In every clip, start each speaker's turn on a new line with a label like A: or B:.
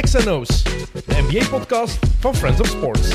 A: XNO's, de NBA-podcast van Friends of Sports.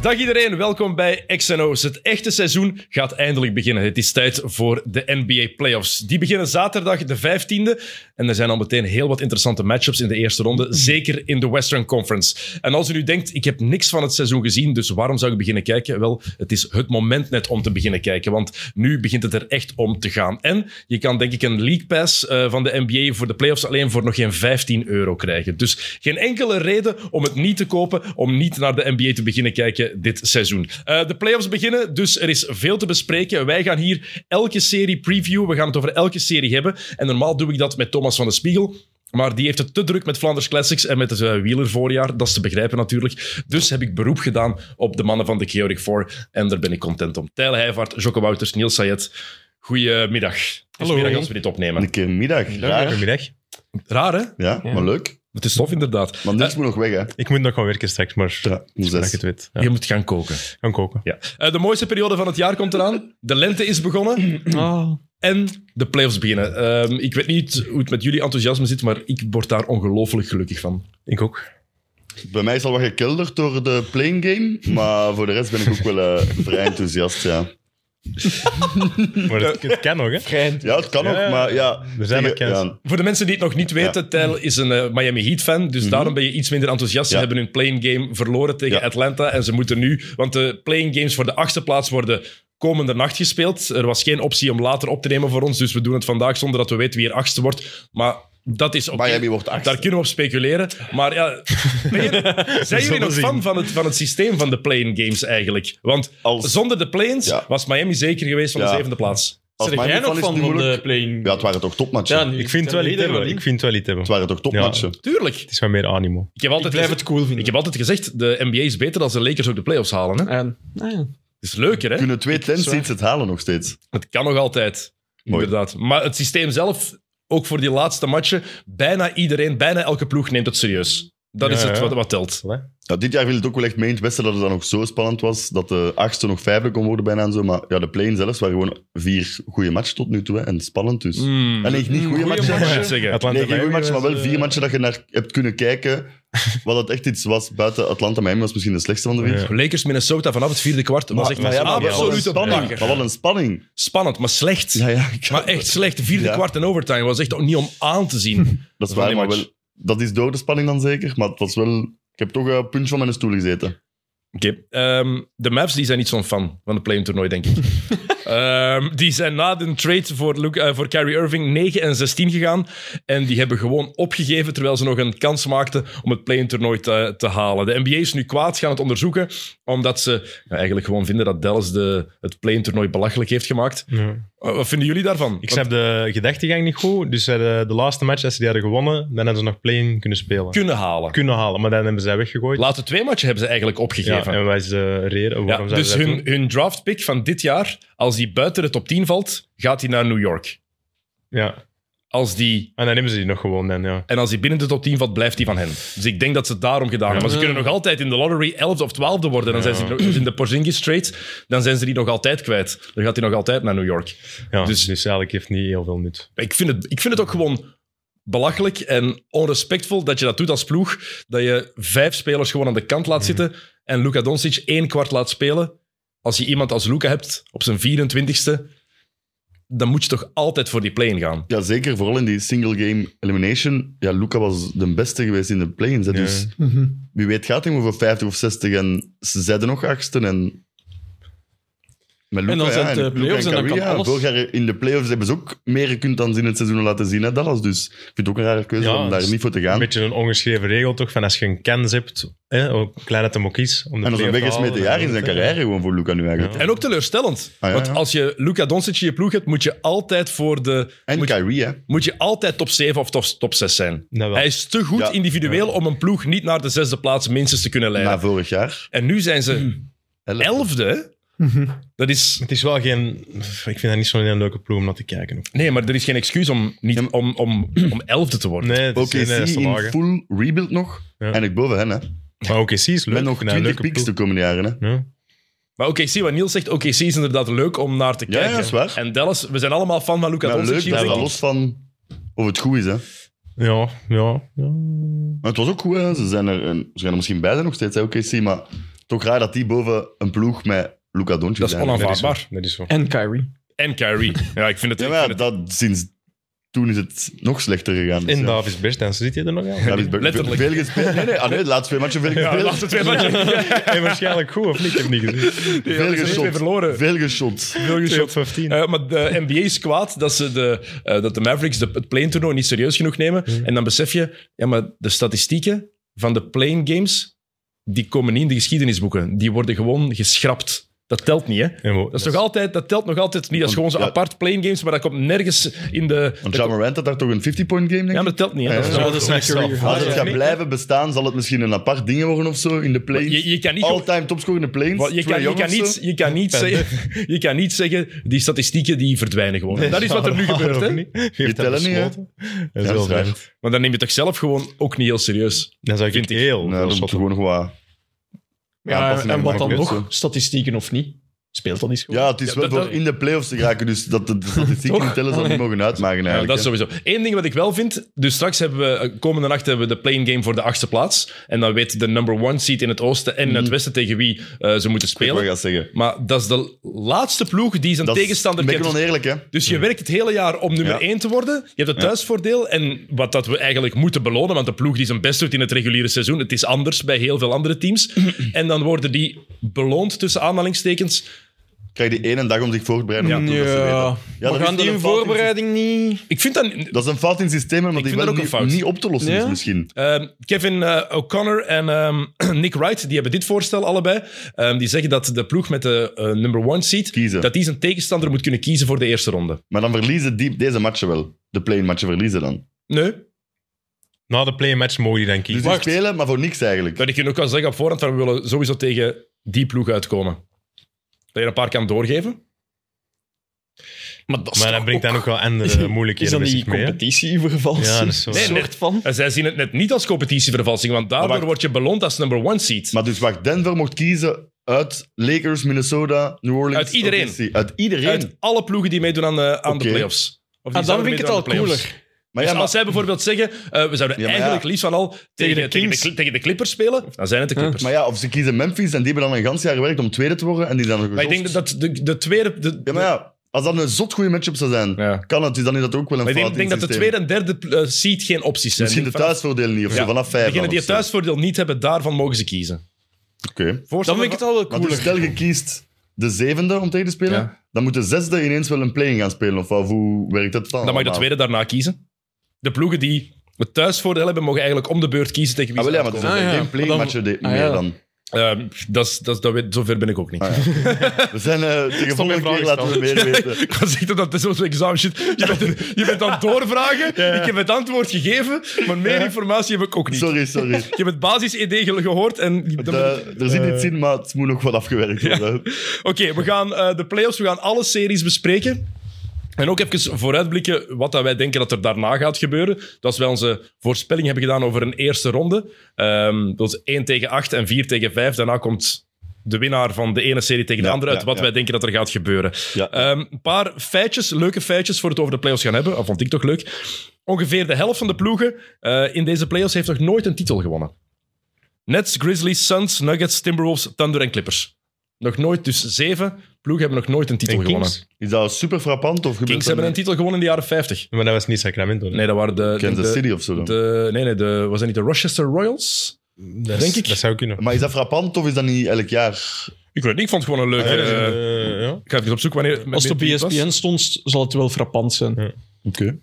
A: Dag iedereen, welkom bij XNO's. Het echte seizoen gaat eindelijk beginnen. Het is tijd voor de NBA Playoffs. Die beginnen zaterdag de 15e. En er zijn al meteen heel wat interessante matchups in de eerste ronde, zeker in de Western Conference. En als u nu denkt, ik heb niks van het seizoen gezien, dus waarom zou ik beginnen kijken? Wel, het is het moment net om te beginnen kijken, want nu begint het er echt om te gaan. En je kan denk ik een League Pass eh, van de NBA voor de playoffs alleen voor nog geen 15 euro krijgen. Dus geen enkele reden om het niet te kopen, om niet naar de NBA te beginnen kijken dit seizoen. Eh, de playoffs beginnen, dus er is veel te bespreken. Wij gaan hier elke serie preview, we gaan het over elke serie hebben. En normaal doe ik dat met Thomas van de Spiegel. Maar die heeft het te druk met Flanders Classics en met het eh, wielervoorjaar. Dat is te begrijpen natuurlijk. Dus heb ik beroep gedaan op de mannen van de Georic 4. En daar ben ik content om. Tijl Heijvaart, Jocke Wouters, Niels Sayed. Goedemiddag. Het is
B: Hallo.
A: middag als we dit opnemen.
C: Een keer middag. Raar. Ja,
B: Goedemiddag.
A: Raar, hè?
C: maar leuk.
A: Het is tof, inderdaad.
C: Maar niks moet nog weg, hè.
B: Ik moet nog gaan werken straks, maar
C: Ja, om
B: dat ik
C: zes.
B: het weet. Ja.
A: Eh, Je moet gaan koken.
B: Gaan koken.
A: Ja. Eh, de mooiste periode van het jaar komt eraan. De lente is begonnen. En de playoffs beginnen. Ehm, ik weet niet hoe het met jullie enthousiasme zit, maar ik word daar ongelooflijk gelukkig van.
B: Ik ook.
C: Bij mij is al wat gekelderd door de playing game, maar voor de rest ben ik ook wel eh, vrij enthousiast, ja.
B: Maar het, het kan nog, hè?
C: Ja, het kan
B: Ja, ja.
C: ook, maar ja...
B: Er zijn
C: tegen-
B: nog kansen.
C: ja,
A: Voor de mensen die het nog niet weten, Tijl is een eh, Miami Heat-fan, dus daarom ben je iets minder enthousiast. Ze
C: Mhm. Ja.
A: hebben hun playing game verloren tegen
C: Ja.
A: Atlanta en ze moeten nu... Want de playing games voor de achtste plaats worden komende nacht gespeeld. Er was geen optie om later op te nemen voor ons, dus we doen het vandaag zonder dat we weten wie er achtste wordt. Maar dat is oké.
C: Miami wordt achtste.
A: Daar kunnen we op speculeren. Maar ja, ben je- zijn jullie
B: zullen
A: nog
B: zien.
A: fan van het, van het systeem van de playing games eigenlijk? Want
C: Als-
A: zonder de planes
C: Ja.
A: was Miami zeker geweest van de
C: Ja.
A: zevende plaats.
C: als
D: Zijn
C: mijn
D: jij
C: geval
D: nog
C: is
D: van,
C: het
D: van
C: moeilijk.
D: de playing?
C: Ja, het waren toch topmatchen?
D: Ja,
C: Het
D: nu-
B: Ik vind het wel
D: nu
B: iets hebben.
D: wel.
B: Ik vind het wel iets hebben. Het
C: waren toch topmatchen?
A: Tuurlijk.
B: is wat meer animo.
A: Ik heb altijd
D: Ik
A: gezegd-
D: blijf het cool vinden.
A: Ik heb altijd gezegd, de NBA is beter als de Lakers ook de playoffs halen. Hè?
D: En, nou ja.
A: Het is leuker, hè?
C: Kunnen twee tents
D: zwaar.
C: iets het halen nog steeds?
A: Het kan nog altijd.
C: Mooi.
A: Inderdaad. Maar het systeem zelf, ook voor die laatste matchen, bijna iedereen, bijna elke ploeg neemt het serieus. Dat is
B: Ja,
A: het
B: ja.
A: wat, wat telt.
C: Ja, dit jaar viel het ook wel echt mee in het westen dat het dan nog zo spannend was, dat de achtste nog vijfde kon worden bijna en zo, maar ja, de play-in zelfs waren gewoon vier goede matchen tot nu toe, hè, en spannend dus.
A: Mm.
C: En echt niet goede matchen,
A: Mag je
C: maar-
A: het Hmm. zeggen.
B: Atlanta
C: nee, geen
B: Miami
C: goede matchen, maar
B: was,
C: wel
B: eh,
C: vier matchen dat je naar hebt kunnen kijken. Wat dat echt iets was buiten Atlanta Miami was misschien de slechtste van de vier.
B: Ja.
A: Lakers Minnesota vanaf het vierde kwart was echt
C: Maar ja, maar wat een
A: absoluut
C: spanning. Maar wat een spanning.
A: Spannend, maar slecht.
C: Ja, ja, ik-
A: Maar echt slecht. Vierde
C: Ja.
A: kwart en overtime was echt ook niet om aan te zien.
C: dat is
A: van
C: waar,
A: die
C: maar
A: match.
C: wel, dat is door de spanning dan zeker. Maar het was wel. Ik heb toch eh, een puntje van mijn stoel gezeten.
A: Oké. Ehm, de Mavs die zijn niet zo'n fan van het play-in toernooi, denk ik. Ehm, die zijn na de trade voor, Luke, eh, voor Kyrie Irving 9 en 16 gegaan. En die hebben gewoon opgegeven terwijl ze nog een kans maakten om het play-in toernooi te, te halen. De NBA is nu kwaad, gaan het onderzoeken. Omdat ze ja, eigenlijk gewoon vinden dat Dallas de, het play-in toernooi belachelijk heeft gemaakt.
B: Ja.
A: Eh, Wat vinden jullie daarvan?
B: Ik snap de gedachtegang niet goed. Dus ze hadden de laatste match, als ze die hadden gewonnen, dan hadden ze nog play-in kunnen spelen.
A: kunnen halen.
B: Kunnen halen, maar dan hebben zij weggegooid.
A: De laatste twee matchen hebben ze eigenlijk
B: ja,
A: opgegeven.
B: en wij is de reden
A: Ja,
B: waarom zouden
A: dus
B: ze dat
A: hun,
B: doen?
A: hun draftpick van dit jaar, als die buiten de top 10 valt, gaat die naar New York.
B: Ja.
A: Als die,
B: En dan hebben ze die nog gewoon dan, ja.
A: en als die binnen de top 10 valt, blijft die van hen. Dus ik denk dat ze het daarom gedaan hebben. Maar ze
D: Ja.
A: kunnen nog altijd in de lottery 11 of 12 worden. Dan zijn ze
B: Ja.
A: nog- dus in de Porzingis trade, dan zijn ze die nog altijd kwijt. Dan gaat die nog altijd naar New York.
B: ja
A: Dus-
B: dus, eigenlijk heeft het niet heel veel nut.
A: Ik vind het, ik vind het ook gewoon belachelijk en onrespectvol dat je dat doet als ploeg. Dat je vijf spelers gewoon aan de kant laat zitten en Luka Doncic één kwart laat spelen. Als je iemand als Luka hebt op zijn 24ste, dan moet je toch altijd voor die play-in gaan.
C: Ja, zeker. Vooral in die single game elimination. Ja, Luca was de beste geweest in de play-ins. hè.
B: Ja.
C: Dus wie weet gaat hij maar voor 50 of 60 en ze zeiden nog achtste. En, met Luca,
D: En dan
C: ja,
D: zijn het, eh,
C: Luca
D: playoffs en dan
C: Kyrie,
D: kan
C: ja.
D: alles.
C: Vorig jaar in de playoffs hebben ze ook meer gekund dan ze in het seizoen laten zien. Hè, Dallas. Dus ik vind het ook een rare keuze
B: Ja, dus
C: om
B: dat
C: daar
B: is
C: niet voor te gaan.
B: Een beetje een ongeschreven regel toch, van als je een kans hebt, hè, ook klein dat hem ook is. Om de
C: En dat is een
B: play-off te
C: weggesmeten
B: halen,
C: jaar
B: dan
C: in zijn
B: moet het,
C: carrière gewoon voor Luca nu eigenlijk.
B: Ja.
A: En ook teleurstellend.
C: Ah, ja, ja.
A: Want als je Luka Doncic in je ploeg hebt, moet je altijd voor de...
C: En
A: moet, je-
C: Kyrie, hè.
A: moet je altijd top 7 of top, top 6 zijn.
B: Dat Nou, wel.
A: Hij is te goed
C: Ja.
A: individueel om een ploeg niet naar de zesde plaats minstens te kunnen leiden.
C: Na vorig jaar.
A: En nu zijn ze elfde. hè? Dat is...
B: Het is wel geen... Ik vind dat niet zo'n heel leuke ploeg om naar te kijken.
A: Nee, maar er is geen excuus om, niet, om, om, om elfde te worden.
B: Nee, het is,
C: OKC
B: nee, dat is te laag,
C: in
B: hè.
C: full rebuild nog.
B: Ja.
C: En ik boven hen, hè.
B: Maar OKC is leuk.
C: Met nog
B: Ik vind dat een
C: 20
B: leuke
C: picks de
B: ploeg.
C: komende jaren, hè.
B: Ja.
A: Maar oké, zie wat Niels zegt. Oké, zie is inderdaad leuk om naar te
C: Ja,
A: kijken.
C: ja, is waar.
A: En Dallas, we zijn allemaal fan van Luca
C: Ja,
A: Doncic.
C: leuk,
A: hier,
C: daar
A: denk ik.
C: los van Of het goed is, hè.
B: Ja, ja, ja.
C: Maar het was ook goed, hè. Ze, zijn er, en ze gaan er misschien bij zijn nog steeds, hè, OKC. Maar toch raar dat die boven een ploeg met Luca Doncic
A: Dat is
C: zijn.
B: Dat is zo.
A: onaanvaardbaar.
B: Dat is zo.
D: En Kyrie.
A: En Kyrie. Ja, ik vind het...
C: Ja,
A: ik
C: maar ja,
A: vind het-
C: dat, sinds toen is het nog slechter gegaan. Dus,
B: In
C: ja.
B: Davis Bertens, zit je er nog aan?
C: Ja, dus
A: Letterlijk.
C: Veel gespeeld. Nee, nee, ah, nee, de laatste twee matchen veel
A: Ja, de
C: gespeeld.
A: laatste twee matchen. Ja,
B: En waarschijnlijk goed, of niet? Ik heb het niet gezien.
A: die hebben ze niet meer
C: geshot.
A: verloren.
C: Veel geschot.
A: Veel
B: Twee op
A: geshot.
B: 15.
A: Eh, maar de NBA is kwaad dat, ze de, eh, dat de Mavericks de, het plane toernooi niet serieus genoeg nemen. En dan besef je, ja, maar de statistieken van de plane games, die komen niet in de geschiedenisboeken. Die worden gewoon geschrapt. Dat telt niet, hè?
B: En wo-
A: Dat, is toch altijd, dat telt nog altijd niet. Dat is gewoon zo
C: Ja.
A: apart plane games, maar dat komt nergens in de...
C: Want Ja Morant had daar toch een 50-point game, denk ik?
A: Ja, maar dat telt niet. Hè? Dat is
D: Ja,
A: zo-
D: dat is een Kyrie.
C: Als
D: Ja,
C: het gaat blijven bestaan, zal het misschien een apart ding worden of zo in de planes.
A: je, je kan niet...
C: All-time topscorer in de planes.
A: Wat, je,
C: Trae
A: kan, je,
C: Young
A: kan
C: of zo.
A: niet, je, kan niet zeggen, je kan niet zeggen, die statistieken die verdwijnen gewoon. dat is wat er nu gebeurt. Hè?
B: Je
C: tellen niet, hè?
B: Dat is
C: Ja,
B: heel
C: dat is
B: vreemd.
A: Maar dan neem je toch zelf gewoon ook niet heel serieus.
B: Dan zou ik
A: Vind
B: het
A: ik.
B: heel veel
C: Nee, dat Nou, moet
B: shotten.
C: gewoon nog wat...
D: Ja,
C: aanpassingen
D: en wat dan
C: maken,
D: nog?
C: zo.
D: Statistieken of niet? Speelt dan niet goed.
C: Ja, het is
A: Ja,
C: wel
A: dat-
C: voor
A: dat-
C: in de playoffs te geraken, dus dat de, de statistieken
D: Toch?
C: niet tellen zal niet mogen uitmaken
A: Ja, Nou,
C: eigenlijk.
A: dat is
C: hè.
A: sowieso. Eén ding wat ik wel vind, dus straks hebben we, komende nacht hebben we de playing game voor de achtste plaats. En dan weet de number one seed in het oosten en in
C: Mhm.
A: het westen tegen wie eh, ze moeten
C: Wat
A: spelen.
C: ik ga zeggen.
A: Maar dat is de laatste ploeg die zijn
C: Dat is
A: tegenstander
C: een beetje
A: kent.
C: oneerlijk, hè?
A: Dus je werkt het hele jaar om nummer
C: Ja.
A: 1 te worden. Je hebt het thuisvoordeel. En wat dat we eigenlijk moeten belonen, want de ploeg die zijn best doet in het reguliere seizoen, het is anders bij heel veel andere teams.
C: Mhm.
A: en dan worden die beloond tussen aanhalingstekens.
C: Krijg je die ene dag om zich voor te bereiden. om te doen wat ze weten.
D: Ja,
C: dat
D: maar
C: is wel
D: gaan die
C: een
D: in
C: fout in-
D: voorbereiding niet...
A: Ik vind dan
C: Dat is een fout in systemen, maar
A: Ik
C: die
A: vind
C: wel
A: dat ook een fout.
C: niet, niet op te lossen
D: Ja?
C: is misschien.
A: Ehm, Kevin eh, O'Connor en ehm, Nick Wright, die hebben dit voorstel allebei. Ehm, die zeggen dat de ploeg met de eh, number one seat,
C: Kiezen.
A: dat die zijn tegenstander moet kunnen kiezen voor de eerste ronde.
C: Maar dan verliezen die deze matchen wel. De play matchen verliezen dan.
A: Nee,
B: Na de play-match mogen die dan
C: Dus
B: kiezen.
C: die
B: Maar
C: spelen, maar voor niks eigenlijk.
A: dat ik je ook kan zeggen op voorhand, van, we willen sowieso tegen die ploeg uitkomen. Dat je een paar kan doorgeven.
D: Maar dat is
B: maar dat
D: toch
B: brengt dan ook wel andere
D: Is
B: moeilijkheden
D: dan
B: met
D: die
B: zich mee. hè?
D: competitievervalsing?
B: Ja, dat is zo.
D: Een
A: Nee, nee.
D: soort van.
A: En zij zien het net niet als competitievervalsing, want daardoor
C: Maar wacht.
A: word je beloond als number one seat.
C: Maar dus wacht, Denver mocht kiezen uit Lakers, Minnesota, New Orleans.
A: Uit iedereen.
C: OKC. Uit iedereen.
A: Uit alle ploegen die meedoen aan de, aan de
C: Oké.
A: playoffs. Of die
D: Ah, dan
A: zouden
D: vind ik het
A: meedoen aan de
D: al
A: playoffs.
D: cooler.
C: Maar ja,
A: dus
C: maar,
A: als zij bijvoorbeeld zeggen, eh, we zouden
C: Ja, maar ja.
A: eigenlijk liefst van al tegen, tegen, de,
D: de
A: tegen,
D: Kings.
A: de, Clippers spelen, dan zijn het de Clippers.
C: maar ja, of ze kiezen Memphis en die hebben dan een gans jaar gewerkt om tweede te worden en die zijn nog
A: Maar ik
C: gezocht.
A: denk dat dat de, de tweede... De,
C: Ja, maar ja, als dat een zot goede matchup zou zijn,
A: Ja.
C: kan het, dus dan is dat ook wel een
A: maar ik denk,
C: fout
A: ik
C: in
A: denk dat
C: het
A: de
C: systeem.
A: tweede en derde eh, seed geen opties zijn.
C: Misschien de
A: Ik denk vanaf-
C: thuisvoordelen niet, of zo,
A: Ja.
C: vanaf vijf.
A: Degenen
C: dan
A: die
C: of
A: het
C: zo.
A: thuisvoordeel niet hebben, daarvan mogen ze kiezen.
C: Oké.
A: Voorstel
D: Dan vind ik het al wel
C: Maar dus
D: cooler.
C: stel je kiest de zevende om tegen te spelen,
A: Ja.
C: dan moet de zesde ineens wel een playing gaan spelen. Of wat, hoe werkt dat dan?
A: Dan mag je de
C: allemaal?
A: tweede daarna kiezen. De ploegen die het thuisvoordeel hebben, mogen eigenlijk om de beurt kiezen tegen wie
C: Ah,
A: ze
C: wel, ja, maar er
A: uitkomen.
C: zijn
D: Ah,
C: geen
D: ja.
C: playing
D: Maar dan-
C: matchen de-
D: ah,
C: meer
D: ja.
C: dan. Ah,
A: Ehm, dat is- dat is- dat weet- Zover ben ik ook niet.
C: We zijn eh tegen volgende
B: met
C: keer laten we
B: vragen
C: meer weten.
A: Ik kan zeggen dat het zo'n examen shit. Je bent, je bent aan het doorvragen. Ik heb het antwoord gegeven, maar meer informatie heb ik ook niet.
C: Sorry, sorry.
A: Ik heb het basis-idee ge- gehoord en... dan ben ik-
C: De- er zit iets in, maar het moet nog wat afgewerkt worden.
A: Oké, we gaan eh, de playoffs, we gaan alle series bespreken. En ook even vooruitblikken wat dat wij denken dat er daarna gaat gebeuren. Dus als wij onze voorspelling hebben gedaan over een eerste ronde, ehm, dat is 1 tegen 8 en 4 tegen 5. Daarna komt de winnaar van de ene serie tegen de
C: Ja,
A: andere uit
C: ja,
A: wat
C: ja.
A: wij denken dat er gaat gebeuren.
C: Ja.
A: Ehm, een paar feitjes, leuke feitjes voor het over de playoffs gaan hebben. Dat vond ik toch leuk. Ongeveer de helft van de ploegen eh, in deze playoffs heeft nog nooit een titel gewonnen. Nets, Grizzlies, Suns, Nuggets, Timberwolves, Thunder en Clippers. Nog nooit, dus zeven ploegen hebben nog nooit een titel
B: En
A: gewonnen.
B: Kings?
C: Is dat super frappant? Of gebeurt
A: Kings
C: dat
A: hebben een
C: niet?
A: titel gewonnen in de jaren 50.
B: Maar dat was niet Sacramento. hè?
A: Nee, dat waren de...
C: Kansas
A: de-
C: City of zo dan?
A: de- nee, nee, de, was dat niet de Rochester Royals?
B: Dat is-
A: denk ik.
B: Dat zou kunnen.
C: Maar is dat frappant of is dat niet elk jaar?
A: Ik weet niet, ik vond het gewoon een leuke...
B: Ja, dat is
A: eh,
B: een, eh, ja.
A: ik ga even opzoeken wanneer...
D: Als het op E
A: wanneer
B: E
A: het was.
D: ESPN stond, zal het wel frappant zijn.
C: Oké.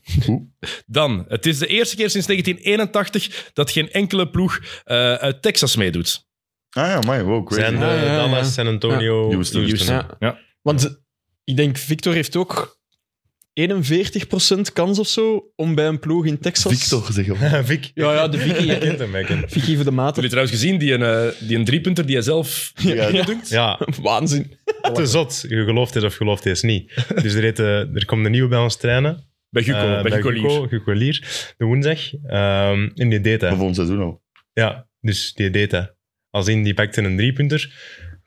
A: Dan, het is de eerste keer sinds 1981 dat geen enkele ploeg eh, uit Texas meedoet.
C: Ah ja, maar wow, crazy.
B: Zijn eh,
D: Ja, ja, ja.
B: Dallas, San Antonio,
C: Ja.
B: Houston.
C: Houston.
D: Ja.
A: Ja.
D: Want ik denk, Victor heeft ook 41% kans of zo om bij een ploeg in Texas...
C: Victor, zeg op.
B: Vic.
D: Ja, ja, de Vicky.
B: Hij
D: hè.
B: kent hem, hij kent hem.
D: Vicky voor de
A: Hebben
D: maten.
A: jullie trouwens gezien, die, een, eh, die een driepunter die hij zelf...
C: Ja, ja.
A: dunkt?
B: Ja,
D: Waanzin.
B: te zot. Je gelooft het of gelooft het niet. Dus er, heet, eh, er komt een nieuwe bij ons trainen.
A: Bij Guco,
B: eh,
A: bij Guco Lier.
B: Guco, Guco Lier, De woensdag. Ehm en die deed dat.
C: Van volgend seizoen al.
B: Ja, dus die deed dat. Als in, die pakte een driepunter.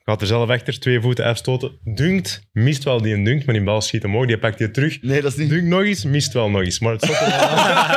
B: Gaat er zelf echter twee voeten afstoten. Dunkt, mist wel die een dunkt, maar die bal schiet omhoog. Die pakt die terug.
C: Nee, dat is niet...
B: Dunkt nog eens, mist wel nog eens. Maar het zotte wel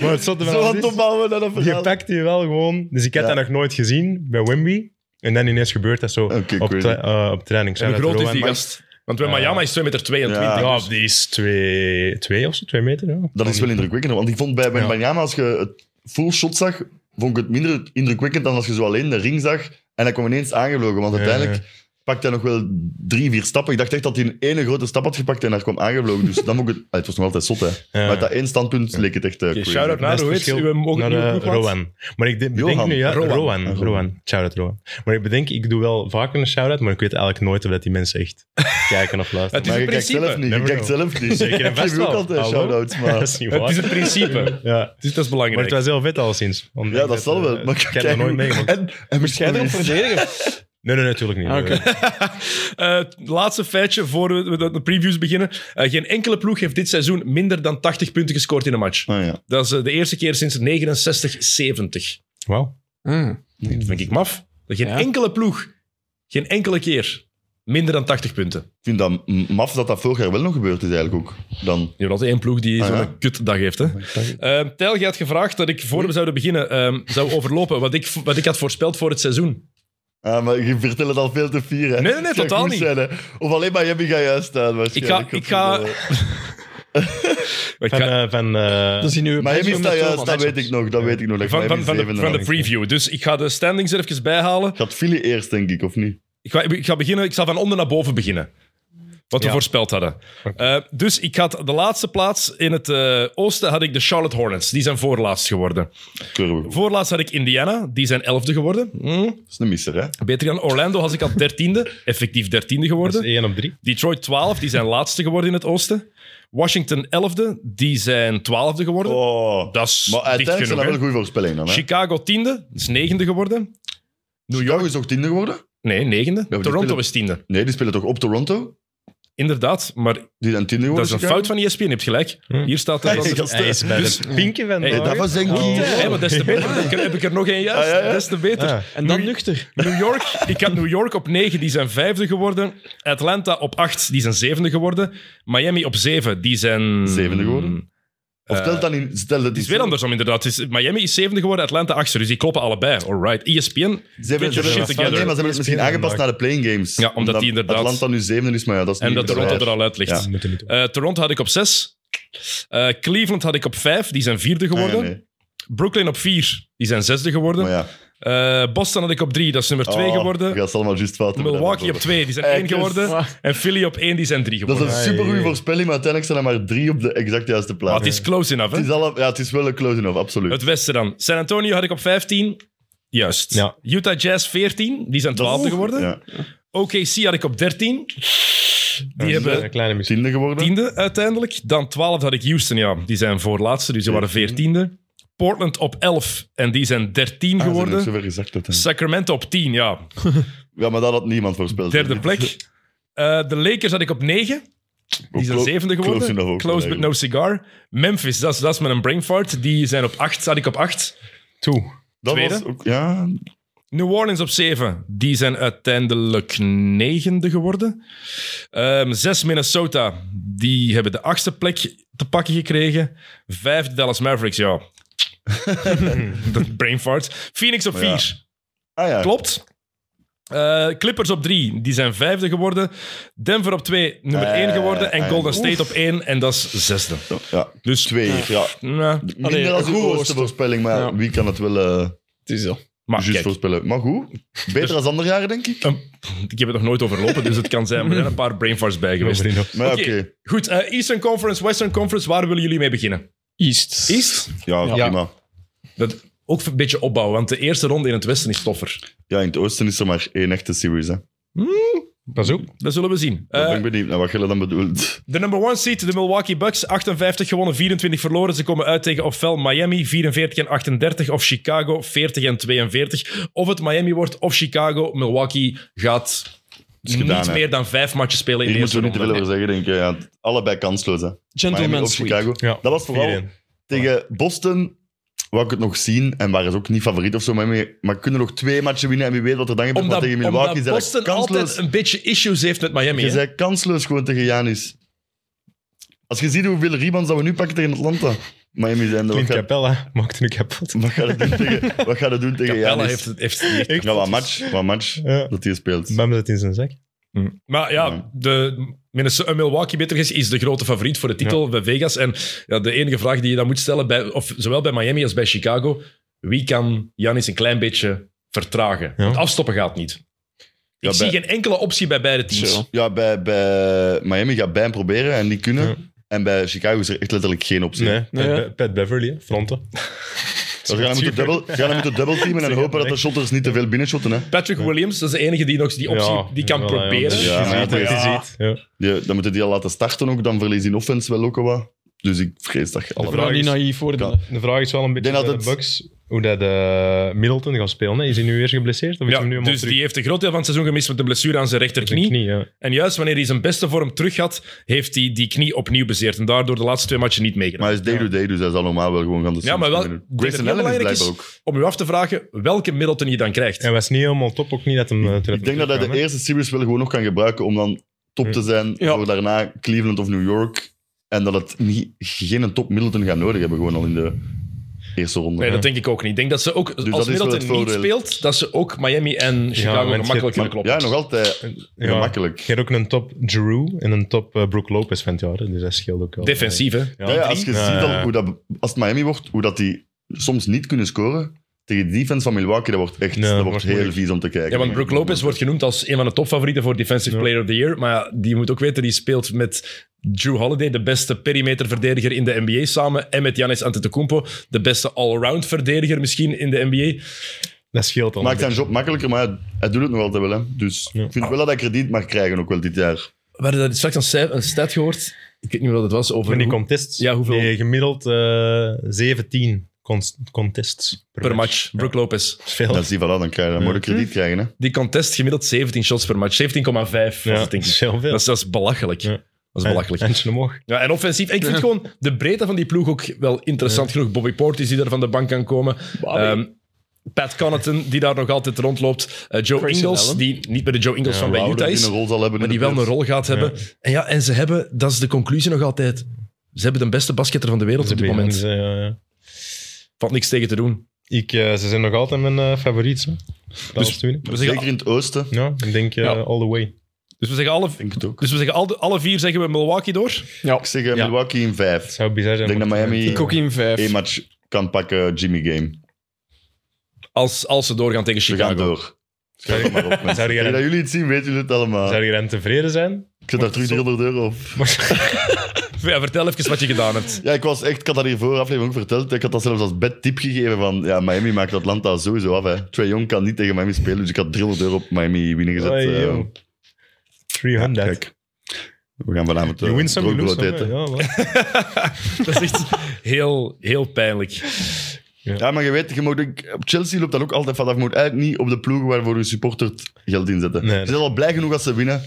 B: maar het zotte wel
C: Zo aan
B: is,
C: het opbouwen naar dat
B: Je
C: verhaal.
B: pakt die wel gewoon. Dus ik had
C: Ja.
B: dat nog nooit gezien bij Wimby. En dan ineens gebeurt dat zo
C: Oké,
B: op,
C: crazy.
B: tra- eh, op training.
A: En hoe
B: Shout-out
A: groot is
B: Rowan.
A: die
B: Maar-
A: gast? Want bij Miami is 2,22 meter. dus
C: Ja.
B: Ja, die is twee, twee of zo, twee meter. Ja.
C: Dat is wel indrukwekkend. Want ik vond bij
B: Ja.
C: Wembanyama, als je het full shot zag, vond ik het minder indrukwekkend dan als je zo alleen de ring zag. En hij kwam ineens aangevlogen. Want
B: Ja,
C: uiteindelijk pakte hij nog wel drie, vier stappen. Ik dacht echt dat hij een ene grote stap had gepakt en daar kwam aangevlogen. Dus dan moet ik het... Ah, het was nog altijd zot, hè. Maar uit dat één standpunt leek het echt eh, crazy.
A: shout-out naar, hoe heet
B: Best
A: het?
B: verschil
A: We mogen
B: naar
A: nieuwe
B: eh,
A: ploeg laten.
B: Rowan. Maar ik de- bedenk
C: Johan.
B: nu, ja,
A: Rowan.
B: Rowan. Rowan.
C: Ah,
B: Shout-out Rowan. Maar ik bedenk, ik doe wel vaker een shout-out, maar ik weet eigenlijk nooit of dat die mensen echt kijken of
A: Het is
B: luisteren.
C: Maar
A: in
C: je kijkt
A: principe.
C: zelf niet. Je
B: Never
C: kijkt
B: know.
C: zelf niet.
B: Zeker en
C: Ik
B: vast
C: geef u ook
B: wel.
C: altijd
B: Hallo?
C: shout-outs,
B: Maar, dat
C: maar...
B: is niet
A: Het
B: waar.
A: is het principe.
B: Ja.
A: Dus dat is
B: Maar het
A: belangrijk.
B: was heel vet al sinds. Omdat
C: Ja,
B: ik
C: dat zal wel.
B: eh,
C: Maar
B: ik heb dat nooit meegemaakt.
C: En, en
D: Jij erop
C: misschien...
D: verdedigen?
B: Nee, nee, natuurlijk niet.
D: Ah, oké.
A: Eh, het laatste feitje voor we de de previews beginnen. Eh, geen enkele ploeg heeft dit seizoen minder dan 80 punten gescoord in een match.
C: Ah, ja.
A: Dat is eh, de eerste keer sinds 69-70.
B: Wauw.
D: Mm.
A: Dat vind ik maf. Dat geen
D: Ja.
A: enkele ploeg, geen enkele keer, minder dan 80 punten.
C: Ik vind dat m- maf dat dat vorig jaar wel nog gebeurd is, eigenlijk ook. Dan...
A: Je hebt altijd één ploeg die
C: Ah,
A: zo'n
C: ja.
A: kutdag heeft. Hè? Eh, Tel, je had gevraagd dat ik voor we zouden beginnen ehm, zou overlopen wat ik, wat ik had voorspeld voor het seizoen.
C: Ah, maar je vertelt het al veel te fier, hè?
A: Nee, nee, nee,
C: Het zou
A: totaal
C: goed
A: niet.
C: zijn, hè. Of alleen Miami gaat juist staan, waarschijnlijk.
A: Ik ga- ik
C: Godverdomme.
A: Ik
B: Van,
A: ga-
B: eh, van, eh,
D: Dat is in uw
C: Miami
D: pensioen met
C: staat juist,
D: Thomas.
C: eh, dat weet ik nog. Dat weet ik nog. dat
A: van, van,
C: Miami
A: van, de,
C: zevende
A: van de
C: nog.
A: preview. Dus ik ga de standings er even bij halen.
C: Gaat Philly eerst, denk ik, of niet?
A: Ik ga, ik ga beginnen. Ik zal van onder naar boven beginnen. Wat we
B: Ja.
A: voorspeld hadden. Eh, dus ik had de laatste plaats in het eh, oosten had ik de Charlotte Hornets. Die zijn voorlaatst geworden.
C: Keuren we goed.
A: Voorlaatst had ik Indiana. Die zijn elfde geworden. Mm,
C: Dat is een misser, hè?
A: beter dan Orlando had ik al dertiende. Effectief dertiende
B: dat
A: geworden.
B: is één op drie.
A: Detroit 12, die zijn laatste geworden in het oosten. Washington 11e, die zijn 12e geworden.
C: Oh.
A: dat is
C: Maar
A: dicht
C: uiteindelijk zijn
A: genoeg.
C: dat
A: hè.
C: wel goede voorspellingen dan, hè?
A: Chicago 10e, is 9e geworden.
C: New York is toch tiende geworden?
A: Nee, 9e.
C: die
A: Toronto
C: spelen-
A: is 10e.
C: Nee, die spelen toch op Toronto?
A: Inderdaad, maar
C: Die zijn tiende
A: dat
C: geworden?
A: is een fout van E ESPN, je hebt gelijk. Hier staat er...
C: Hey,
A: dat-
C: gasten.
B: Hij is bij
A: Dus-
B: de Oh. pinken van
A: Hey,
C: Dat was denk ik...
A: Hey, maar des te beter. Heb ik er- Heb ik er nog één juist?
C: Oh. Ah, ja, ja.
A: Des te beter.
B: Ah.
D: En dan nuchter.
A: New York, ik had New York op 9, die zijn vijfde geworden. Atlanta op 8, die zijn zevende geworden. Miami op 7, die zijn...
C: Zevende geworden. Of telt dan in... Stel dat
A: Het is weer andersom, inderdaad. Het is- Miami is zevende geworden, Atlanta achtste. Dus die kloppen allebei. E Alright. ESPN.
C: Ze hebben,
A: Get your
C: ze hebben-
A: shit
C: nee, maar ze
A: together.
C: hebben het misschien aangepast naar de playing games.
A: Ja, omdat die inderdaad-
C: Atlanta nu zevende is, maar ja, dat is
A: En
C: niet
A: dat Toronto
C: waar.
A: er al uit ligt.
C: Ja.
B: Moeten niet doen.
A: Eh, Toronto had ik op zes. Eh, Cleveland had ik op vijf. Die zijn vierde
C: Ah, ja,
A: geworden.
C: nee.
A: Brooklyn op vier. Die zijn zesde geworden.
C: Maar ja.
A: Eh, Boston had ik op drie. Dat is nummer twee
C: Oh,
A: geworden.
C: Je gaat ze allemaal juist fout hebben.
A: Milwaukee op twee. Die zijn
C: Eh,
A: één geworden.
D: kus.
A: En Philly op één. Die zijn drie
C: Dat
A: geworden.
C: is een
B: Ja,
C: super
B: ja,
C: goede
B: ja.
C: voorspelling, maar uiteindelijk zijn er maar drie op de exact juiste
A: Maar
C: plaats.
A: het is close enough, hè?
C: het, is alle, ja, het is wel een close enough, absoluut.
A: Het westen dan. San Antonio had ik op 15. Juist.
B: Ja.
A: Utah Jazz 14. Die zijn
C: Dat is-
A: twaalfde geworden.
C: Ja.
A: OKC had ik op 13. Die
B: Dat is
A: hebben
B: een kleine missie.
C: Tiende geworden. Ah,
A: tiende uiteindelijk. Dan 12 had ik Houston, ja. Die zijn voorlaatste, dus die waren veertiende. Portland op 11 en die zijn 13
C: Ah, ze zijn
A: geworden.
C: ook zover gezakt, uiteindelijk.
A: Sacramento op 10, ja.
C: ja, maar dat had niemand voorspeld.
A: Derde plek. Eh, de Lakers had ik op 9. Die zijn
C: clo-
A: zevende geworden.
C: close
A: Close, nou,
C: enough ook wel
A: but no cigar. Memphis, dat is, dat is met een brain fart. Die zijn op 8, zat ik op 8.
B: Toe.
C: Dat
A: Tweede.
C: was ook, ja,
A: New Orleans op 7. Die zijn uiteindelijk negende geworden. Ehm zes Minnesota. Die hebben de achtste plek te pakken gekregen. Vijf Dallas Mavericks, ja. Dat brain fart. Phoenix op
C: Maar ja.
A: 4.
C: ah, ja.
A: Klopt. Eh, Clippers op 3. Die zijn vijfde geworden. Denver op 2. Nummer
C: Eh,
A: 1 geworden. En
C: eh,
A: Golden
C: oef.
A: State op 1. En dat is zesde.
C: Ja,
A: Dus
C: twee. Ja.
A: nou,
C: Minder
D: Allee,
C: als
D: een
C: uw
D: goed
C: oosten
D: oosten.
C: voorspelling, maar
D: Ja.
C: wie kan het wel eh
D: Het is zo.
A: maar
C: juist
A: kijk, Dus-
C: voorspellen? Maar goed, beter als andere jaren, denk ik.
A: ik heb het nog nooit overlopen, dus het kan zijn. Er zijn een paar brain farts bij geweest.
B: Misschien nog.
C: Maar ja,
A: Oké.
C: oké.
A: Goed, eh, Eastern Conference, Western Conference, waar willen jullie mee beginnen?
D: East.
A: East?
C: Ja,
D: Ja.
C: prima.
A: Dat ook een beetje opbouwen, want de eerste ronde in het Westen is toffer.
C: Ja, in het oosten is er maar één echte series. Hè.
B: Dat is ook.
A: Dat zullen we zien.
C: Dan
A: Eh,
C: ben ik benieuwd naar wat Gille dan bedoelt.
A: de number one seed, de Milwaukee Bucks, 58 gewonnen, 24 verloren. Ze komen uit tegen ofwel Miami, 44 en 38, of Chicago, 40 en 42. Of het Miami wordt of Chicago, Milwaukee gaat
C: gedaan,
A: niet
C: hè.
A: meer dan vijf matchen spelen in
C: Hier
A: de eerste
C: moeten we
A: ronde.
C: niet te veel over zeggen, denk ik. Ja, allebei kansloos, hè. Miami
D: Gentleman
C: of
D: sweep.
C: Chicago.
B: Ja.
C: Dat was vooral
B: 4-1.
C: tegen Boston. wou ik het nog zien. En waren ze ook niet favoriet of zo. Maar, mee- maar kunnen nog twee matchen winnen. En wie weet wat er dan gebeurt.
A: Omdat,
C: want tegen Milwaukee
A: omdat
C: zijn
A: Boston
C: dat
A: altijd
C: kansloos.
A: een beetje issues heeft met Miami.
C: Je
A: hè.
C: zei kansloos gewoon tegen Janis. Als je ziet hoeveel rebounds dat we nu pakken tegen Atlanta. Miami zijn er. Wat
B: Clint
C: gaat-
B: Capella maakt nu kapot.
C: wat gaat het doen tegen- wat gaat het doen tegen
A: Capella
C: Janis?
A: heeft het... Heeft het
C: Ja, wat match, wat match
B: Ja.
C: dat hij speelt.
B: Bam zit in zijn zak. Hm.
A: Maar ja,
C: Ja.
A: de Minnesota, eh, Milwaukee beter gezegd, is de grote favoriet voor de titel bij Vegas. En ja, de enige vraag die je dan moet stellen, bij, of zowel bij Miami als bij Chicago, wie kan Janis een klein beetje vertragen?
B: Ja.
A: Want afstoppen gaat niet.
C: Ja,
A: Ik
C: bij-
A: zie geen enkele optie bij beide teams.
D: Zo.
C: Ja, bij, bij Miami gaat bij hem proberen en die kunnen.
B: Ja.
C: En bij Chicago is er echt letterlijk geen optie.
B: Nee, Pat,
D: Ja.
B: Be- Pat Beverly, hè, fronten.
C: Ze gaan hem moeten dubbel- ze gaan hem moeten dubbelteamen en
B: Zeg,
C: hopen dat de
B: echt.
C: shotters niet te veel binnenshotten. Hè.
A: Patrick Williams, dat is de enige die nog die optie
B: Ja,
A: die kan
B: wel, ja,
A: proberen.
B: dus
C: Ja,
B: je
C: maar
B: ziet
C: ja,
B: het,
C: ja.
B: je ziet het. Ja.
C: Die, dan moeten die al laten starten ook, dan verliezen die offense wel ook al wat. Dus ik vrees dat je
D: Vooral
C: allebei...
B: vraag
D: niet
B: is-
D: naïef worden.
C: Ja.
B: De vraag is wel een beetje
C: denk dat
B: bij de
C: het-
B: Bucks, hoe dat eh, Middleton gaat spelen. hè. Is hij nu weer geblesseerd? Of is
A: Ja,
B: hij nu helemaal
A: dus
B: terug?
A: die heeft een groot deel van het seizoen gemist met een blessure aan zijn
B: Zijn
A: rechterknie.
B: knie, ja.
A: En juist wanneer hij zijn beste vorm terug had, heeft hij die knie opnieuw bezeerd. En daardoor de laatste twee matchen niet meegedaan.
C: Maar hij is day-to-day, dus hij zal normaal wel gewoon gaan de
A: Ja, maar wel, ik denk dat
C: Grayson
A: het
C: Allen is
A: heel
C: blijkbaar
A: belangrijk
C: ook.
A: Om u af te vragen welke Middleton je dan krijgt.
B: Hij was niet helemaal top, ook niet dat hem... eh, toen
C: Ik denk dat hij de
B: terugkwam, hè.
C: eerste series wel gewoon nog kan gebruiken om dan top te zijn
D: Ja.
C: voor daarna Cleveland of New York. En dat het niet, geen top Middleton gaat nodig hebben, gewoon al in de eerste ronde.
A: Nee, dat denk ik ook niet. Ik denk dat ze ook,
C: Dus dat
A: als
C: is wel
A: Middleton
C: het
A: niet
C: voordeel.
A: speelt, dat ze ook Miami en Chicago
B: maar het
A: gemakkelijk
B: gaat-
A: kunnen kloppen.
C: ja, nog altijd
B: Ja.
C: gemakkelijk.
B: Je hebt ook een top Drew en een top eh, Brook Lopez van het jaar. hè, Dus dat scheelt ook wel.
A: Defensief, hè.
B: Ja,
C: Ja, ja, als je
B: Ja,
C: ziet
B: ja.
C: al hoe dat, als het Miami wordt, hoe dat die soms niet kunnen scoren tegen de defense van Milwaukee, dat wordt echt
B: Nee,
C: dat
B: dat
C: wordt
B: wordt
C: heel
B: moeilijk.
C: vies om te kijken.
A: Ja, want Brook Lopez wordt genoemd als een van de topfavorieten voor Defensive
B: Ja.
A: Player of the Year. Maar ja, die moet ook weten, die speelt met Drew Holiday, de beste perimeterverdediger in de NBA samen. En met Giannis Antetokounmpo, de beste all-round verdediger misschien in de NBA.
B: Dat scheelt al.
C: Maakt
B: een
C: zijn job makkelijker, maar hij, hij doet het nog altijd wel. Hè. Dus
B: Ja.
C: ik vind wel dat hij krediet mag krijgen ook wel dit jaar.
A: We hadden daar straks een, cijf- een stat gehoord. Ik weet niet wat het was.
B: beetje.
A: Over
B: Van die
A: hoe-
B: contests.
A: Ja, hoeveel?
B: Nee, gemiddeld eh 17 cons- contests per,
A: per match. Brook Lopez.
B: Dat is veel.
C: Dat is die voilà, dan krijg je dan moet je krediet krijgen. Hè.
A: Die contest gemiddeld 17 shots per match. 17,5 was
B: Ja,
A: het, denk
B: dat
A: ik.
B: is heel veel.
A: Dat is, dat is belachelijk.
B: Ja.
A: Dat is belachelijk.
B: En, handje omhoog.
A: Ja, en offensief. En ik vind gewoon de breedte van die ploeg ook wel interessant genoeg. Bobby Portis die daar van de bank kan komen. Ehm, Pat Connaughton die daar nog altijd rondloopt. Eh, Joe
D: Grayson
A: Ingles,
D: Allen.
A: die niet bij de Joe Ingles van bij
C: Wou dat
A: Utah
C: die
A: is,
C: een rol zal hebben
A: maar
C: in
A: die
C: de
A: wel een
C: playoffs.
A: rol gaat hebben. En ja, en ze hebben, dat is de conclusie nog altijd, ze hebben de beste basketter van de wereld op dit moment.
B: Ze, eh,
A: Valt niks tegen te doen.
B: ik, eh, ze zijn nog altijd mijn eh, favoriet. Hè. Dat is toen.
A: We zeggen,
C: Zeker in het oosten.
B: Ja, ik denk eh,
A: Ja.
B: all the way.
A: dus we zeggen, alle,
C: Denk het ook.
A: dus we zeggen alle, alle vier zeggen we Milwaukee door.
C: Ik zeg
B: Ja.
C: eh, Milwaukee in
B: Het
C: vijf.
B: zou bizar zijn.
C: Ik denk dat
B: mocht-
C: Miami-
D: Ik ook in vijf.
C: Eén match kan pakken, Jimmy Game.
A: Als, als ze doorgaan tegen
C: We gaan
A: Chicago.
C: door. Schrijf het maar op. mensen.
B: Zou jij-
C: Tegen dat jullie het zien, weten jullie het allemaal.
B: Zou je dan tevreden zijn?
C: Ik zet daar terug 300 euro op.
A: Ja, vertel even wat je gedaan hebt.
C: Ja, ik was echt, ik had dat hier voor aflevering ook verteld. Ik had dat zelfs als bedtip gegeven van, ja, Miami maakt Atlanta sowieso af. Hè. Trae Young kan niet tegen Miami spelen, dus ik had 300 euro op Miami winnen gezet.
B: Oei,
C: Eh,
B: joh. 300.
C: kijk, we gaan vanavond
B: You
C: uh,
B: win some, you lose some.
C: eten.
B: hè.
C: Ja.
B: Ja, wel.
A: Dat is echt heel, heel pijnlijk.
C: maar je weet, je moet, ook- op Chelsea loopt dat ook altijd vanaf. Je moet eigenlijk niet op de ploegen waarvoor je supporter het geld inzetten.
B: Nee.
C: Ze zijn al blij genoeg als ze winnen,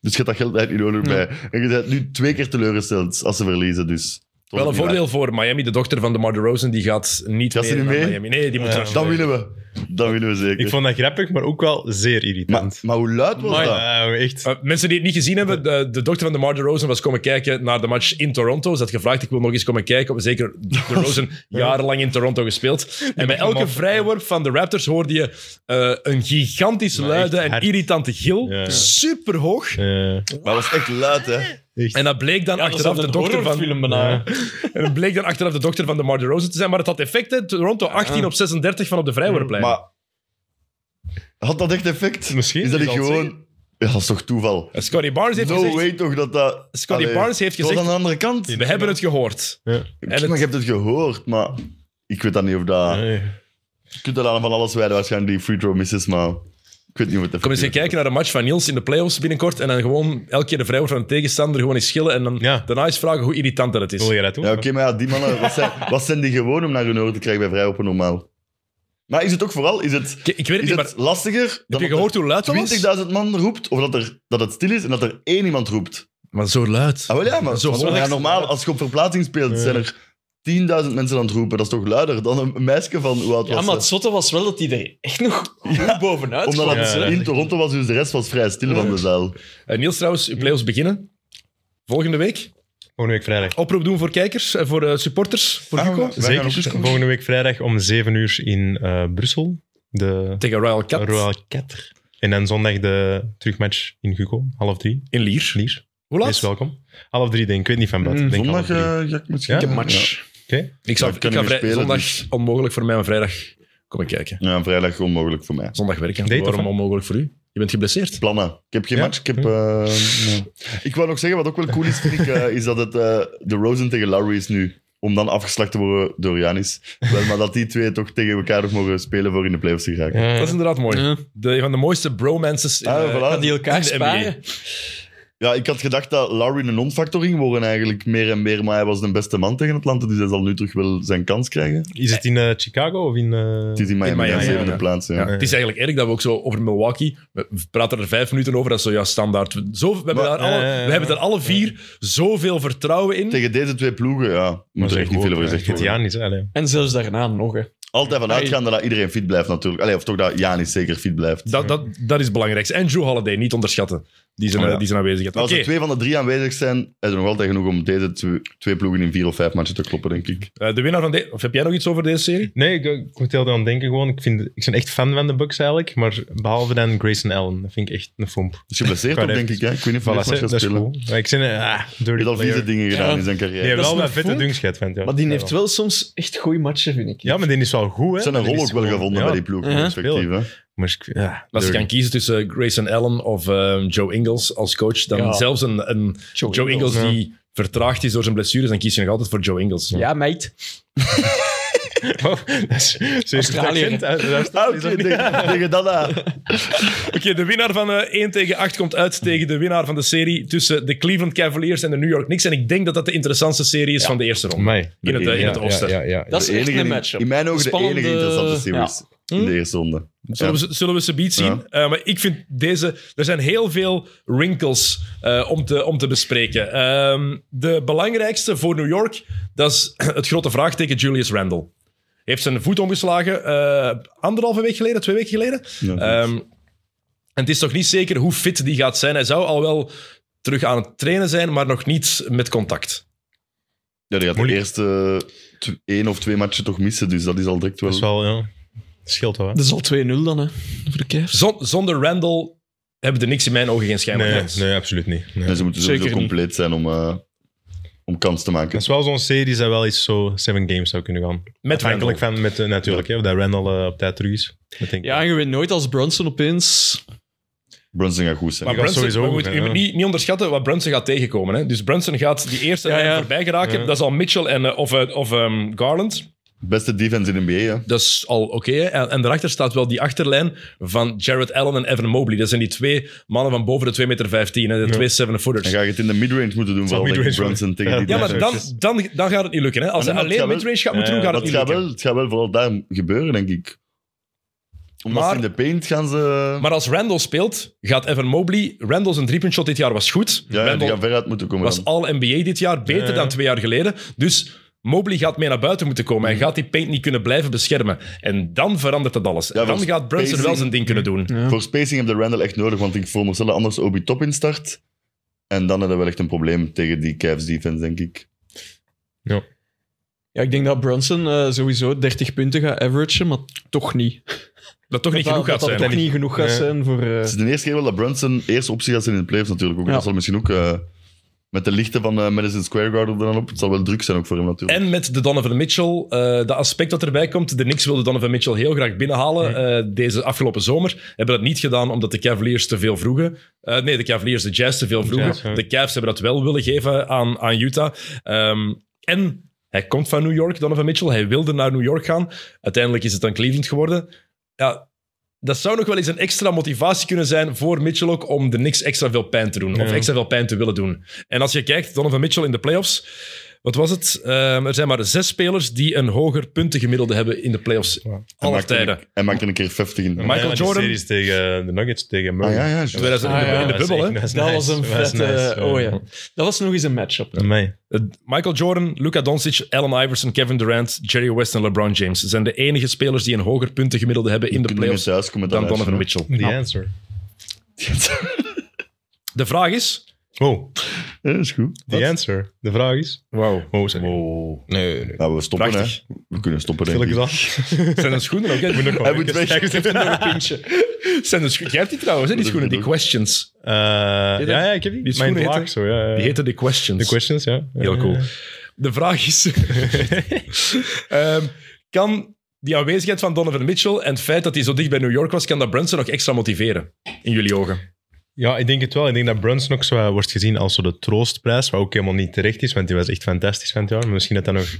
C: dus je hebt dat geld eigenlijk niet nodig bij. En je bent nu twee keer teleurgesteld als ze verliezen, dus... het
A: Wel
C: was ook
A: een
C: niet
A: voordeel voor Miami. De dochter van de Mar Rosen die gaat niet
C: Gaat ze
A: meer
C: niet
A: naar
C: mee?
A: Miami. Nee, die moet
B: Ja.
A: terug.
C: waar. Dan winnen we. Dan winnen we zeker.
B: Ik vond dat grappig, maar ook wel zeer
C: maar,
B: irritant.
C: maar hoe luid was dat?
B: Eh, echt.
A: Eh, mensen die het niet gezien hebben, de, de dochter van de Mar Rosen was komen kijken naar de match in Toronto. Ze had gevraagd, ik wil nog eens komen kijken. Zeker de Rosen jarenlang in Toronto gespeeld. En bij elke vrijworp van de Raptors hoorde je eh, een gigantisch luide
B: echt
A: en
B: hard.
A: irritante gil.
B: Ja.
A: Super hoog.
B: Eh,
C: Maar dat was echt luid, hè?
B: echt.
A: En dat bleek dan achteraf de dochter van...
D: film bijna.
A: En het bleek dan achteraf de dochter van de Mar Rosen te zijn. Maar het had effect, hè. Toronto 18 op 36 van op de vrijworplijn.
C: Maar had dat echt effect?
B: Misschien,
C: Is dat
B: je
C: niet
B: zal het
C: gewoon... Ja, dat is toch toeval?
A: En Scotty Barnes heeft
C: No
A: gezegd...
C: way toch dat dat...
A: Scotty
C: Allee,
A: Barnes heeft
C: het was
A: gezegd-
C: aan de andere kant.
A: We hebben het gehoord.
B: Ja.
A: En
C: maar
A: het-
C: je hebt het gehoord, maar... Ik weet dat niet of dat...
B: Nee.
C: Je kunt er aan van alles wijden, waarschijnlijk die free throw misses, maar... Ik weet niet of het effect
A: Kom eens
C: is.
A: gaan kijken naar een match van Niels in de playoffs binnenkort. En dan gewoon elke keer de vrijwoord van een tegenstander gewoon eens schillen. En dan
B: Ja.
A: daarna eens vragen hoe irritant dat het is.
B: Wil je dat doen?
C: Oh, Ja, oké, maar ja, die mannen... Wat zijn, wat zijn die gewoon om naar hun oren te krijgen bij vrijopen normaal? Maar is het ook vooral... Is het,
A: Ik, ik weet het
C: is
A: niet, maar
C: het lastiger
A: heb
C: dan
A: je gehoord hoe luid dat was?
C: dat er 20.000 man roept, of dat, er, dat het stil is en dat er één iemand roept?
A: Maar zo luid.
C: Ah, wel ja, maar
A: Zo
C: maar
A: zonnig.
C: ja, normaal, als je op verplaatsing speelt, zijn er 10.000 mensen aan het roepen. Dat is toch luider dan een meisje van hoe oud
D: Ja,
C: was
D: maar het
C: ze?
D: zotte was wel dat hij er echt nog goed bovenuit
C: Omdat
D: kwam.
C: dat
B: Ja,
C: in Toronto was, dus de rest was vrij stil van de zaal.
A: Eh, Niels, trouwens, uw playoffs beginnen. Volgende week.
B: Volgende week vrijdag.
A: Oproep doen voor kijkers en voor eh, supporters. Voor
C: Ah,
A: Hugo.
C: wij gaan ook eens komen.
B: Volgende week vrijdag om 7 uur in eh, Brussel. De
A: Tegen Royal Cat
B: Royal Cat. En dan zondag de terugmatch in Guco. Half drie.
A: in Lier.
B: Lier.
A: Hoe laat?
B: Is welkom. Half drie, denk ik. Ik weet niet van wat. Ik denk half
C: Zondag
B: drie.
C: eh, ga ik misschien...
B: Ja?
C: match.
B: Oké.
A: Ik zou
C: Ja, ik
A: ik
C: kan
A: ga
C: niet meer
A: vrij-
C: spelen,
A: zondag
C: dus-
A: onmogelijk voor mij, maar vrijdag kom ik kijken.
C: Ja. ja, vrijdag onmogelijk voor mij.
A: Zondag werken.
B: Date,
A: Waarom
B: of wat?
A: onmogelijk voor u? Je bent geblesseerd.
C: plannen. Ik heb geen
B: Ja?
C: match. Ik, heb, eh, nee. ik wou nog zeggen, wat ook wel cool is, vind ik, eh, is dat het eh, de Rosen tegen Lowry is nu. Om dan afgeslacht te worden door Janis. Wel, maar dat die twee toch tegen elkaar nog mogen spelen voor in de playoffs te geraken.
A: Dat is inderdaad mooi.
D: Ja.
A: De, van de mooiste bromances in,
C: Ah,
A: eh,
C: voilà.
D: Gaan die
A: in
D: elkaar
A: de NBA.
D: sparen?
C: Ja, ik had gedacht dat Lowry een non-factor ging worden eigenlijk meer en meer. Maar hij was de beste man tegen Atlanta, dus hij zal nu terug wel zijn kans krijgen.
B: Is het in eh, Chicago of in... eh,
C: Het is in Miami,
A: Miami,
C: de zevende
A: ja.
C: plaats. Ja.
A: Ja, het is eigenlijk erg dat we ook zo over Milwaukee. We praten er vijf minuten over, dat is zo ja, standaard. Zo, we, hebben
C: Maar-
A: daar alle,
B: ja, ja, ja.
A: we hebben daar alle vier zoveel vertrouwen in.
C: Tegen deze twee ploegen, ja, moet er echt niet veel over gezegd
B: Het
C: worden.
B: Janis, hè, allee.
D: En zelfs daarna nog, hè.
C: Altijd van uitgaande dat iedereen fit blijft natuurlijk. Allee, of toch dat Janis zeker fit blijft.
A: Dat, dat, dat is het belangrijkste. En Joe Holiday, niet onderschatten. Die zijn,
C: Oh, ja.
A: die zijn aanwezig.
C: Maar als
A: Oké,
C: er twee van de drie aanwezig zijn, is er nog altijd genoeg om deze twee, twee ploegen in vier of vijf matchen te kloppen, denk ik.
A: eh, de winnaar van deze... Of heb jij nog iets over deze serie?
B: Nee, ik, ik moet heel aan denken gewoon. Ik, vind, ik ben echt fan van de Bucks eigenlijk. Maar behalve dan Grayson Allen. Dat vind ik echt een fomp.
C: Is geblesseerd
B: Qua
C: ook, denk
B: even-
C: ik. Hè? Ik weet niet of hij
B: Voilà,
C: nog
B: hè,
C: gaat
B: dat is
C: spelen.
B: cool. Maar ik zin, ah,
C: Hij
B: dirty
C: heeft al vieze
B: player.
C: dingen gedaan
D: Ja.
C: in zijn carrière.
B: Die heeft
D: Dat is
B: wel
D: een
B: met vette
D: fomp.
B: dunksheid, vent. Ja.
D: Maar die
B: Ja,
D: heeft wel soms echt goede matchen, vind ik.
B: Ja, maar die is wel goed, hè.
C: Ze zijn een
B: Die
C: rol
B: is
C: ook wel
B: gewoon-
C: gevonden
B: ja.
C: bij die ploeg,
D: Ja.
C: respectief. Hè?
B: Maar ik- ja,
A: Als je
B: dirty.
A: kan kiezen tussen Grayson Allen of eh, Joe Ingles als coach, dan
D: Ja.
A: zelfs een, een Joe, Ingles
B: Ingles,
A: die vertraagd is door zijn blessures, dan kies je nog altijd voor Joe Ingles.
D: Ja, meid.
B: Oh, dat is zo is het
D: Australië.
B: accent, hè. Dat is-
C: Ah, oké, tegen- tegen dat aan.
A: Oké, de winnaar van eh 1 tegen 8 komt uit tegen de winnaar van de serie tussen de Cleveland Cavaliers en de New York Knicks. En ik denk dat dat de interessantste serie is van de eerste ronde.
B: Amai.
A: In het, eh, in
B: Ja,
A: het oosten.
B: Ja, ja, ja.
D: Dat is
C: De
D: echt
C: enige
D: een
C: die-
D: matchup.
C: In mijn ogen
D: Spannende-
C: de enige interessante series in
A: Hm?
C: de eerste ronde.
A: Zullen,
C: Ja.
A: we, ze- zullen we ze beat zien?
C: Ja.
A: Eh, maar ik vind deze... Er zijn heel veel wrinkles eh, om, te, om te bespreken. Ehm, de belangrijkste voor New York, dat is het grote vraagteken Julius Randle. Heeft zijn voet omgeslagen eh, anderhalve week geleden, twee weken geleden.
C: Ja, dat
A: Ehm, en het is toch niet zeker hoe fit die gaat zijn. Hij zou al wel terug aan het trainen zijn, maar nog niet met contact.
C: Ja, die gaat de
B: moeilijk.
C: eerste tw- één of twee matchen toch missen, dus dat is al direct
B: Dat is
C: wel...
B: wel, ja. Scheelt wel, hè.
D: Dat is al 2-0 dan, hè, voor de Cavs.
A: Zon- zonder Randall hebben de niks in mijn ogen geen schijn van
B: Nee,
A: kans.
B: nee, absoluut niet. Nee.
C: En ze moeten sowieso
D: Zeker niet.
C: compleet zijn om, eh, om kans te maken.
B: Dat is wel zo'n serie dat wel iets zo seven games zou kunnen gaan.
A: Met Randall.
B: Afhankelijk van, met, eh, natuurlijk, hè, of dat Randall eh, op tijd terug is. Dat denk ik.
D: Ja, en je weet nooit als Brunson opeens...
C: Brunson gaat goed zijn.
A: Maar
B: Die gaat
A: Brunson,
B: sowieso
A: we moeten
B: winnen,
A: je moet niet, niet onderschatten wat Brunson gaat tegenkomen. Hè? Dus Brunson gaat die eerste
D: Ja, ja.
A: lijn voorbij geraken.
B: Ja.
A: Dat is al Mitchell en, eh, of, eh, of ehm, Garland.
C: Beste defense in de NBA, hè?
A: Dat is al oké. hè. en, en daarachter staat wel die achterlijn van Jared Allen en Evan Mobley. Dat zijn die twee mannen van boven de 2,15 meter. hè? De twee
C: Dan
A: 7-footers.
C: ga je het in de midrange moeten doen, vooral tegen
B: midrange
C: Brunson
B: worden.
C: tegen die
A: Ja, maar
C: defense.
A: dan, dan, dan gaat het niet lukken. Hè? Als
C: Ah,
A: hij
C: nee, maar
A: alleen
C: het gaat
A: midrange gaat moeten
B: Ja,
A: doen, gaat het
C: Dat
A: niet
C: gaat
A: lukken.
C: wel, het gaat wel vooral daar gebeuren, denk ik. Omdat
A: Maar-
C: ze in de paint gaan ze...
A: Maar als Randall speelt, gaat Evan Mobley... Randall zijn driepuntshot dit jaar was goed.
C: ja, ja, die
A: Randall
C: gaan veruit moeten komen
A: was
C: dan.
A: All-NBA dit jaar, beter
B: Ja.
A: dan twee jaar geleden. Dus Mobley gaat mee naar buiten moeten komen.
C: Hmm.
A: Hij gaat die paint niet kunnen blijven beschermen. En dan verandert dat alles.
C: Ja,
A: dan
C: want
A: gaat Brunson
C: spacing-
A: wel zijn ding kunnen doen.
C: Voor spacing heb je Randall echt nodig, want ik veronderstel dat anders Obi Top instart. En dan hebben we wel echt een probleem tegen die Cavs defense, denk ik.
D: Ja, ik denk dat Brunson eh, sowieso 30 punten gaat averagen, maar toch niet.
A: Dat toch niet genoeg gaat
D: dat dat
A: zijn.
D: toch niet genoeg gaat
B: Nee.
D: zijn voor... eh,
C: Het is de eerste keer wel dat Brunson eerste optie gaat zijn in de playoffs natuurlijk. Ook.
D: Ja.
C: Dat zal misschien ook eh, met de lichten van eh, Madison Square Garden er dan op. Het zal wel druk zijn ook voor hem natuurlijk.
A: En met de Donovan Mitchell, eh dat aspect dat erbij komt. De Knicks wilden Donovan Mitchell heel graag binnenhalen eh, deze afgelopen zomer. Hebben dat niet gedaan omdat de Cavaliers te veel vroegen. Eh, nee, de Cavaliers, de Jazz te veel vroegen.
B: Jazz, ja.
A: De Cavs hebben dat wel willen geven aan, aan Utah. Ehm, en hij komt van New York, Donovan Mitchell. Hij wilde naar New York gaan. Uiteindelijk is het dan Cleveland geworden. Ja, dat zou nog wel eens een extra motivatie kunnen zijn voor Mitchell ook om de Knicks extra veel pijn te doen. Of
B: Ja.
A: extra veel pijn te willen doen. En als je kijkt, Donovan Mitchell in de playoffs. Wat was het? Ehm, er zijn maar zes spelers die een hoger puntengemiddelde hebben in de playoffs.
B: Ja.
C: Hij
A: Alle
C: maakte
A: tijden.
C: een- Hij maakte een keer 50 in.
A: Michael
B: Ja, die
A: Jordan.
B: series tegen eh, de Nuggets, tegen Murray.
C: Ah, ja, ja.
A: Terwijl hij
B: Ah,
A: in de-
D: ja.
A: in de bubbel, hè?
D: Dat was een vette... oh ja. Dat was nog eens een matchup.
B: eh, Mij.
A: Uh, Michael Jordan, Luka Doncic, Allen Iverson, Kevin Durant, Jerry West en LeBron James zijn de enige spelers die een hoger puntengemiddelde hebben in de playoffs
C: thuis komen
A: dan Donovan Mitchell.
B: The answer.
A: De vraag is...
B: Oh,
C: Ja, is goed.
B: the answer. De vraag is...
A: Wauw.
B: Oh, sorry.
A: Wow.
B: Nee, Eh, nee.
C: Nou, we stoppen,
A: Prachtig.
C: hè. We kunnen stoppen,
B: Vul
C: denk
B: ik
C: ik.
B: het af?
A: Zijn dat schoenen ook? hè?
B: Moet nog wel
C: Hij moet
B: even
C: weg.
B: kijken.
A: Zijn dat scho- Jij hebt die trouwens, hè, die schoenen, die questions.
B: Eh, ja, ja, ik heb
A: Die
B: die. Mijn
A: schoenen
B: laag
A: heten-
B: zo, ja. ja.
A: Die heten de questions.
C: Dus-
B: De questions, ja.
A: Heel cool. De vraag is... ehm, kan die aanwezigheid van Donovan Mitchell en het feit dat hij zo dicht bij New York was, kan dat Brunson nog extra motiveren? In jullie ogen.
B: Ja, ik denk het wel. Ik denk dat Brunson ook zo eh, wordt gezien als zo de troostprijs, wat ook helemaal niet terecht is, want die was echt fantastisch van het jaar. Maar misschien dat dat nog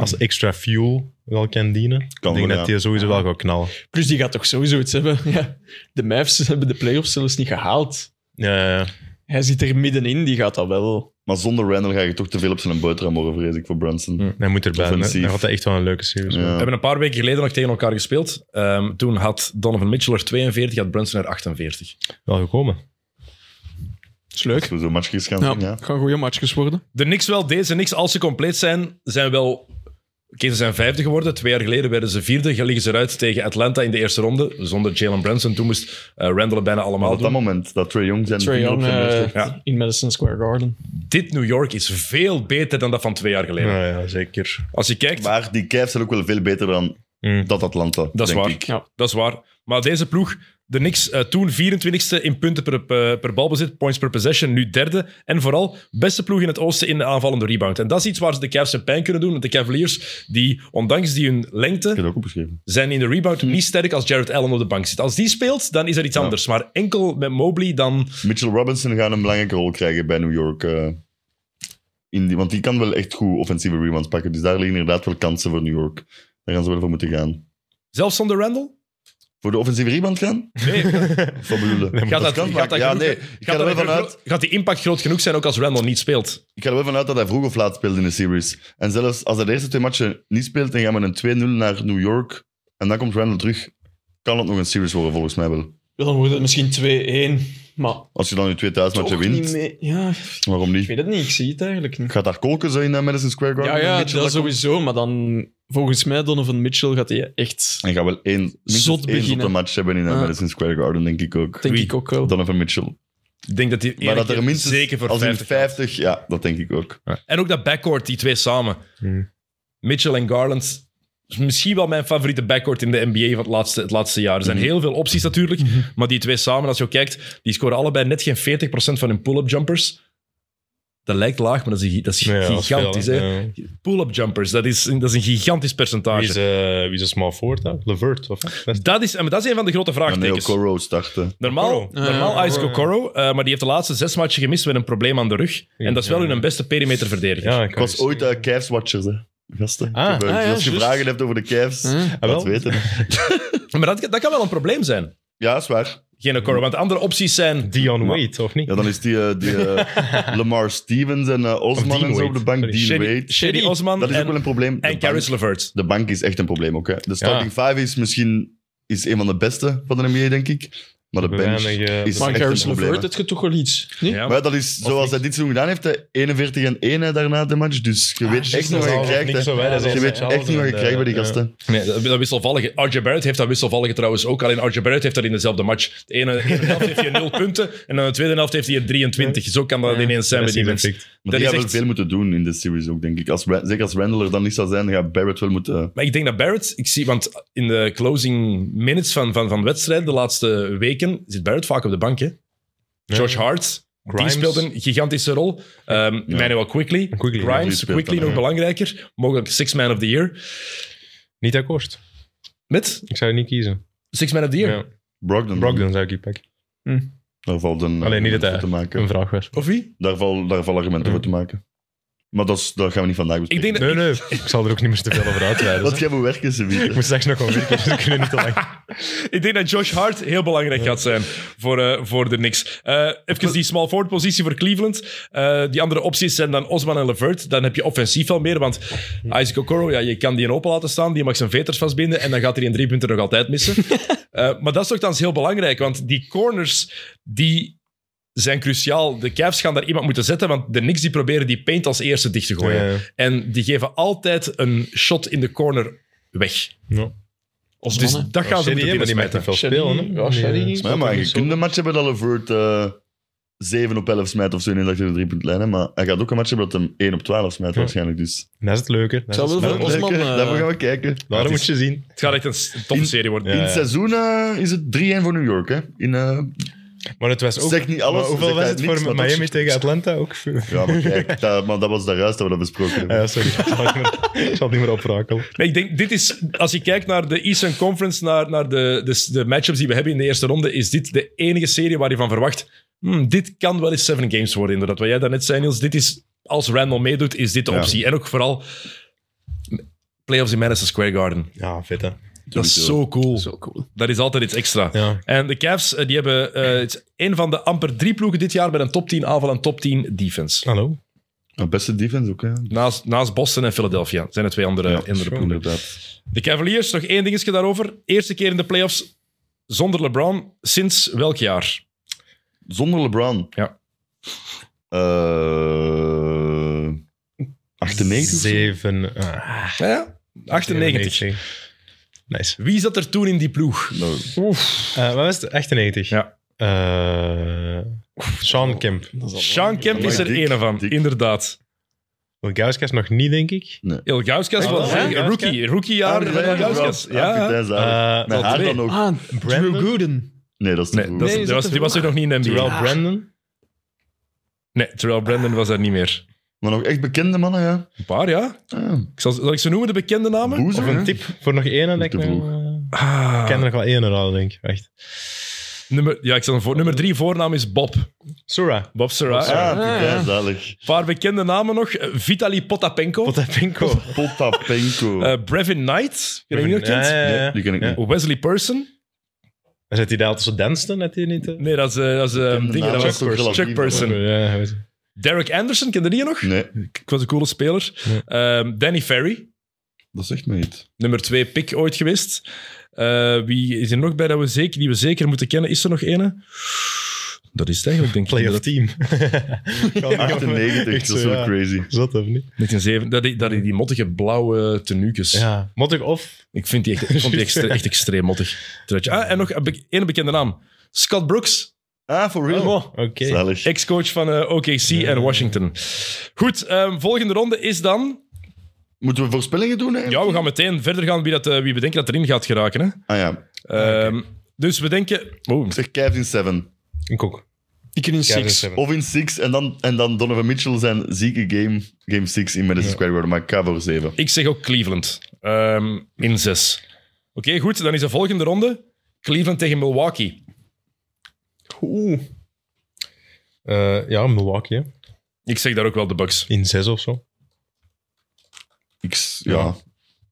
B: als extra fuel wel kan dienen.
C: Kan
B: ik denk
C: wel,
B: dat
C: ja.
B: die sowieso wel gaat knallen.
D: Plus, die gaat toch sowieso iets hebben. Ja. De Mavs hebben de playoffs zelfs niet gehaald.
B: Ja, ja, ja.
D: Hij zit er middenin, die gaat dat wel.
C: Maar zonder Randall ga je toch te veel op zijn boterham morgen, vrees ik, voor Brunson.
D: Mm.
A: Hm.
B: hij moet erbij. Dan
C: Offensief.
B: had dat echt wel een leuke series.
C: Ja.
A: We hebben een paar weken geleden nog tegen elkaar gespeeld. Ehm, toen had Donovan Mitchell er 42, had Brunson er 48.
B: Wel gekomen.
D: Is leuk.
C: Als we zo matchjes gaan
D: Ja,
C: zien, ja.
D: gaan goede matchjes worden.
A: De niks wel deze niks als ze compleet zijn, zijn wel... Oké, ze zijn vijfde geworden. Twee jaar geleden werden ze vierde. Dan liggen ze eruit tegen Atlanta in de eerste ronde. Zonder Jalen Brunson. Toen moest eh, Randall het bijna allemaal
C: Op dat
A: doen.
C: moment dat Trae Young zijn
D: Trae
C: vinger op
D: Young
C: zijn neus
D: eh,
C: legt.
A: Ja.
D: in Madison Square Garden.
A: Dit New York is veel beter dan dat van twee jaar geleden.
B: Ja, ja, zeker.
A: Als je kijkt,
C: Maar die Cavs zijn ook wel veel beter dan
B: Mm.
C: dat Atlanta,
A: dat is
C: denk
A: waar.
C: ik.
D: Ja.
A: Dat is waar. Maar deze ploeg, de Knicks, eh, toen 24ste in punten per, per, per balbezit, points per possession, nu derde. En vooral, beste ploeg in het oosten in de aanvallende rebound. En dat is iets waar ze de Cavs een pijn kunnen doen. Want de Cavaliers, die ondanks die hun
C: Ik heb
A: lengte,
C: het ook opgeschreven.
A: zijn in de rebound
C: Hm.
A: niet sterk als Jared Allen op de bank zit. Als die speelt, dan is er iets anders. Maar enkel met Mobley, dan...
C: Mitchell Robinson gaat een belangrijke rol krijgen bij New York. eh, in die, want die kan wel echt goed offensieve rebounds pakken. Dus daar liggen inderdaad wel kansen voor New York. Daar gaan ze wel voor moeten gaan.
A: Zelfs zonder Randall?
C: Voor de offensieve rebound gaan?
A: Nee.
C: Of wat bedoel je?
A: Gaat dat,
C: kan
A: gaat
C: maken.
A: dat
C: ja,
A: genoeg-
C: nee. Ik ga,
A: gaat
C: er wel
A: dat-
C: vanuit,
A: Gaat die impact groot genoeg zijn, ook als Randall niet speelt?
C: ik ga er wel vanuit dat hij vroeg of laat speelt in de series. En zelfs als hij de eerste twee matchen niet speelt en gaan met een 2-0 naar New York en dan komt Randall terug, kan het nog een series worden volgens mij wel.
D: Ja, Dan wordt het misschien 2-1. Maar
C: Als je dan je twee thuismatchen
D: toch niet
C: wint,
D: mee. Ja,
C: waarom
D: ik
C: niet?
D: weet het niet. Ik zie het eigenlijk niet.
C: Gaat daar kolken zo in dat Madison Square Garden?
D: Ja, ja
C: Mitchell
D: dat
C: daar komt?
D: sowieso. Maar dan, volgens mij, Donovan Mitchell gaat hij echt...
C: En gaat wel één, minstens
D: Zot
C: één
D: beginnen.
C: zotte match hebben in eh,
D: Ja.
C: Madison Square Garden, denk ik ook.
D: Denk
A: Wie?
D: ik ook wel.
C: Donovan Mitchell.
A: Ik denk dat die
C: Maar
A: ene
C: dat er
A: keer
C: minstens
A: zeker voor
C: als in
A: 50 gaat.
C: 50, ja, dat denk ik ook.
A: En ook dat backcourt, die twee samen.
B: Mm.
A: Mitchell en Garland. is Misschien wel mijn favoriete backcourt in de NBA van het laatste, het laatste jaar. Er
B: Hmm.
A: zijn heel veel opties natuurlijk. Maar die twee samen, als je ook kijkt, die scoren allebei net geen 40% van hun pull-up jumpers. Dat lijkt laag, maar dat is, gi- dat is
B: Ja, ja, dat is
A: gigantisch.
B: veel,
A: hè?
B: hè. Ja.
A: Pull-up jumpers, dat is, een- dat is een gigantisch
B: Wie is,
A: percentage.
B: eh, wie is een small forward? hè? Levert, of? hè? Dat is-
A: Dat is, en dat is een van de grote
C: En Neil
A: vraagtekens.
C: Coro starten.
A: Normaal,
B: Okoro.
A: normaal
D: Ja,
A: Isaac Okoro, eh, maar die heeft de laatste zes matchen gemist met een probleem aan de rug. En dat is wel
B: Ja.
A: hun beste perimeterverdediger.
B: Ja,
C: Ik was ooit eh, Cavs-watcher, hè. Gasten.
B: Ah,
C: Ik heb, eh,
D: ah, ja,
C: als je
D: juist.
C: vragen hebt over de Cavs,
D: Huh?
B: Ah, wel.
C: laat weten.
A: Maar dat, dat kan wel een probleem zijn.
C: Ja, is waar.
A: Geen
C: Mhm.
A: Okoro, want andere opties zijn...
B: Dion Wade, of niet?
C: Ja, dan is die, eh, die eh, Lamar Stevens en eh,
B: Of
C: Osman
B: Dean
C: en zo op
B: Wade.
C: de bank.
B: Sorry.
C: Dean
A: Shady,
C: Wade.
A: Shady Osman
C: Dat is ook wel
A: en,
C: een probleem. De
A: en
C: bank-
A: Caris LeVert.
C: De bank is echt een probleem ook. Hè. De starting 5 is misschien is een van de beste van de NBA, denk ik. Maar de
B: We hebben
C: bench
B: weinig, eh,
C: is
D: Maar
C: echt
D: Caris
C: een probleem.
D: LeVert,
C: hè.
D: het gaat toch wel iets? Nee?
A: Ja,
C: Maar ja, dat is zoals
B: niet.
C: hij dit seizoen gedaan heeft, hè, 41 en 1 hè, daarna de match. Dus
B: Ah,
C: je weet echt niet wat je krijgt. hè. Dus Je weet echt niet wat
B: eh,
C: je krijgt bij die gasten.
A: nee, dat, dat wisselvallige. RJ Barrett heeft dat wisselvallige trouwens ook. Alleen RJ Barrett heeft dat in dezelfde match. De ene, de ene helft heeft hij 0 punten en dan de tweede helft heeft hij 23. Zo kan dat ineens zijn met die mensen.
C: Maar
A: Dat
C: die
A: is
C: gaat wel
A: echt-
C: veel moeten doen in de series ook, denk ik. Als, Ra- zeker als Randall er dan niet zou zijn, dan gaat Barrett wel moeten...
A: Maar ik denk dat Barrett, ik zie, want in de closing minutes van, van, van wedstrijden de laatste weken zit Barrett vaak op de bank. Hè? Josh Hart,
B: Grimes.
A: die speelt een gigantische rol. Ehm Manuel Quickly,
B: Quigley, ja,
C: die
A: Grimes,
C: speelt
A: Quickly
C: dan,
A: nog
C: ja.
A: belangrijker. Mogelijk Six Man of the Year.
B: Niet akkoord.
A: Met
B: Ik zou het niet kiezen.
A: Six Man of the Year.
B: Ja.
C: Brogdon.
B: Brogdon zou ik hier pakken.
C: Daar valt een
B: Alleen niet dat
C: argument voor
B: hij
C: te maken.
B: een Mm. vraag was.
A: Of wie?
C: Daar valt daar valt argumenten
B: Ja.
C: voor te maken. Maar dat, is- dat gaan we niet vandaag bespreken.
A: Ik denk dat...
B: Nee, nee, ik zal er ook niet meer te veel over uitweiden.
C: Wat
B: hè.
C: jij moet werken, ze
B: Ik
C: weten.
B: moet straks nog wel werken, dus we kunnen niet te lang.
A: Ik denk dat Josh Hart heel belangrijk gaat zijn voor, eh, voor de Knicks. Eh, even die small forward positie voor Cleveland. Eh, die andere opties zijn dan Osman en Levert. Dan heb je offensief wel meer, want Isaac Okoro, ja, je kan die een open laten staan, die mag zijn veters vastbinden en dan gaat hij in drie punten nog altijd missen. Eh, maar dat is nogthans heel belangrijk, want die corners die zijn cruciaal. De Cavs gaan daar iemand moeten zetten, want de Knicks die proberen die paint als eerste dicht te gooien.
B: Ja, ja.
A: En die geven altijd een shot in de corner weg.
B: Ja.
A: Dus
D: Osman, hè?
A: dat gaan ze
B: Nou,
A: moeten
B: Shady, hè, maar
A: binnen
B: die met te
A: smijten.
B: veel spelen. hè.
D: Ja, Shady.
B: Nee.
C: Maar, ja, maar je
D: Zo.
C: kunt een match hebben dat Levert eh 7 op 11 smijt of zo in een de driepuntlijn. hè, Maar hij gaat ook een match hebben dat hem 1 op 12 smijt
B: Ja.
C: waarschijnlijk. Dus
B: Dat is het leuke. Dat
D: Zou
B: is
D: wel
B: het
D: voor
B: leuke.
D: ons- Osman,
C: Lekker,
D: eh,
C: daarvoor gaan we kijken.
B: Daarom
A: Het
B: moet
A: is-
B: je zien.
A: Het gaat echt een s- toffe serie worden.
B: Ja,
C: In
B: ja.
C: het seizoen eh, is het 3-1 voor New York. Hè? In, eh,
B: Maar het was ook...
C: Zeg niet alles,
B: maar hoeveel
C: zeg
B: was
C: hij
B: het
C: niks,
B: voor
C: maar dat is-
B: Miami tegen Atlanta? Ook veel.
C: ja, maar kijk, dat, maar dat was daar juist dat we dat besproken hebben.
B: Ja, sorry. Ik zal het niet meer- ik zal het niet meer oprakelen.
A: Nee, ik denk, dit is, als je kijkt naar de Eastern Conference, naar, naar de, de, de matchups die we hebben in de eerste ronde, is dit de enige serie waar je van verwacht, hmm, dit kan wel eens seven games worden, inderdaad. Wat jij daarnet zei, Niels, dit is, als Randall meedoet, is dit de
C: Ja.
A: optie. En ook vooral playoffs in Madison Square Garden.
B: Ja, vet hè.
A: Dat is zo cool.
D: Zo cool.
A: Dat is altijd iets extra.
B: Ja.
A: En de Cavs, eh, die hebben eh, het is een van de amper drie ploegen dit jaar met een top 10 aanval en top 10 defense.
B: Hallo.
C: Ja, Beste defense ook, hè?
A: Naast, naast Boston en Philadelphia zijn de twee andere,
C: Ja,
A: andere
B: schoon.
A: ploegen.
C: Inderdaad.
A: De Cavaliers, nog één dingetje daarover. Eerste keer in de playoffs zonder LeBron sinds welk jaar?
C: Zonder LeBron.
A: Ja.
C: Eh, 98? of zo?
B: Zeven. ah,
A: Ja, 98.
B: 97. Nice.
A: Wie zat er toen in die ploeg?
C: Nou,
B: Eh, wat was het? 98.
A: Ja.
B: Eh, Sean Kemp.
A: Sean Kemp is er
C: Dik,
A: één van,
C: dik.
A: inderdaad.
B: Gauskas nog niet, denk ik.
A: Ilgauskas
B: Ah,
A: was
B: ja,
A: een
B: ja.
A: rookie, rookiejaar.
C: ah, nee,
A: van Ilgauskas.
C: Rob. Ah,
A: Ja,
C: Vitesse, ah.
B: Eh,
C: Met
A: dat
C: haar
A: twee.
C: dan ook.
D: Ah, Drew
B: Brandon.
D: Gooden.
C: Nee, dat is
A: Nee,
C: te
A: dat is-
D: Nee,
A: die
D: dat
A: was-
D: te
A: die was er nog niet in de
B: Terrell
A: NBA.
B: Brandon.
A: Nee, Terrell Brandon was daar niet meer.
C: Maar nog echt bekende mannen, ja.
A: Een paar, ja.
C: Ah,
A: Ik zal, zal ik ze noemen, de bekende namen?
C: Boezer,
B: Of een
C: hè?
B: tip voor nog één, denk
C: Te
B: ik.
C: vroeg.
B: Eh, Ik ken er
A: Ah,
B: nog wel één raden, denk ik. Echt.
A: nummer, ja, ik zal hem voor, nummer drie voornaam is Bob.
B: Sura.
A: Bob Serra.
C: Ah,
A: Een
C: Vitesse,
D: ja.
C: zalig.
A: paar bekende namen nog. Eh, Vitali Potapenko.
B: Potapenko.
C: Potapenko.
A: Eh, Brevin Knight. Ken je die nog, kind?
B: Ja, ja, ja.
C: Die ken ik
B: eh, Ja.
C: niet.
A: Wesley Person.
B: Zit hij daar altijd zo dansen? Had hij niet? eh?
A: Nee, dat is, eh, dat is eh,
C: ken de
A: dingen,
C: naam,
A: dat was
C: dat is toch relatief,
A: Chuck Person.
B: Ja, hij was-
A: Derek Anderson, kende die je nog?
C: Nee,
A: Ik was een coole speler. Ehm, Danny Ferry,
C: dat zegt me niet.
A: nummer twee pick ooit geweest. Eh, wie is er nog bij dat we zeker, die we zeker moeten kennen? Is er nog ene? Dat is het eigenlijk, denk ik.
B: Playoff team.
C: 98, dat is wel crazy.
B: Zat of niet?
A: Met een zeven. Dat die, dat die, die mottige blauwe tenuukes.
B: Ja. Mottig of?
A: Ik, vind die echt, ik vond die echt, echt extreem mottig. Truitje. Ah, en nog een be- ene bekende naam. Scott Brooks,
C: Ah, for real?
B: Oh, Oké.
C: Zalig.
A: ex-coach van eh, OKC en Washington. Goed, ehm, volgende ronde is dan...
C: Moeten we voorspellingen doen? Hè?
A: Ja, we gaan meteen verder gaan wie, dat, eh, wie we denken dat erin gaat geraken. Hè?
C: Ah ja,
A: Ehm, Dus we denken... Oh,
C: ik zeg Cavs in 7.
B: Ik ook.
D: Ik in
B: Kevin
D: six.
B: Seven.
C: Of in 6 en dan, en dan Donovan Mitchell zijn zieke game, game 6 in Madison Square Garden. Maar ik ga voor 7.
A: ik zeg ook Cleveland. Ehm, in zes. Oké, goed. Dan is de volgende ronde Cleveland tegen Milwaukee.
C: Oh.
D: Oeh.
B: Eh, ja, Milwaukee. hè.
A: Ik zeg daar ook wel de Bucks.
B: In zes of zo.
C: Ik, s- ja,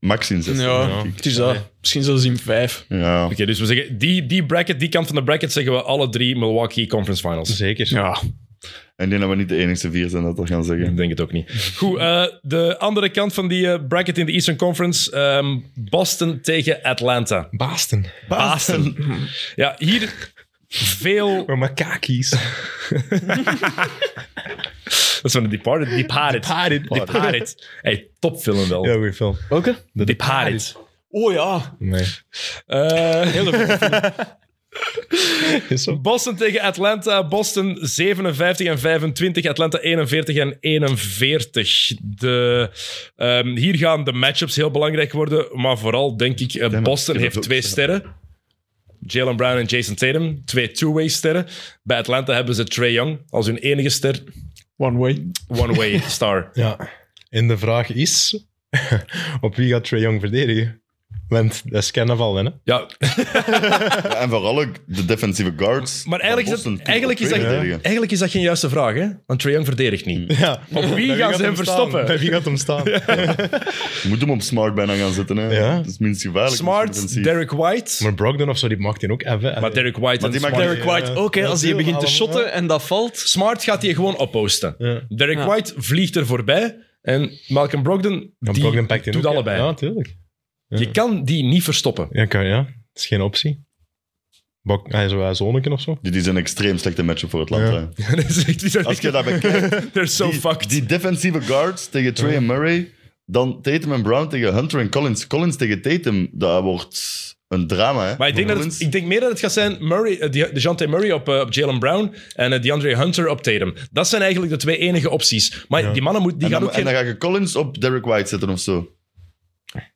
C: max in 6.
D: Ja,
B: Ja.
D: het is dat. Misschien zelfs in vijf.
C: ja.
A: Oké, dus we zeggen die, die bracket, die kant van de bracket, zeggen we alle drie Milwaukee Conference Finals.
B: Zeker.
D: Ja.
C: En ik denk dat we niet de enigste vier zijn dat dat gaan zeggen.
A: Ik denk het ook niet. Goed, eh, de andere kant van die eh, bracket in de Eastern Conference. ehm, Boston tegen Atlanta.
B: Boston.
A: Boston. Ja, hier veel...
B: Maar Makakis.
A: Dat is van de Departed. Departed.
B: Departed.
A: Departed. Hey, topfilm wel.
B: Ja, goeie film.
D: Welke?
B: De
A: Departed.
D: Oh ja.
B: Nee.
A: Eh,
B: Is zo.
A: Boston tegen Atlanta. Boston 57 en 25. Atlanta 41 en 41. De, ehm, hier gaan de matchups heel belangrijk worden. Maar vooral denk ik, eh, Boston
C: ik heb
A: heeft
C: het ook
A: twee sterren. Jalen Brown en Jason Tatum. Twee two-way sterren. Bij Atlanta hebben ze Trae Young als hun enige ster.
D: One way.
A: One-way star.
B: Ja. En de vraag is, op wie gaat Trae Young verdedigen? Want dat is carnaval, hè?
A: Ja,
C: Ja, en vooral ook de defensieve guards.
A: maar eigenlijk is,
C: Boston
A: dat,
C: kunnen
A: eigenlijk, is dat,
C: ook twee verdedigen.
A: eigenlijk is dat geen juiste vraag, hè? Want Trae Young verdedigt
C: Hmm.
A: niet.
B: Ja.
A: Op wie
B: Bij
A: gaan ze hem
B: staan?
A: verstoppen?
B: Bij wie gaat hem staan?
C: Je moet hem op smart bijna gaan zetten. Hè.
B: Ja.
C: Dat is minst gevaarlijk. dus minst
A: Smart,
C: defensief.
A: Derek White.
B: Maar Brogdon of zo, die maakt die ook even.
A: Maar Derek White
C: Maar
A: en
C: die
A: Smart.
C: maakt Derek
D: Derek White ook, hè, als hij begint te shotten en dat valt.
A: Smart gaat hij gewoon opposten.
B: Ja.
A: Derek
D: Ja.
A: White vliegt er voorbij. En Malcolm Brogdon,
B: Dan
A: die
B: Brogdon pakt die
A: doet
B: ook, ja.
A: allebei.
B: Ja, tuurlijk. ja.
A: Je kan die niet verstoppen.
B: Ja, kan, ja. Dat is geen optie. Bok, hij is wel zonneken of zo.
C: Dit is een extreem slechte matchup voor Atlanta.
B: Ja.
A: dat is echt bizar.
C: Als je daarbij kijkt,
A: They're so
C: die,
A: fucked.
C: die defensieve guards tegen Trey en Murray, dan Tatum en Brown tegen Hunter en Collins. Collins tegen Tatum, dat wordt een drama. Hè?
A: maar ik denk, dat het-
C: Collins-
A: ik denk meer dat het gaat zijn Murray, eh, die- DeJounte Murray op, eh, op Jalen Brown en eh, DeAndre Hunter op Tatum. Dat zijn eigenlijk de twee enige opties. Maar die mannen moet, die
C: en,
A: gaan
C: dan,
A: ook
C: en
A: geen...
C: dan ga je Collins op Derek White zetten of zo.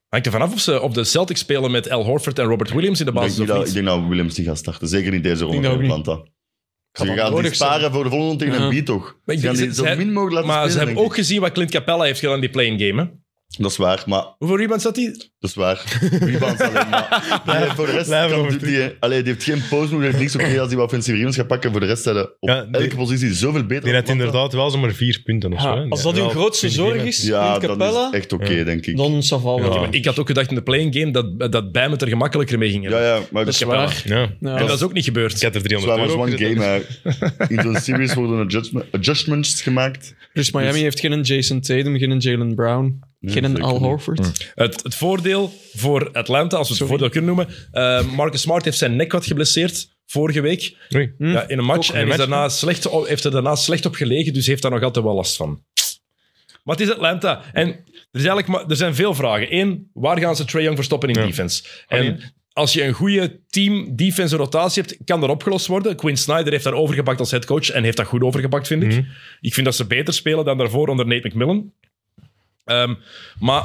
A: Hangt er vanaf of ze op de Celtics spelen met Al Horford en Robert Williams in de
C: Ik
A: basis
C: denk, niet
A: of
C: dat,
A: niet.
C: ik denk dat Williams niet gaat starten. Zeker niet deze ronde
D: dat
C: tegen
D: ook niet.
C: Atlanta. Ze
D: dat
C: gaan die
D: nodig zijn.
C: sparen voor de volgende tegen
D: Ja.
C: een beat toch?
A: Maar ik
C: Ze gaan
A: denk-
C: die
A: ze-
C: zo
A: ze-
C: min mogelijk laten
A: maar
C: spelen,
A: ze hebben
C: denk
A: ook gezien wat Clint Capella heeft gedaan in die playing game. Hè?
C: ik. Dat is waar, maar
A: Hoeveel rebounds had hij?
C: dat is waar. Rebounds alleen maar. Die heeft voor de rest
B: Blijf
C: kan,
B: erover
C: die, die, allee, die heeft geen pose nodig, heeft niks oké als die wat offensieve rebounds gaat pakken. Voor de rest zijn ze op
B: Ja, die-
C: elke positie zoveel beter.
B: Die
C: dan
B: had
A: eh?
B: inderdaad wel zomaar vier punten of zo.
D: Ja,
B: hè.
D: als dat
B: Wel
D: uw grootste
B: 20
D: zorg
B: minuten.
D: is,
C: Ja,
D: ja,
C: dat is
D: Capella,
C: echt oké,
B: Ja.
C: denk ik.
D: dan is dat wel
B: Ja.
D: wel.
A: Ik had ook gedacht in de playing game dat, dat Bijmet er gemakkelijker mee ging.
C: ja, ja, maar
D: Dat is
C: dat
A: Capella.
D: waar.
B: Ja.
D: Ja.
A: En dat is ook niet gebeurd.
B: Ik had er
C: is waar,
B: 300 euro
C: maar dat is
B: op
C: one
B: gezet.
C: game. hè. In zo'n series worden adjustme- adjustments gemaakt.
D: Dus Miami heeft geen Jason Tatum, geen Jalen Brown,
C: Nee,
D: geen
C: zeker
D: Al
C: niet.
D: Horford.
A: Het, het voordeel voor Atlanta, als we het
D: Sorry.
A: voordeel kunnen noemen. eh, Marcus Smart heeft zijn nek wat geblesseerd vorige week
B: Oei.
D: Hm.
A: ja, in een match.
D: Ook
A: en
B: een
A: is
B: match.
A: daarna slecht, o- heeft er daarna slecht op gelegen, dus heeft daar nog altijd wel last van. Maar het is Atlanta. En er, is eigenlijk maar, er zijn veel vragen. Eén, waar gaan ze Trae Young verstoppen in
B: Ja.
A: defense?
B: Alleen-
A: En als je een goede team defense rotatie hebt, kan dat opgelost worden. Quinn Snyder heeft daar overgepakt als headcoach en heeft dat goed overgepakt, vind ik.
B: Mhm.
A: Ik vind dat ze beter spelen dan daarvoor onder Nate McMillan. Ehm, maar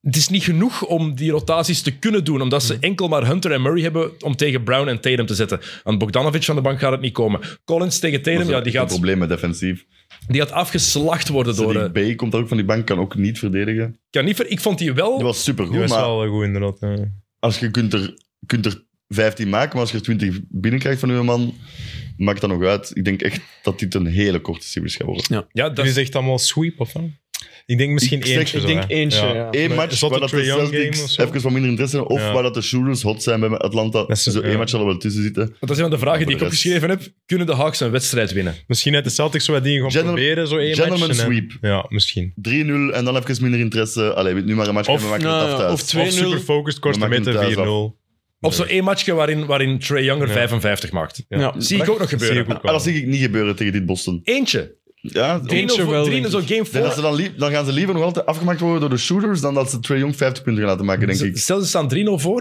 A: het is niet genoeg om die rotaties te kunnen doen, omdat
C: Hmm.
A: ze enkel maar Hunter en Murray hebben om tegen Brown en Tatum te zetten. Aan Bogdanovic van de bank gaat het niet komen. Collins tegen
C: Dat
A: Tatum,
C: is
A: ja, die,
C: echt een
A: gaat,
C: probleem met defensief. Dus
A: die gaat afgeslacht worden door... eh,
C: Die B komt daar ook van die bank, kan ook niet verdedigen.
A: kan niet ver- ik vond die
C: Die
A: wel...
C: was supergoed,
B: Die was
C: maar
B: wel goed inderdaad. ja.
C: als je kunt er, kunt er 15 maken, maar als je er 20 binnenkrijgt van uw man, maakt dat nog uit. Ik denk echt dat dit een hele korte series gaat worden.
A: Ja, dat
B: Jullie
A: is,
B: zegt allemaal sweep of wat? Ik denk misschien
C: Ik zeg-
B: eentje.
D: ik
B: zo,
D: denk
B: hè.
D: eentje, ja.
C: Eén
B: Maar
C: match
B: zat
C: waar
B: er
C: dat de
B: Trae Young game of
C: Celtics
B: zo?
C: even wat minder interesse hebben, of
B: Ja.
C: waar dat de shooters hot zijn bij Atlanta.
B: Dat is-
C: zo één
B: ja.
C: match al wel tussen zitten.
A: dat is een van de vragen die ik
C: Voor de rest.
A: opgeschreven heb. Kunnen de Hawks een wedstrijd winnen?
B: Misschien uit de Celtics zo wat dingen gaan
C: Gentleman-
B: proberen. Zo één
C: gentleman
B: match, en-
C: sweep.
B: Ja, misschien.
C: 3-0 en dan even minder interesse. Allee, weet nu maar een match,
B: Of-
C: we maken het
D: nou
C: af
D: ja,
C: thuis.
D: of twee-
B: Of
D: 2-0.
B: super focused, korte
C: Dan maak je
B: metten 4-0.
C: hem thuis
A: Of zo één matchje waarin, waarin Trae Young er
B: Ja.
A: 55 maakt.
B: Ja.
D: Ja.
A: Zie ik ook nog
B: Zie
A: gebeuren.
B: ik ook
C: Ah,
B: wel.
C: dat zie ik niet gebeuren tegen dit Boston.
A: Eentje.
C: Ja,
D: Eentje
A: 3-0 voor-
D: wel,
A: 3-0 zo'n
D: denk
A: game
C: Ik denk dat ze
A: voor.
C: dan, lief- dan gaan ze liever nog altijd afgemaakt worden door de shooters dan dat ze Trae Young 50 punten gaan laten maken, denk ik.
A: Stel, ze staan 3-0 voor.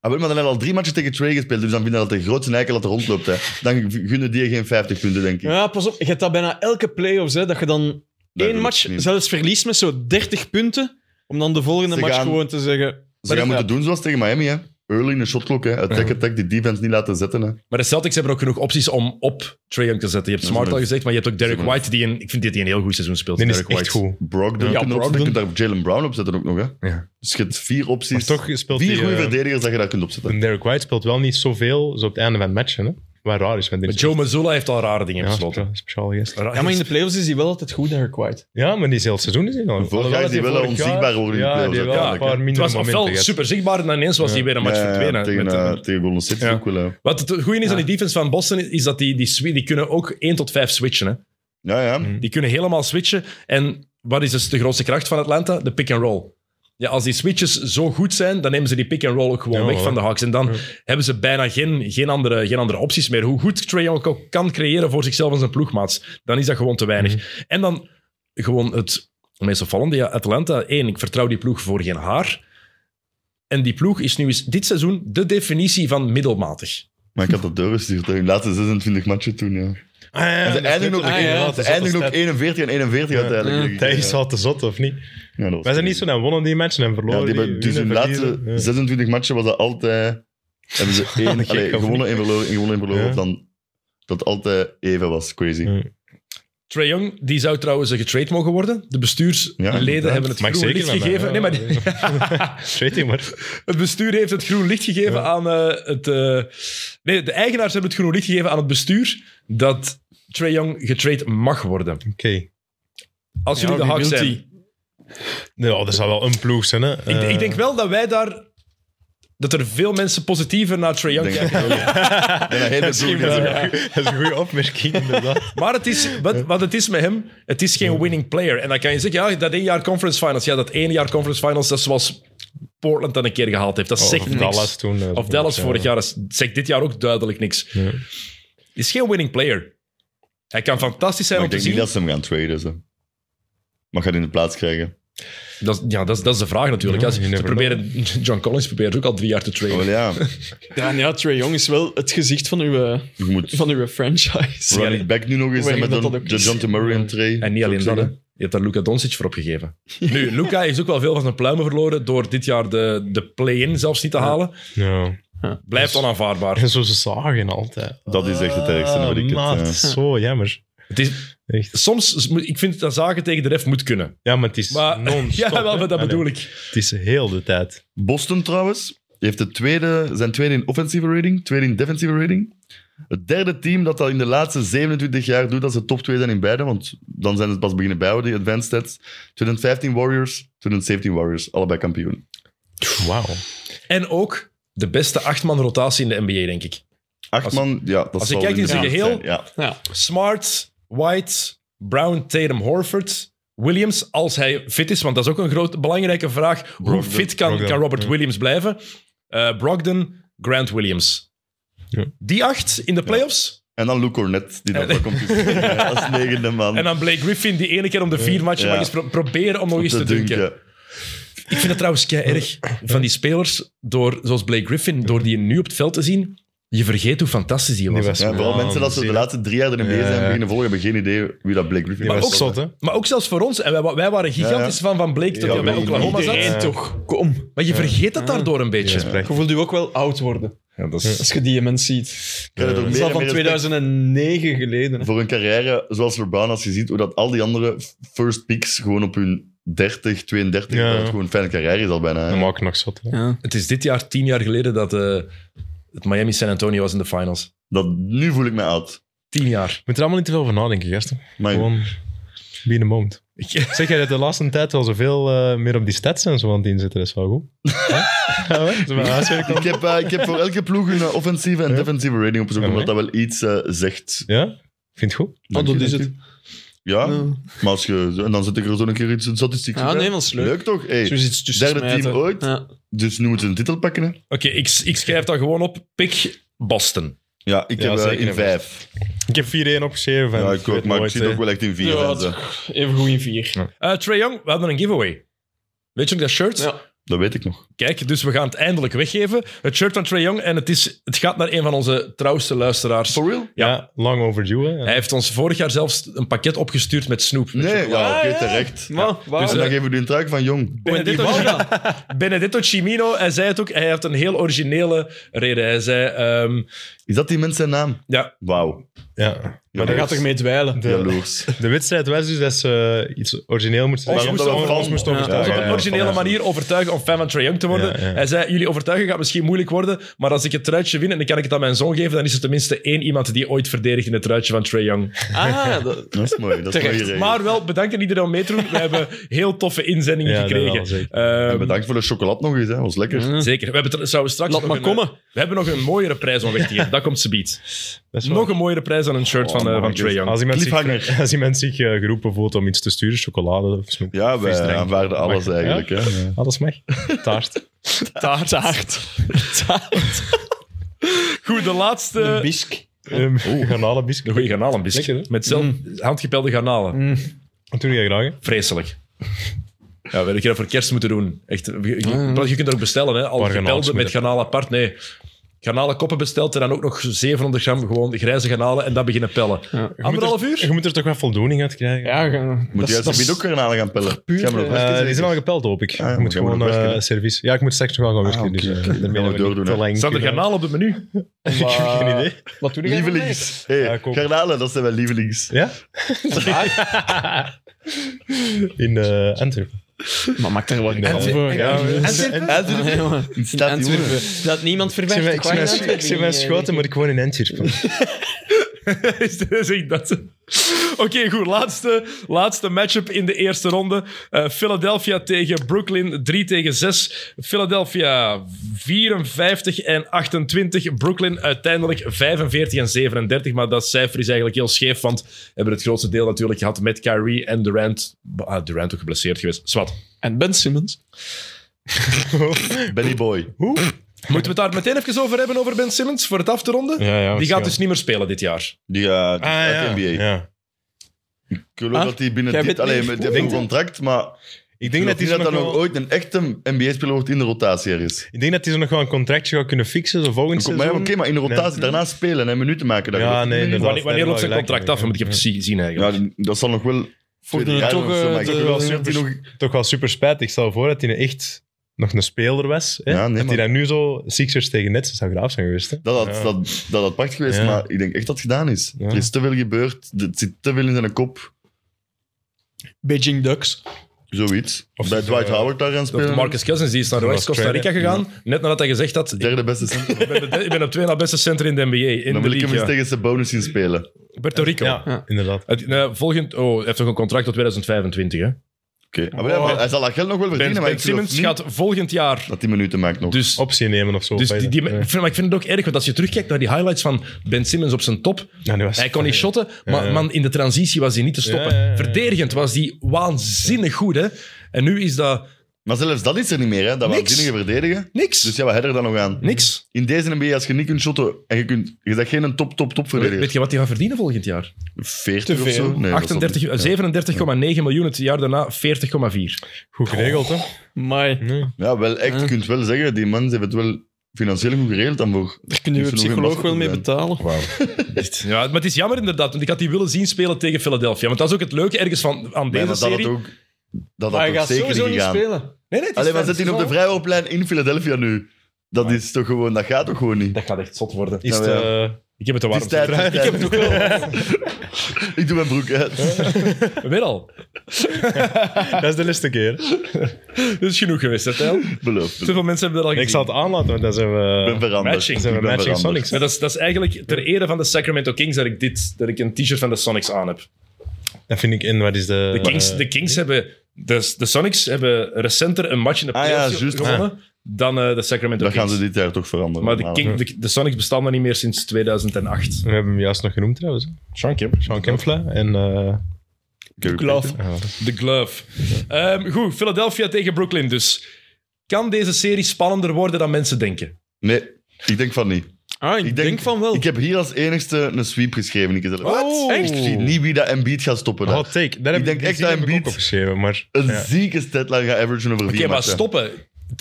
C: Ah, wel, maar dan hebben we al drie matchen tegen Trae gespeeld, dus dan vinden we dat de grootste eikel dat er rondloopt. Hè. Dan gunnen die geen 50 punten, denk ik.
D: Ja, pas op. Je hebt dat bijna elke play-offs, hè, dat je dan
C: Dat
D: één
C: wil
D: match
C: ik niet.
D: zelfs verliest met zo'n 30 punten, om dan de volgende
C: Ze
D: match
C: gaan-
D: gewoon te zeggen...
C: Ze gaan moeten doen zoals tegen Miami, hè. Early in de shotklok, hè. Attack, attack, die defense niet laten zetten, hè.
A: Maar de Celtics hebben ook genoeg opties om op Trae Young te zetten. Je hebt
C: Ja,
A: Smart
C: ze
A: al
C: hebben-
A: gezegd, maar je hebt ook Derek
C: ze hebben-
A: White, die een, ik vind dat hij een heel goed seizoen speelt.
B: Die is
A: Derek
B: echt
A: White.
B: goed.
C: Brogdon,
A: Ja,
C: kun je erop
A: Brogdon.
C: zetten. je kunt daar Jalen Brown op zetten ook nog, hè.
A: Ja.
C: Dus je hebt vier
B: Maar
C: opties.
B: toch speelt
C: vier
B: die,
C: goede
B: eh,
C: verdedigers dat je daar kunt opzetten.
B: de Derek White speelt wel niet zoveel zo op het einde van het matchen. Hè? Wat raar is. want die
A: Maar
B: is-
A: Joe Mazzulla heeft al rare dingen
B: ja,
A: besloten.
B: speciaal- speciaal gast.
D: Ja, maar in de play-offs is hij wel altijd goed, Derek White.
B: Ja, maar die is heel het seizoen is hij al.
C: Vorig jaar is die wel onzichtbaar geworden in de
B: Ja,
C: playoffs
B: die wel een
C: uiteindelijk,
B: paar
A: het
B: minder
A: was
B: momenten.
A: ofwel
B: gehad.
A: super zichtbaar en dan ineens was hij weer een match
C: Ja, ja,
A: verdwenen.
C: tegen,
A: Met,
C: eh,
A: eh,
C: tegen Golden State
A: Ja.
C: ook wel, eh, hè.
A: wat het goede is aan die defense van Boston, is dat die, die, swi- die kunnen ook 1 tot 5 switchen. Hè.
C: Ja, ja.
B: Mm.
A: Die kunnen helemaal switchen. En wat is dus de grootste kracht van Atlanta? De pick-and-roll. Ja, als die switches zo goed zijn, dan nemen ze die pick-and-roll ook gewoon
B: Ja,
A: weg
B: hoor.
A: van de Hawks. En dan
B: Ja.
A: hebben ze bijna geen, geen, andere, geen andere opties meer. Hoe goed Trae Young ook kan creëren voor zichzelf en zijn ploegmaats, dan is dat gewoon te weinig.
B: Mm-hmm.
A: En dan gewoon het meest opvallende. Ja, Atlanta, één, ik vertrouw die ploeg voor geen haar. En die ploeg is nu eens dit seizoen de definitie van middelmatig.
C: Maar ik had dat doorgestuurd, hè. Hun laatste 26 matchen toen, ja.
B: Ah, ja,
C: En
B: ja,
C: ze
B: dat is
C: eindigen
B: net-
C: ook
B: ah, ja,
C: ze
B: dat is
C: eindigen
B: altijd
C: ook 41 en 41
B: Ja.
C: uiteindelijk.
D: Ja.
C: denk ik.
B: Dat is
C: Ja.
B: al te zot, of niet?
C: Ja, dat was
B: Wij zijn niet zo naar wonnen die matchen en
C: Ja,
B: verloren.
C: die hebben, dus hun
B: winnen,
C: laatste
B: verliezen. Ja.
C: 26 matchen was dat altijd. Hebben ze één,
B: Gek,
C: allee,
B: of
C: gewonnen en verloren, en gewonnen en verloren.
B: Ja.
C: of Dan, dat het altijd even was, crazy.
B: Ja.
A: Trae Young, die zou trouwens eh, getrade mogen worden. De bestuursleden
C: inderdaad.
A: hebben het
B: Mag
A: groen
B: zeker
A: licht
B: van mij,
A: gegeven.
B: ja.
A: Nee, maar die-
B: Weet je maar.
A: het bestuur heeft het groen licht gegeven aan eh, het... eh, nee, de eigenaars hebben het groen licht gegeven aan het bestuur dat Trae Young getrade mag worden.
B: Oké.
A: Als jullie
D: Ja,
A: de
D: wie
A: Hawks
D: wilt
A: zijn.
D: die?
B: Nou, dat zal wel een ploeg zijn, hè.
A: Ik,
B: Eh,
A: ik denk wel dat wij daar... Dat er veel mensen positiever naar Trae Young
C: Denk
A: kijken.
C: ik ook, ja. En een hele
B: misschien
C: broer,
B: wel,
C: ja.
B: ja. Dat is een goede opmerking, inderdaad.
A: Maar het is, wat, wat het is met hem, het is geen winning player. En dan kan je zeggen, ja, dat één jaar conference finals. Ja, dat één jaar conference finals, dat is zoals Portland dan een keer gehaald heeft. Dat zegt
B: Of
A: niks.
B: Oh, Dallas toen. eh,
A: of Dallas
B: ja.
A: vorig jaar, dat zegt dit jaar ook duidelijk niks.
B: Ja.
A: is geen winning player. Hij kan fantastisch zijn
C: Maar
A: om
C: ik
A: te
C: denk
A: zien.
C: niet dat
A: Dat...
C: ze hem gaan traden. Zo. Maar gaat in de plaats krijgen.
A: is- ja, dat, is, dat is de vraag natuurlijk.
B: Ja,
A: Ja, ze
B: you
A: ze
B: never
A: proberen, John Collins probeert ook al drie jaar te trainen.
C: Maar ja,
D: Ja, ja, Trae Young is wel het gezicht van uw, eh,
C: je moet
D: van uw franchise.
C: running back nu nog eens
D: Waar
C: en
D: je
C: met
D: dat
C: een
D: dat ook is.
C: John Murray en Trey.
A: En niet
C: zou
A: alleen
C: ik
A: dat, hè.
C: zeggen.
A: je hebt daar Luka Doncic voor opgegeven. Nu, Luka heeft ook wel veel van zijn pluimen verloren door dit jaar de, de play-in zelfs niet te halen.
B: Ja.
A: Blijft onaanvaardbaar.
B: En zo ze zagen altijd.
C: Dat is echt het ergste,
B: Ah,
C: wat ik het,
B: maat,
C: eh.
B: dat is zo jammer.
A: Het is,
B: Echt.
A: soms, moet- ik vind dat zagen tegen de ref moet kunnen.
B: Ja, maar het is
A: Maar,
B: non-stop.
A: ja, wel,
B: hè.
A: maar dat
B: Allee,
A: bedoel ik.
B: Het is heel de tijd.
C: Boston trouwens heeft de tweede, zijn tweede in offensieve rating, tweede in defensieve rating. Het derde team dat dat in de laatste 27 jaar doet dat ze top 2 zijn in beide, want dan zijn ze pas beginnen bijhouden, die advanced stats. 2015 Warriors, 2017 Warriors, allebei kampioen.
B: Wauw.
A: En ook de beste achtman rotatie in de NBA, denk ik. Als-
C: Acht man, ja, dat
A: als je
C: zal
A: kijkt in zijn
C: inderdaad
A: geheel-
C: zijn, ja.
D: Ja.
A: Smart, White, Brown, Tatum, Horford, Williams, als hij fit is. Want dat is ook een groot, belangrijke vraag. Hoe
B: Brogdon,
A: fit kan,
B: Brogdon,
A: kan Robert
B: ja.
A: Williams blijven? Eh Brogdon, Grant Williams.
B: Ja.
A: Die acht in de playoffs.
C: En dan Lou Cornet, die dan wel komt tussen- als negende man.
A: En dan Blake Griffin, die ene keer om de vier matchen
C: Ja.
A: mag eens pro- proberen om nog eens
C: te
A: te dunken.
C: dunken.
A: Ik vind het trouwens kei erg van die spelers, door, zoals Blake Griffin, door die nu op het veld te zien. Je vergeet hoe fantastisch die was.
B: Die was-
C: Ja, vooral
B: Ja,
C: mensen dat ze de
B: zeker.
C: laatste drie jaar erin bezig
B: Ja,
C: zijn
B: ja.
C: beginnen volgen, hebben geen idee wie dat Blake Griffin
B: Die was
A: ook-
B: zot, hè?
A: Maar ook zelfs voor ons. En wij, wa- wij waren gigantisch van van Blake tot
C: Ja,
A: hij bij
C: maar
A: Oklahoma zat.
D: Iedereen toch, kom.
A: Maar je vergeet dat daardoor een beetje.
B: Ja, dat is
D: Je voelt u ook wel oud worden als je die mens ziet.
C: Ik heb het ook
D: Dat
C: meer
D: is al
C: en
D: van
C: meer respect
D: 2009 geleden. hè.
C: voor een carrière zoals LeBron, als je ziet hoe dat al die andere first picks gewoon op hun 30, 32,
B: Ja.
C: dat het gewoon een fijne carrière is al bijna. hè.
B: Dan maak ik nog zot. hè.
D: Ja.
A: Het is dit jaar tien jaar geleden dat eh, het Miami San Antonio was in de finals.
C: Dat, nu voel ik me oud.
A: Tien jaar.
B: Je moet er allemaal niet te veel van nadenken, gasten.
C: Maar
B: Gewoon be in the moment.
A: Ik-
B: Zeg jij dat de laatste tijd wel zoveel eh, meer op die stats en zo aan het inzetten? Dat is wel goed. Hè? Ja, hè? Zo van huiswerk al.
C: ik, heb, eh, ik heb voor elke ploeg een eh, offensieve en
B: Ja.
C: defensieve rating opgezocht,
B: Ja,
C: omdat dat wel iets eh, zegt.
B: Ja? Ik vind het goed.
D: Oh, dat is het.
C: Ja,
D: Ja.
C: maar als je... En dan zet ik er zo een keer iets, een statistiek
D: Ja,
C: bij.
D: nee, dat is leuk.
C: Leuk toch? Hey,
D: Zo is iets tussen
C: Derde team
D: smijten.
C: ooit.
D: Ja.
C: Dus nu moeten ze een titel pakken. Hè?
A: Oké, ik, ik schrijf dat gewoon op. Pick Boston.
C: Ja, ik
B: Ja,
C: heb eh,
B: zeker,
C: in
B: hè.
C: vijf.
B: Ik heb 4-1 opgeschreven.
C: Ja,
B: en
C: ik ook,
B: weet
C: maar ik
B: nooit,
C: zit
B: hè.
C: ook wel echt in vier.
D: Ja,
C: en zo.
D: Even goed in vier.
A: Eh Trae Young, we hadden een giveaway. Weet je nog dat shirt?
D: Ja.
C: Dat weet ik nog.
A: Kijk, dus we gaan het eindelijk weggeven. Het shirt van Trae Young. En het, is, het gaat naar een van onze trouwste luisteraars.
C: For real?
B: Ja, lang overdue. hè.
A: Hij heeft ons vorig jaar zelfs een pakket opgestuurd met snoep. Met
C: Nee, ja, oké,
A: chocola.
D: Ah, ja.
C: terecht.
D: Maar, waar-
A: Dus,
C: En
A: eh,
C: dan geven we u een truik van Jong.
A: Benedetto,
D: Die wou
A: Benedetto Cimino, hij zei het ook, hij heeft een heel originele reden. Hij zei, ehm,
C: Is dat die mens zijn naam?
A: ja,
C: Wauw.
B: Ja.
C: Maar
D: Daar gaat er mee dwijlen.
B: De,
C: Jaloers.
B: de wedstrijd was dus dat ze eh, iets origineel moesten
A: Ons
B: zeggen.
A: moesten
B: Ons
C: overtuigen.
B: moesten
D: Ja.
A: ons
B: overtuigen.
A: op een
B: Ja,
A: originele
B: ja.
A: manier overtuigen om fan van Trae Young te worden.
B: Ja, ja.
A: Hij zei, jullie overtuigen gaat misschien moeilijk worden, maar als ik het truitje win en dan kan ik het aan mijn zoon geven, dan is er tenminste één iemand die ooit verdedigt in het truitje van Trae Young.
D: Ah, dat,
C: Dat is mooi. Dat is mooi eh,
D: Terecht.
C: geregeld.
A: Maar wel, bedankt aan iedereen om mee te doen. We hebben heel toffe inzendingen
B: Ja, dat wel,
A: gekregen.
B: zeker.
A: Ehm, Hm.
C: En eh, bedankt voor de chocolade nog eens, hè. was lekker.
A: Zeker. We hebben tr- zouden straks
D: Laat
A: nog
D: maar
A: een, eh,
D: komen.
A: We hebben nog een mooiere prijs om weg te geven. Dat komt ze biedt.
B: Dat is wel-
A: Nog een mooiere prijs dan een shirt
C: Oh,
A: van, eh,
C: man,
A: van
C: ik
A: Trae
C: is-
A: Young.
B: als iemand, zich,
C: Cliffhanger.
B: als iemand zich eh, geroepen voelt om iets te sturen, chocolade of snoep.
C: Ja, wij
B: Visdrank.
C: aanvaarden alles
B: Mag-
C: eigenlijk.
B: Ja?
C: Hè.
B: Alles mag. Taart.
D: taart. Taart. taart.
A: Goed, de laatste...
D: Bisk.
B: Um,
A: Een
B: Garnalenbiscuit.
A: goede garnalenbisk.
B: Lekker, hè? Mm.
A: Met zelf handgepelde garnalen.
B: Wat doe jij graag? hè?
A: Vreselijk. Ja, weet ik dat voor kerst moeten doen. Echt, je, je- je kunt er ook bestellen, hè? al
B: Waar garnaal
A: gepelde met
B: smeren.
A: garnaal apart. Nee, garnalenkoppen besteld en dan ook nog 700 gram gewoon grijze garnalen en dat beginnen pellen.
D: Ja.
B: Je moet
A: Anderhalf
B: er-
A: uur?
B: Je moet er toch wel voldoening uit krijgen?
D: Ja, ga- dat
C: Moet
D: is-
C: jij
D: dat is-
C: alsjeblieft ook garnalen gaan pellen?
D: puur,
C: Gaan we nog
D: eh,
C: werken,
B: Eh, die
C: zeker?
B: zijn al gepeld, hoop ik.
C: Ah, ja,
B: je moet
C: maar jij moet
B: gewoon
C: nog werken,
B: eh
C: hè?
B: service. Ja, ik moet straks nog wel gaan werken.
C: Ah, oké,
B: dus, eh,
C: oké.
B: daarmee
C: Dan gaan we
B: dat niet
C: doordoen,
B: te
C: hè.
B: lang
A: Staan er
B: kunnen-
A: garnalen op het menu?
B: Ik heb geen idee.
D: Wat doe jij dan eigenlijk?
C: Lievelings. Hey,
B: Ja, ik ook.
C: garnalen, dat zijn mijn lievelings.
B: Ja? In eh, Antwerpen.
D: Maar maakt er wat
B: In de Antwerpen. Ja,
A: Antwerpen?
B: Antwerpen.
C: Antwerpen. In
D: In
C: stad, jongen.
D: Antwerpen. Dat niemand
B: Ik zit
D: verwacht.
B: mijn- ik zit mijn- Ik zit
D: eh,
B: mijn schoten, maar ik woon in Antwerpen.
A: Is dat- zeg dat. Oké, goed. Laatste, laatste matchup in de eerste ronde. Eh, Philadelphia tegen Brooklyn, 3 tegen 6. Philadelphia 54 en 28. Brooklyn uiteindelijk 45 en 37. Maar dat cijfer is eigenlijk heel scheef, want we hebben het grootste deel natuurlijk gehad met Kyrie en Durant. Ah, Durant ook geblesseerd geweest. Zwat.
D: En Ben Simmons.
C: Benny Boy.
A: Moeten we het daar meteen even over hebben, over Ben Simmons, voor het af te ronden?
B: Ja, ja,
A: Die gaat
B: misschien
A: dus niet meer spelen dit jaar.
C: Die gaat
B: wel. Ah,
C: uit
B: ja.
C: de NBA.
B: ja.
C: Ik geloof
D: Ah,
C: dat hij binnen
D: jij
C: dit...
D: bent
C: Allee,
D: niet
C: met- die
D: goed.
C: heeft een contract, maar...
B: Ik
C: Ik
B: denk
C: denk
B: dat
C: niet
B: hij
C: dat
B: nog
C: er nog
B: wel-
C: ooit een echte NBA-speler wordt in de rotatie er is.
B: ik denk dat hij zo nog wel een contractje gaat kunnen fixen. Zo volgend
C: Maar ja,
B: seizoen.
C: oké, maar in de rotatie
B: Nee.
C: daarna spelen en minuten maken. Dat
B: Ja,
C: geloof ik
B: nee,
C: niet.
B: inderdaad.
A: Wanneer, wanneer
B: daar
A: loopt
B: heb
A: zijn
B: je
A: contract
B: gelijk in,
A: af? Dat moet ik
B: ja.
A: even zi- zien eigenlijk.
C: Ja, die- dat zal nog wel...
D: Voor
C: tweede
D: de
C: jaar
D: toch,
C: of zo,
D: eh,
C: maar ik
D: de-
C: heb wel zin dat die
B: Toch-
C: nog-
B: Toch wel super spijtig. Ik stel voor dat hij echt nog een speler was. Hè?
C: Ja, nee,
B: dat
C: maar-
B: hij dan nu zo Sixers tegen Nets zou graaf zijn geweest. Hè?
C: Dat had,
B: Ja.
C: dat, dat had prachtig geweest,
B: Ja.
C: maar ik denk echt dat het gedaan is.
B: Ja.
C: Er is te veel gebeurd, het zit te veel in zijn kop.
D: Beijing Ducks.
C: Zoiets.
B: Of
C: Bij
B: ze-
C: Dwight
B: eh,
C: Howard daar gaan
A: Dat
C: spelen.
A: Marcus Cousins die is naar
B: Ze was
A: West-Costa Rica
B: trainen.
A: gegaan, net nadat hij gezegd had... Ik
C: Derde beste center.
A: ben, de- ik ben op twee na beste center in de NBA, in de
C: Dan wil ik hem
A: league,
C: eens
A: ja.
C: tegen zijn bonus zien spelen.
A: Puerto Rico.
B: Ja,
D: Ja.
B: inderdaad.
A: Het, eh, volgend, oh, hij heeft toch een contract tot 2025, hè?
C: Oké. Ah, Maar ja, maar hij zal dat geld nog wel
A: Ben,
C: verdienen, maar
A: ben
C: ik geloof
A: Simmons
C: niet Oh,
A: gaat volgend jaar...
C: dat hij minuten maakt nog.
A: Dus,
B: Optie nemen of zo.
A: dus
B: of
A: die, die,
B: weet je.
A: ik vind, maar ik vind het ook erg, want als je terugkijkt naar die highlights van Ben Simmons op zijn top,
B: Ja, nu was-
A: hij kon niet shotten, maar
B: ja.
A: man, in de transitie was hij niet te stoppen.
B: Ja, ja, ja, ja.
A: Verdedigend was hij waanzinnig goed, hè? En nu is dat
C: Maar zelfs dat is er niet meer, hè. dat
A: Niks.
C: waanzinnige verdedigen.
A: niks.
C: Dus ja, wat heb je er dan nog aan?
A: niks.
C: In deze NBA, als je niet kunt shotten en je, kunt, je bent geen top, top, top
A: Weet, weet
C: verdediger.
A: je wat hij gaat verdienen volgend jaar?
D: Te
C: 40
D: veel.
C: of zo? Nee, dat zal niet.
A: 38 37,9 miljoen, het jaar daarna 40,4.
B: Goed geregeld,
C: Oh.
B: hè?
D: Maar
B: Nee.
C: Ja, wel echt. Je kunt wel zeggen, die man heeft het wel financieel goed geregeld dan voor.
D: daar kun je
C: Die
D: een
C: zullen geen
D: psycholoog wel
C: basketbal
D: mee
C: zijn.
D: betalen.
A: Ja, maar het is jammer inderdaad, want ik had die willen zien spelen tegen Philadelphia. Want dat is ook het leuke ergens van, aan
C: Nee,
A: deze
C: maar dat had
A: serie.
C: ook, dat
D: Maar
C: had
D: hij
C: ook
D: gaat
C: zeker
D: sowieso
C: niet
D: niet
C: gegaan.
D: spelen.
A: Nee, nee, het is
C: Alleen, maar
A: fijn.
C: zit hier op de vrijwoordplein in Philadelphia nu. Dat is toch gewoon, dat gaat toch gewoon niet.
A: Dat gaat echt zot worden.
B: Is
C: Ja,
B: het,
C: ja.
B: eh,
A: Ik heb het te
C: Het
A: warm.
C: is
A: Ik
C: tijd. het is
A: heb het ook wel.
C: Ik doe mijn broek uit.
A: Weer al.
B: eh, dat is de laatste keer.
A: Dat is genoeg geweest, hè, Tijl?
C: Beloof. me.
A: Te veel mensen hebben dat al gezien.
B: Ik zal het aanlaten, want dan zijn we...
C: Ik ben veranderd.
A: Matching.
C: Ik
B: zijn we
C: ben
B: matching
C: veranderd.
B: Sonics.
A: Ja, dat, is, dat is eigenlijk ter ere van de Sacramento Kings dat ik, dit, dat ik een t-shirt van de Sonics aan heb.
B: Dat vind ik... En wat is de...
A: De Kings,
B: eh,
A: de Kings hebben... De, de Sonics hebben recenter een match in de
C: Ah, ja,
A: playoffs
C: juist.
A: gewonnen dan eh, de Sacramento
C: Dat
A: Kings.
C: gaan ze dit jaar toch veranderen.
A: Maar de,
C: normaal.
A: King, de, de Sonics bestaan er niet meer sinds 2008.
B: We hebben hem juist nog genoemd, trouwens. hè.
A: Sean Kemp.
B: Sean Kemfla en... eh,
C: Gary
D: Kloof.
B: ja, wat-
A: De Glove. Ehm, goed, Philadelphia tegen Brooklyn dus. Kan deze serie spannender worden dan mensen denken?
C: Nee, ik denk van niet.
D: Ah, ik,
C: Ik
D: denk,
C: denk-
D: van wel.
C: Ik heb hier als enigste een sweep geschreven. Ik, zelf.
D: Oh.
A: Wat?
C: ik zie niet wie dat Embiid gaat stoppen. daar.
B: Hot take. Daar heb
C: Ik denk
B: die
C: echt
B: zin
C: dat
B: heb ik
C: Embiid-
B: ook opgeschreven, maar...
C: Een
B: Ja.
C: zieke statline gaat averagen over
A: Oké,
C: vier
A: maar
C: matchen.
A: stoppen.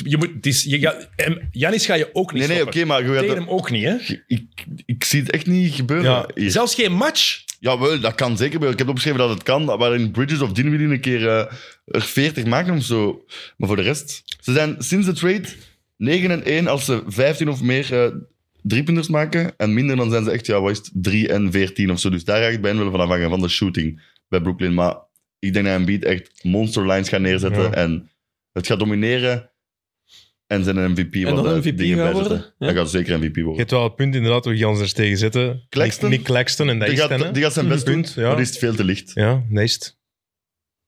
A: Je moet, het is, je gaat, en Janis ga je ook niet
C: Nee, nee, oké,
A: stoppen.
C: maar je gaat-
A: Tatum ook niet, hè?
C: ik, ik zie het echt niet gebeuren.
B: Ja.
C: hier.
A: Zelfs geen match.
C: Jawel, dat kan zeker gebeuren. Ik heb opgeschreven dat het kan, waarin Bridges of Dinwiddie een keer eh, er 40 maken of zo. Maar voor de rest, ze zijn sinds de trade 9 en 1 als ze 15 of meer eh driepunters maken. En minder dan zijn ze echt, ja, wat is het, 3 en 14 of zo. Dus daar ga ik bij hen wel van afhangen, van de shooting bij Brooklyn. Maar ik denk dat Embiid echt monsterlines gaat neerzetten
B: Ja.
C: en het gaat domineren. En zijn een MVP
D: En
C: wat
D: dan
C: daar
D: MVP
C: dingen
D: gaat
C: bij zetten.
D: worden? Ja.
C: Hij gaat zeker MVP
B: Je
C: worden.
B: hebt wel het punt inderdaad waar Jans er tegen zitten.
C: Claxton?
B: Nick, Nick Claxton en dat
C: Die
B: is het, hè.
C: gaat, die gaat zijn best doen,
B: Punt, ja.
C: maar die is veel te licht.
B: Ja, dat is het.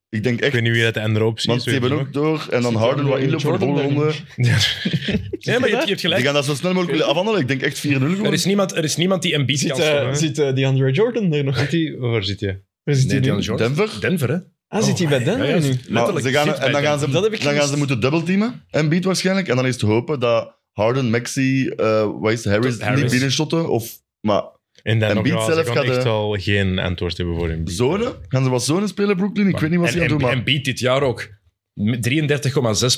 C: Ik denk
B: Ik
C: echt
B: weet niet wie dat de andere optie
C: Want
B: is.
C: die hebben ook door. En dan Harden wat inloopt voor de volgende ronde.
A: Nee, maar je, hebt- je hebt
C: Die
A: gelijk.
C: gaan dat zo snel mogelijk willen afhandelen. Ik denk echt 4-0
A: Er
C: gewoon.
A: is niemand, er is niemand die Embiid
D: Zit,
A: kan
D: eh,
A: stoppen. hè?
D: zit eh, die Andre Jordan er nog?
B: Zit die, waar zit je?
D: Waar zit
A: Nee,
D: die
A: Dion
D: nu?
A: Jordan.
C: Denver?
A: Denver, hè?
D: Ah, zit hij bij
A: Ja,
D: Denver
A: ja,
D: nu?
C: Maar
A: letterlijk
C: ze gaan,
A: zit bij
C: en dan gaan
A: Denver.
C: ze,
D: Dat heb ik
C: dan gaan
D: gemist.
C: ze moeten dubbelteamen. En beat waarschijnlijk. En dan is het hopen dat Harden, Maxi, eh wat is het, Harris,
A: Harris.
C: niet binnenshotten. Of, maar
B: En dan
C: En
B: nog
C: Beat
B: wel, ze
C: zelf
B: kan
C: gaat,
B: echt
C: eh,
B: wel geen antwoord hebben voor hem.
C: zone? Gaan ze wat zone spelen, Brooklyn? Ik weet niet wat ze
A: En,
C: gaan doen,
A: en,
C: maar...
A: en Beat dit jaar ook. 33,6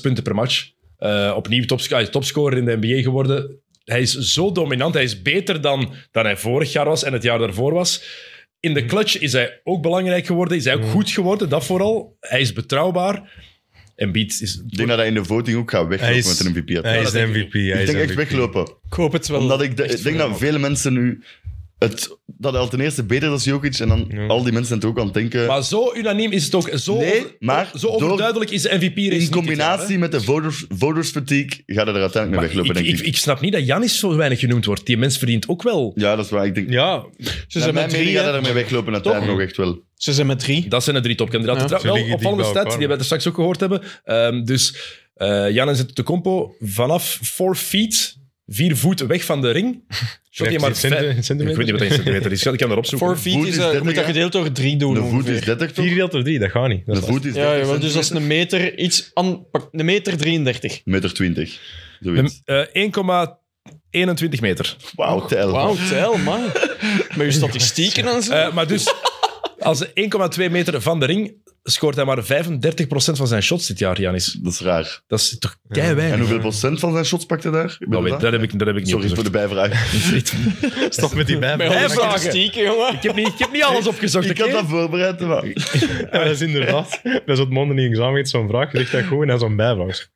A: punten per match. Eh, opnieuw topsc- hij is topscorer in de NBA geworden. hij is zo dominant. Hij is beter dan, dan hij vorig jaar was en het jaar daarvoor was. In
C: Mhm.
A: de clutch is hij ook belangrijk geworden. Is hij ook goed geworden, dat vooral. Hij is betrouwbaar. En Beat is...
C: Ik denk dat hij in de voting ook gaat weglopen
B: Hij is-
C: met een MVP.
B: Hij is de
A: denk ik
B: MVP. Hij
C: ik
B: is
C: denk
B: de
C: echt
B: MVP.
C: weglopen.
D: Ik hoop het wel.
C: Omdat ik, de-
D: Echt
C: ik denk dat
D: voor
C: vele mensen nu... Het, dat hij al ten eerste beter is dan Jokic en dan
B: Ja.
C: al die mensen het ook aan het denken.
A: Maar zo unaniem is het ook. Zo,
C: Nee,
A: over-
C: maar
A: zo
C: door-
A: overduidelijk is de MVP-race
C: in combinatie met de voters, voters fatigue gaat hij er uiteindelijk mee
A: ik,
C: weglopen,
A: ik,
C: denk ik.
A: ik, snap niet dat Janis zo weinig genoemd wordt. Die mens verdient ook wel.
C: Ja, dat is waar. Ik denk,
D: Ja, ze
C: naar
D: zijn
C: mijn
D: met
C: mening
D: drie.
C: gaat hij
D: hè.
C: ermee weglopen uiteindelijk nog echt wel.
D: Ze zijn met drie.
A: Dat zijn de drie topkandidaten.
D: Ja.
A: Trouw-
B: Ze liggen
A: wel
B: dicht
A: opvallende
B: bij
A: stats, die
B: elkaar,
A: hebben we er straks ook gehoord hebben. Ehm, dus eh Janis de Compo vanaf 4 feet, 4 voet weg van de ring. Shot je maar
B: 15
A: vijf-
B: centimeter?
A: Ik weet niet wat een centimeter is. Ik kan erop zoeken.
D: Four feet
C: voet
D: is,
C: is
D: eh, je
C: 30,
D: moet dat
C: hè?
D: gedeeld door drie doen.
C: De voet
D: ongeveer.
C: is 30
B: Vier
C: toch?
B: gedeeld door drie, dat gaat niet. Dat
C: De
B: is
C: voet is 30
D: Ja, jawel, dus dat is
C: centimeter.
D: een meter, iets aan, pak, een meter 33.
C: Meter 20. Zoiets.
A: De- eh, 1,21 meter.
C: Wauw, tel.
D: Wauw, tel, man. Met je statistieken en zo.
A: Eh, maar dus, als 1,2 meter van de ring scoort hij maar 35% van zijn shots dit jaar, Janis.
C: Dat is raar.
A: Dat is toch kei
C: En
A: weinig.
C: hoeveel procent van zijn shots pakte daar? Ik
A: Dat,
C: ben
D: Nou,
C: er
A: weet-
C: aan.
A: dat heb ik, dat heb ik niet
C: Sorry voor
A: opgezocht.
C: de bijvraag.
B: waar. Stop met die
D: Met
B: bijvraag.
D: alle
A: vragen.
D: statistieken, jongen.
A: Ik heb, niet, ik heb niet alles opgezocht.
C: Ik had
A: oké?
C: dat voorbereid, maar...
B: Ja, dat is inderdaad. Dat is het mondeling examen. Heeft zo'n vraag, ligt dat gewoon naar zo'n bijvraag.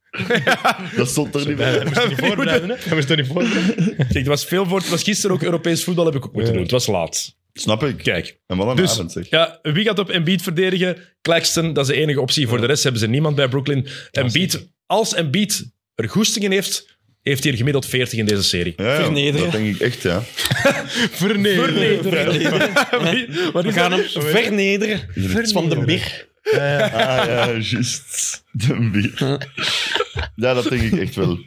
C: Dat stond er niet
B: Dat
C: bij.
B: moest je niet voorbereiden, hè? Dat moest je niet voorbereiden.
A: Kijk, er was veel voor. Het was gisteren ook Europees voetbal, heb ik ook moeten
B: Ja.
A: doen. Het was laat.
C: Snap ik.
A: Kijk.
C: En wat een
A: Dus-
C: avond, zeg.
A: Ja, wie gaat op Embiid verdedigen? Claxton, dat is de enige optie. Voor de rest hebben ze niemand bij Brooklyn. Embiid, als Embiid er goestingen heeft, heeft hij er gemiddeld 40 in deze serie.
C: Ja, ja,
D: Vernederen.
C: Dat denk ik echt, ja.
B: Vernederen.
A: Wie- wat
D: We
A: is
D: gaan
A: dat?
D: hem vernederen. Het is van de bier.
B: Ja,
C: Ah ja, juist. De bier. Ja, dat denk ik echt wel.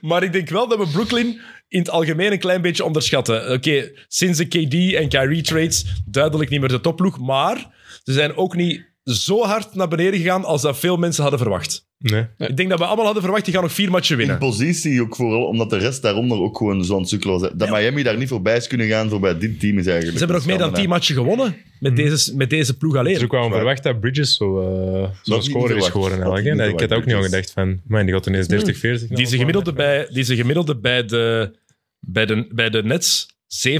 A: Maar ik denk wel dat we Brooklyn in het algemeen een klein beetje onderschatten. Oké, sinds de KD en Kyrie trades duidelijk niet meer de topploeg. Maar ze zijn ook niet zo hard naar beneden gegaan als dat veel mensen hadden verwacht.
B: Nee.
A: Ik denk dat we allemaal hadden verwacht, die gaan nog vier matchen
C: In
A: winnen.
C: positie ook vooral, omdat de rest daaronder ook gewoon zo'n sukkel was. Dat Miami daar niet voorbij is kunnen gaan voorbij dit team is
A: Ze
C: eigenlijk...
A: hebben nog meer dan tien matchen gewonnen
C: Mm.
A: met deze, met deze ploeg alleen.
B: Dus ook wel verwacht dat Bridges zo, eh, zo'n
C: niet
B: scorer is
C: verwacht.
B: geworden.
C: Dat
B: eigenlijk, hè.
C: niet Mm.
B: Dat- Ik had daar ook niet aan
C: verwacht,
B: gedacht van. Man, die gaat ineens 30, 40.
A: Die zijn gemiddelde bij, die zijn gemiddelde bij, de, bij, de, bij de Nets 27,4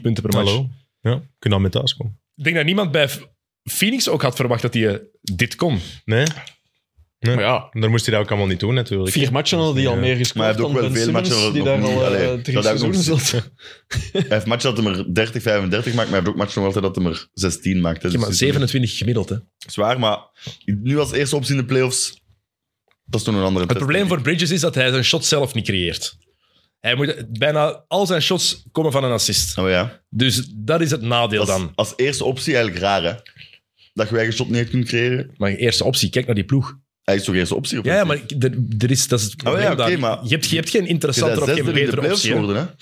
A: punten per match.
B: Hallo. Ja, kun dan met thuis komen.
A: Ik denk dat niemand bij Phoenix ook had verwacht dat hij eh, dit kon.
B: Nee. nee.
D: Maar ja,
B: Dan moest hij dat ook allemaal niet doen, natuurlijk.
D: vier matchen hadden die al
B: Ja.
D: meer gescoord
C: Maar hij heeft ook
D: dan
C: wel
D: Ben
C: veel
D: Simmons,
C: matchen
D: die
C: nog
D: daar
C: niet-
D: al eh,
C: Allee,
D: drie
C: dat hij ook nog
D: seizoenen zat.
C: Hij heeft matchen dat hij er 30, 35 maakt, maar hij heeft ook matchen nog altijd dat hij er 16 maakt. hè.
A: Ja,
C: Dus
A: maar
C: het is-
A: 27 gemiddeld, hè.
C: Zwaar, maar nu als eerste optie in de playoffs, dat is toen een andere
A: Het
C: test,
A: probleem
C: denk
A: voor Bridges is dat hij zijn shot zelf niet creëert. Hij moet, bijna al zijn shots komen van een assist.
C: ik. Oh ja.
A: Dus dat is het nadeel
C: Als,
A: dan.
C: als eerste optie eigenlijk raar, hè? Dat je je eigen shot niet hebt kunnen creëren.
A: Maar eerste optie, kijk naar die ploeg.
C: Hij is toch eerste optie? Of
A: Ja, ja,
C: niet?
A: maar ik- er, er is, dat is het probleem
C: Oh ja, oké,
A: daar.
C: maar-
A: je, hebt, je hebt geen
C: Je bent
A: interessanter of geen
C: zesde in de
A: betere
C: playoffs
A: optie. hè.
C: geworden,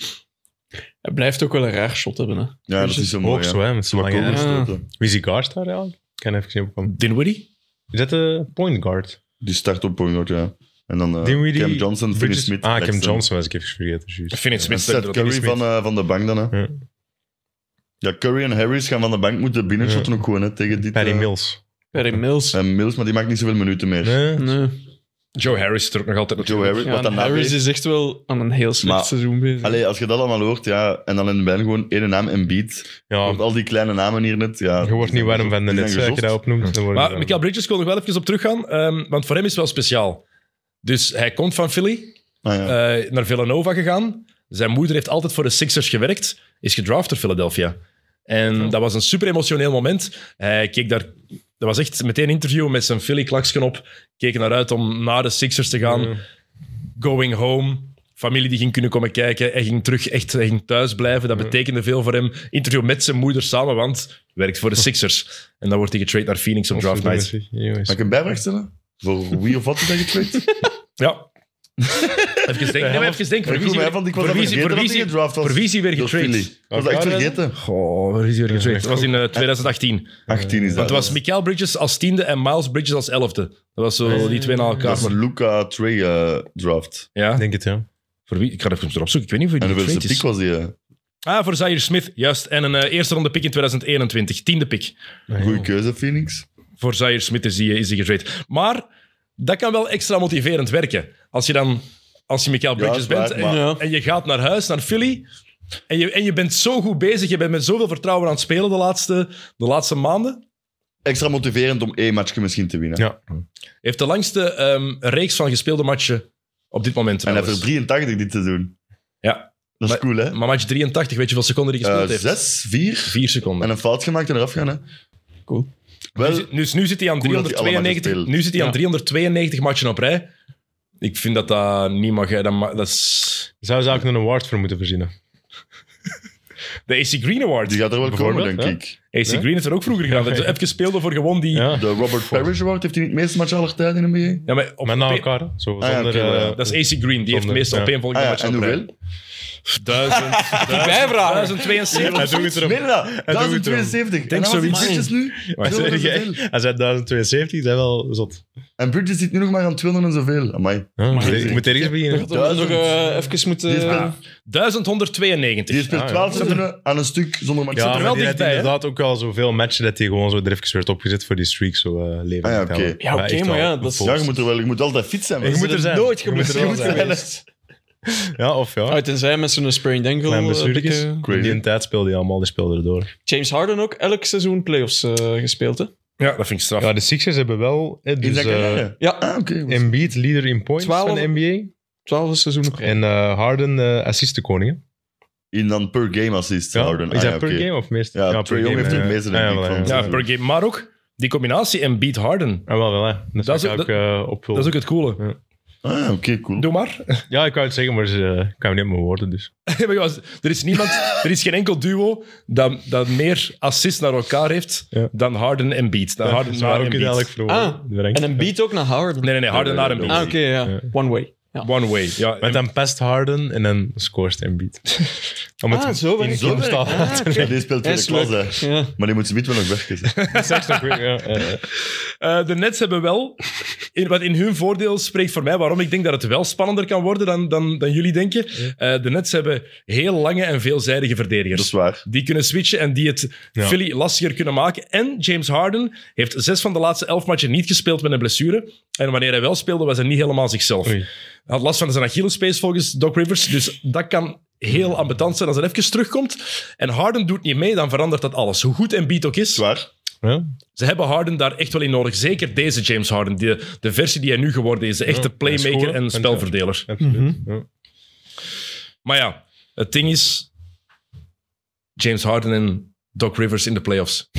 C: hè?
D: Hij blijft ook wel een raar shot hebben, hè.
C: Ja, dat is zo mooi.
B: Hoog
C: ja.
B: zo, hè. Met zo'n lange...
C: Kogels
D: Ja.
C: stoten.
B: Wie is die guard daar, eigenlijk? Ik kan even niet opkomen.
A: Dinwiddie?
B: Is dat de point guard?
C: Die start op point guard, ja. En dan eh,
B: Dinwiddie,
C: Cam Johnson, Finney
B: Bridges-
C: Smith.
B: Ah, Cam
C: Claxton.
B: Johnson was ik even vergeten. juist.
A: Finney
C: En
A: Smith.
C: Seth Curry
B: Smith.
C: van, eh, van de bank dan, hè?
B: Ja.
C: Ja. Curry en Harris gaan van de bank moeten binnenshotten ook gewoon, hè, tegen dit...
B: Patty
C: eh,
B: Mills.
D: Perry Mills.
C: en Mills, maar die maakt niet zoveel minuten meer.
B: Nee.
D: Nee.
A: Joe Harris is er ook nog altijd.
C: Joe Harris,
D: Ja,
C: wat
D: en
C: dan na
D: Harris
C: deed.
D: is echt wel aan een heel slecht
C: nou Maar-
D: seizoen bezig.
C: Allee, als je dat allemaal hoort, ja, en dan in de band gewoon één naam en beat.
B: Ja,
C: Al die kleine namen hier net, ja.
B: Ah. je wordt niet warm van de
C: Die
B: net,
C: zijn
B: hè, als je dat
C: gezocht.
B: opnoemt. dan word je
A: Maar
B: warm.
A: Michael Bridges kon nog wel even op teruggaan, ehm, want voor hem is het wel speciaal. Dus hij komt van Philly,
C: Ah, ja.
A: eh, naar Villanova gegaan. Zijn moeder heeft altijd voor de Sixers gewerkt, is gedraft door Philadelphia. En
C: Oh.
A: dat was een super emotioneel moment. Hij keek daar, dat was echt meteen een interview met zijn Philly klaksken op. Keek naar uit om naar de Sixers te gaan.
C: Mm.
A: Going home. Familie die ging kunnen komen kijken. Hij ging terug, echt, hij ging thuis blijven.
C: Mm.
A: Dat betekende veel voor hem. Interview met zijn moeder samen, want werkt voor de Sixers. En dan wordt hij getraind naar Phoenix
C: Oh,
A: op
B: Of
A: draft
B: de
A: night.
B: mensen- jongens.
C: Mag ik een bijvraag stellen? Voor wie of wat is dat getraind?
A: Ja. even denken. Nee, maar even denken. Voor
C: Ik
A: wie is
C: voel
A: hij weer-
C: mij van, ik was
A: voor
C: dat
A: wie is hij-
C: vergeten
A: voor wie
C: dat
A: is
C: hij
A: hij-
C: gedraft was.
A: voor wie is hij weer
C: Door Philly.
A: getraind?
C: Ik was dat echt vergeten.
A: Goh, waar is hij weer getraind?
B: Ja,
A: Dat was in eh, 2018.
C: 18 is dat.
A: Want het was Mikael Bridges als tiende en Miles Bridges als elfde. Dat was zo die twee na
C: Eh, Dat
A: elkaar.
C: is Luca Trey eh, draft.
B: Ik
A: Ja.
B: denk het, ja.
C: Ah,
A: Voor wie? Ik ga even erop zoeken. Ik weet niet
C: En
A: voor wie die
C: hoeveelste
A: getraind
C: pick
A: is.
C: was die? eh?
A: Ah, voor Zaire Smith, juist. En een eh, eerste ronde pick in 2021. Tiende pick.
C: Goeie keuze, Phoenix.
A: Voor eh, Zaire Smith is die, is die getraind. Maar dat kan wel extra motiverend werken. Als je dan als je Michael Bridges
C: dat is
A: bent
C: waar,
A: en,
C: maar-
D: Ja.
A: en je gaat naar huis, naar Philly. En je, en je bent zo goed bezig, je bent met zoveel vertrouwen aan het spelen de laatste, de laatste maanden.
C: Extra motiverend om één matchje misschien te winnen.
B: Ja.
A: Heeft de langste ehm, reeks van gespeelde matchen op dit moment
C: en hij
A: trouwens.
C: heeft er 83 dit seizoen.
A: Ja.
C: Dat is
A: Maar-
C: cool, hè?
A: Maar match 83, weet je hoeveel seconden die gespeeld
C: Eh,
A: heeft?
C: zes, vier.
A: Vier seconden.
C: En een fout gemaakt en eraf gaan, hè?
D: Cool.
A: Nu
C: Wel,
A: zit- nu, nu zit hij aan
C: Cool dat die allemaal
A: 392,
C: gespeeld.
A: nu zit hij aan
D: Ja.
A: 392 matchen op rij. Ik vind dat dat niet mag. hè. Dat, ma- dat is
B: Zou ze eigenlijk een award voor moeten verzinnen?
A: de AC Green Award.
C: die gaat er wel komen,
B: Bijvoorbeeld,
C: denk
B: hè?
C: ik.
A: AC Green heeft er ook vroeger gedaan. Dat is even speelde voor gewoon die... Ja,
B: Ja.
C: De Robert Parrish Award heeft hij niet het meeste match aller tijden in de NBA?
A: maar op-
B: Met na
A: op-
B: elkaar, hè? Zo,
C: Ah, ja,
B: zonder,
C: oké, wel, ja.
B: eh,
A: Dat is AC Green. Die heeft
B: Zonder,
A: meestal
B: ja.
A: op één volgende
C: Ah ja,
A: match
C: en
A: op rij.
C: hoeveel?
A: Duizend.
D: bijvragen.
A: 1072.
B: Hij doet het erom.
C: Meen je dat?
B: Hij doet het erom.
C: 1072.
A: Denk
C: en dan was
A: zoiets.
C: die Bridges nu?
A: Maar
C: Zo,
A: zeg
C: dat is
B: jij-
C: veel.
B: Hij zei 1072, dat is wel zot.
C: En Bridges zit nu nog maar aan 200 en zoveel. Amai.
B: Ja,
D: Maar-
B: ik moet ergens beginnen.
D: Dat we nog eh, even
C: Die
D: moeten...
C: is wel-
A: 1192.
C: Die speelt
B: Ah, ja.
C: 12 seizoenen aan een stuk zonder match.
A: zit er
B: maar
A: wel
B: die had
A: dichtbij, hè?
B: inderdaad ook al zoveel matchen dat hij gewoon zo er even werd opgezet voor die streak zo eh leven.
C: Ah, ja,
B: te houden.
C: oké.
D: Ja, oké,
B: echt wel
D: maar ja, dat
C: Ja,
D: is-
B: volgens-
C: je moet, er wel, je moet altijd fit zijn.
B: Je
C: maar-
B: moet er zijn.
D: nooit
B: Je moet er
D: geblesseerd
B: wel zijn.
C: Dus,
D: geweest.
B: Ja, of ja.
D: Oh, tenzij mensen een sprained ankle...
B: Mijn
D: eh,
B: blessuretjes.
D: dikke-
B: In die tijd speelde hij allemaal, die speelde erdoor.
D: James Harden ook elk seizoen playoffs eh, gespeeld, hè?
A: Ja, dat vind ik straf.
B: Ja, de Sixers hebben wel... eh,
C: In
B: Dus,
C: zijn
B: eh
C: carrière.
D: Ja,
C: Ah, oké.
B: Embiid, leader in points
D: Twaalf-
B: van de NBA.
D: twaalf seizoenen op rij.
B: En eh, Harden, eh assistenkoning.
C: In dan per game assist
B: hè?
C: houden.
B: Is
C: Ah,
B: dat
C: ja,
B: per
C: oké.
B: game of meestal?
C: Ja, Trae Young heeft er het
B: eh,
C: meeste, denk ik, van.
A: Ja, per game. Maar ook die combinatie en beat Harden.
B: Ah, wel, wel, hè. Dat,
A: Dat is
B: zou
A: ook-
B: ik ook eh,
A: Dat
B: opvullen.
A: is ook het coole.
C: Ah, oké, cool.
A: Doe maar.
B: Ja, ik wou het zeggen, maar ze, eh, ik kan hem niet meer woorden, dus.
A: Maar jongens, er is niemand, er is geen enkel duo dat, dat meer assist naar elkaar heeft
B: Ja.
A: dan Harden en Beat. Dan Harden
B: Ze
A: naar
B: waren ook
A: Embiid.
B: eigenlijk voor
D: Ah, en een beat ook naar Harden.
A: Nee, nee, nee, Harden naar
C: Nee, nee,
A: Embiid.
D: Ah, oké, ja. Ah,
B: Ja.
D: One way. Ja.
A: One way. Ja,
B: Want
A: en-
B: dan pest Harden en dan scoort Embiid. Om
D: Ah, zo werkt
C: Zo
B: in de
C: werkt
B: stal
C: het.
B: te
C: Ja, die speelt
D: Hij
C: tweede
D: is
C: klas,
D: leuk.
C: hè.
D: Ja.
C: Maar die moet ze niet wel nog werken. zeg.
A: Eh, de Nets hebben wel, in, wat in hun voordeel spreekt voor mij, waarom ik denk dat het wel spannender kan worden dan, dan, dan jullie denken. Eh, de Nets hebben heel lange en veelzijdige
C: Dat is
A: verdedigers.
C: waar.
A: Die kunnen switchen en die het
B: Ja.
A: Philly lastiger kunnen maken. En James Harden heeft zes van de laatste elf matchen niet gespeeld met een blessure. En wanneer hij wel speelde, was hij niet helemaal zichzelf.
B: Oei.
A: Hij had last van zijn Achillespees volgens Doc Rivers. Dus dat kan heel ambetant zijn als hij even terugkomt. En Harden doet niet mee, dan verandert dat alles. Hoe goed en beat ook is,
C: Zwaar.
B: Ja.
A: ze hebben Harden daar echt wel in nodig. Zeker deze James Harden, de, de versie die hij nu geworden is. De echte
B: Ja, hij is
A: playmaker
B: goed, hè?
A: en spelverdeler.
B: Absoluut. Ja.
A: Maar ja, het ding is... James Harden en Doc Rivers in de playoffs.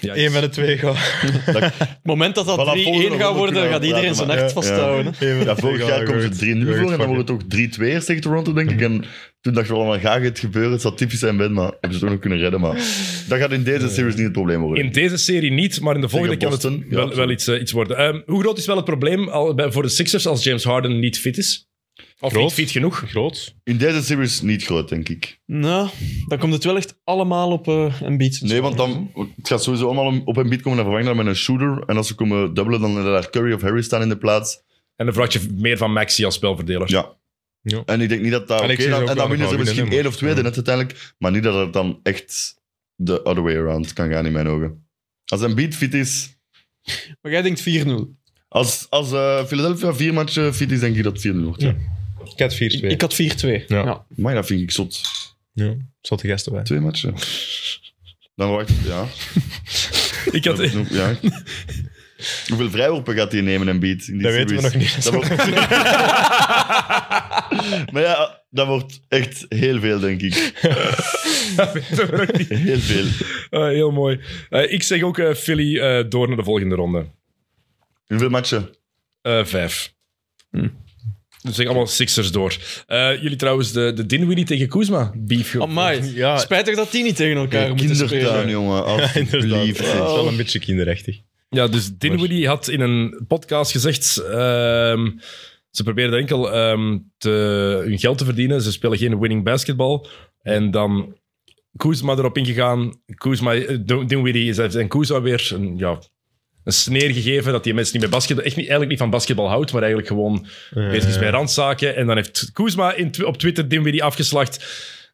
A: ja,
B: Eén van de twee gaat.
D: Het moment dat dat 3-1
C: Voilà, volgende ronde
D: gaat
C: kunnen
D: worden,
C: we
D: gaat iedereen zijn
C: praten,
D: echt
C: maar- ja.
D: vasthouden. hè.
B: Eén van de
C: Ja,
B: twee
C: vorig
B: gaat,
C: jaar komen ze
B: Word.
C: 3-0
B: Word,
C: voor en dan
B: fuck
C: wordt het
B: it.
C: toch 3-2 eerst tegen Toronto, denk ik. En toen dachten we allemaal, gaat het gebeuren? Het zou typisch zijn Ben, maar hebben ze toch nog kunnen redden. Maar dat gaat in deze series niet het probleem worden.
A: In deze serie niet, maar in de volgende kan het
C: Boston, ja,
A: wel, wel
C: absoluut.
A: iets, eh, iets worden. Ehm, hoe groot is wel het probleem al, bij, voor de Sixers als James Harden niet fit is? Of
B: Groot.
A: niet fit genoeg?
B: Groot.
C: In deze series niet groot, denk ik.
D: Nou, dan komt het wel echt allemaal op eh, een beat.
C: Nee, want dan, het gaat sowieso allemaal om- op een beat komen en vervangen dat met een shooter. En als ze komen dubbelen, dan hebben daar Curry of Harry staan in de plaats.
A: En dan vraag je meer van Maxi als spelverdeler.
C: Ja.
B: Ja.
C: En ik denk niet dat dat...
B: Alexis is
C: Oké, dan-
B: ook
C: en dan
B: wel
C: winnen ze
B: nog wel
C: misschien
B: winnen,
C: één of twee
B: maar-
C: de net uiteindelijk. Maar niet dat het dan echt de other way around kan gaan in mijn ogen. Als een beat fit is...
D: Maar jij denkt 4-0.
C: Als, als eh, Philadelphia vier matchen fit is, denk ik dat 4-0 wordt. Ja.
B: Ik had 4-2.
D: Ik, ik had 4-2. Ja.
B: Ja.
C: Maar dat vind ik zot.
B: Ja. Zat de gasten bij.
C: Twee matchen. Dan wacht ik, ja.
A: Ik had,
C: Dat- ja. Hoeveel vrijworpen gaat hij nemen en beat? In die
B: Dat weten we
C: series?
B: nog niet.
C: Dat wordt... maar ja, dat wordt echt heel veel, denk ik.
A: dat weten we nog niet.
C: Heel veel.
A: Eh, heel mooi. Eh, ik zeg ook eh, Philly eh, door naar de volgende ronde.
C: Hoeveel matchen?
A: Eh, vijf. Dus zeg allemaal Sixers door. Eh, jullie trouwens, de, de Dinwiddie tegen Kuzma. Beef. joh.
D: Amai,
B: Ja.
D: spijtig dat die niet tegen elkaar moeten
C: Kindertuin,
D: spelen.
C: jongen. Alsjeblieft.
B: Dat is wel een beetje kinderachtig.
A: Ja, dus Dinwiddie had in een podcast gezegd... ehm, ze probeerden enkel ehm, te, hun geld te verdienen. Ze spelen geen winning basketball. En dan Kuzma erop ingegaan. Kuzma, eh, Din- Dinwiddie is- heeft en Kuzma weer een, ja, een sneer gegeven dat die mensen niet meer basketbal... Echt niet, eigenlijk niet van basketbal houdt, maar eigenlijk gewoon... Bezig is bij randzaken. En dan heeft Koesma in tw- op Twitter Dinwiddie afgeslacht.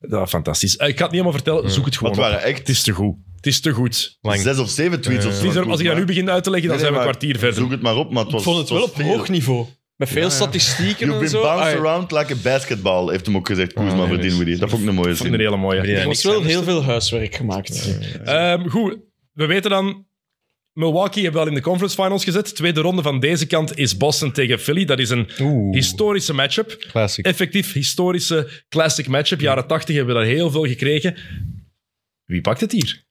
A: Dat, fantastisch. Eh, Ik ga het niet helemaal vertellen. Zoek het gewoon
C: Wat
A: op.
C: waren
A: Het
C: echt
A: is te goed. Het is te goed.
B: Lang.
C: zes of zeven tweets of
B: Eh,
C: zo.
A: Het is er- als ik dat nu begin uit te leggen, dan
C: Nee,
A: zijn we
C: nee,
A: een
C: maar
A: kwartier verder.
C: Zoek het maar op, maar het
D: Ik
C: was...
D: vond het wel op
C: was veel.
D: hoog niveau. Met veel statistieken
C: You've
D: en
C: been
D: zo.
C: bounced
D: Ah,
C: around like a basketball, heeft hem ook gezegd. Koesma,
B: nee,
C: verdienen we die. Dat vond ik een mooie
A: vind ik een
C: zin.
A: hele mooie.
B: Ja,
D: Er
B: niks
D: was wel
B: anders.
D: heel veel huiswerk gemaakt.
A: Ehm, goed, we weten dan. Milwaukee hebben we al in de conference finals gezet. Tweede ronde van deze kant is Boston tegen Philly. Dat is een
B: Oeh.
A: historische matchup.
B: Classic.
A: Effectief historische classic matchup. Jaren 80 hebben we daar heel veel gekregen. Wie pakt het hier?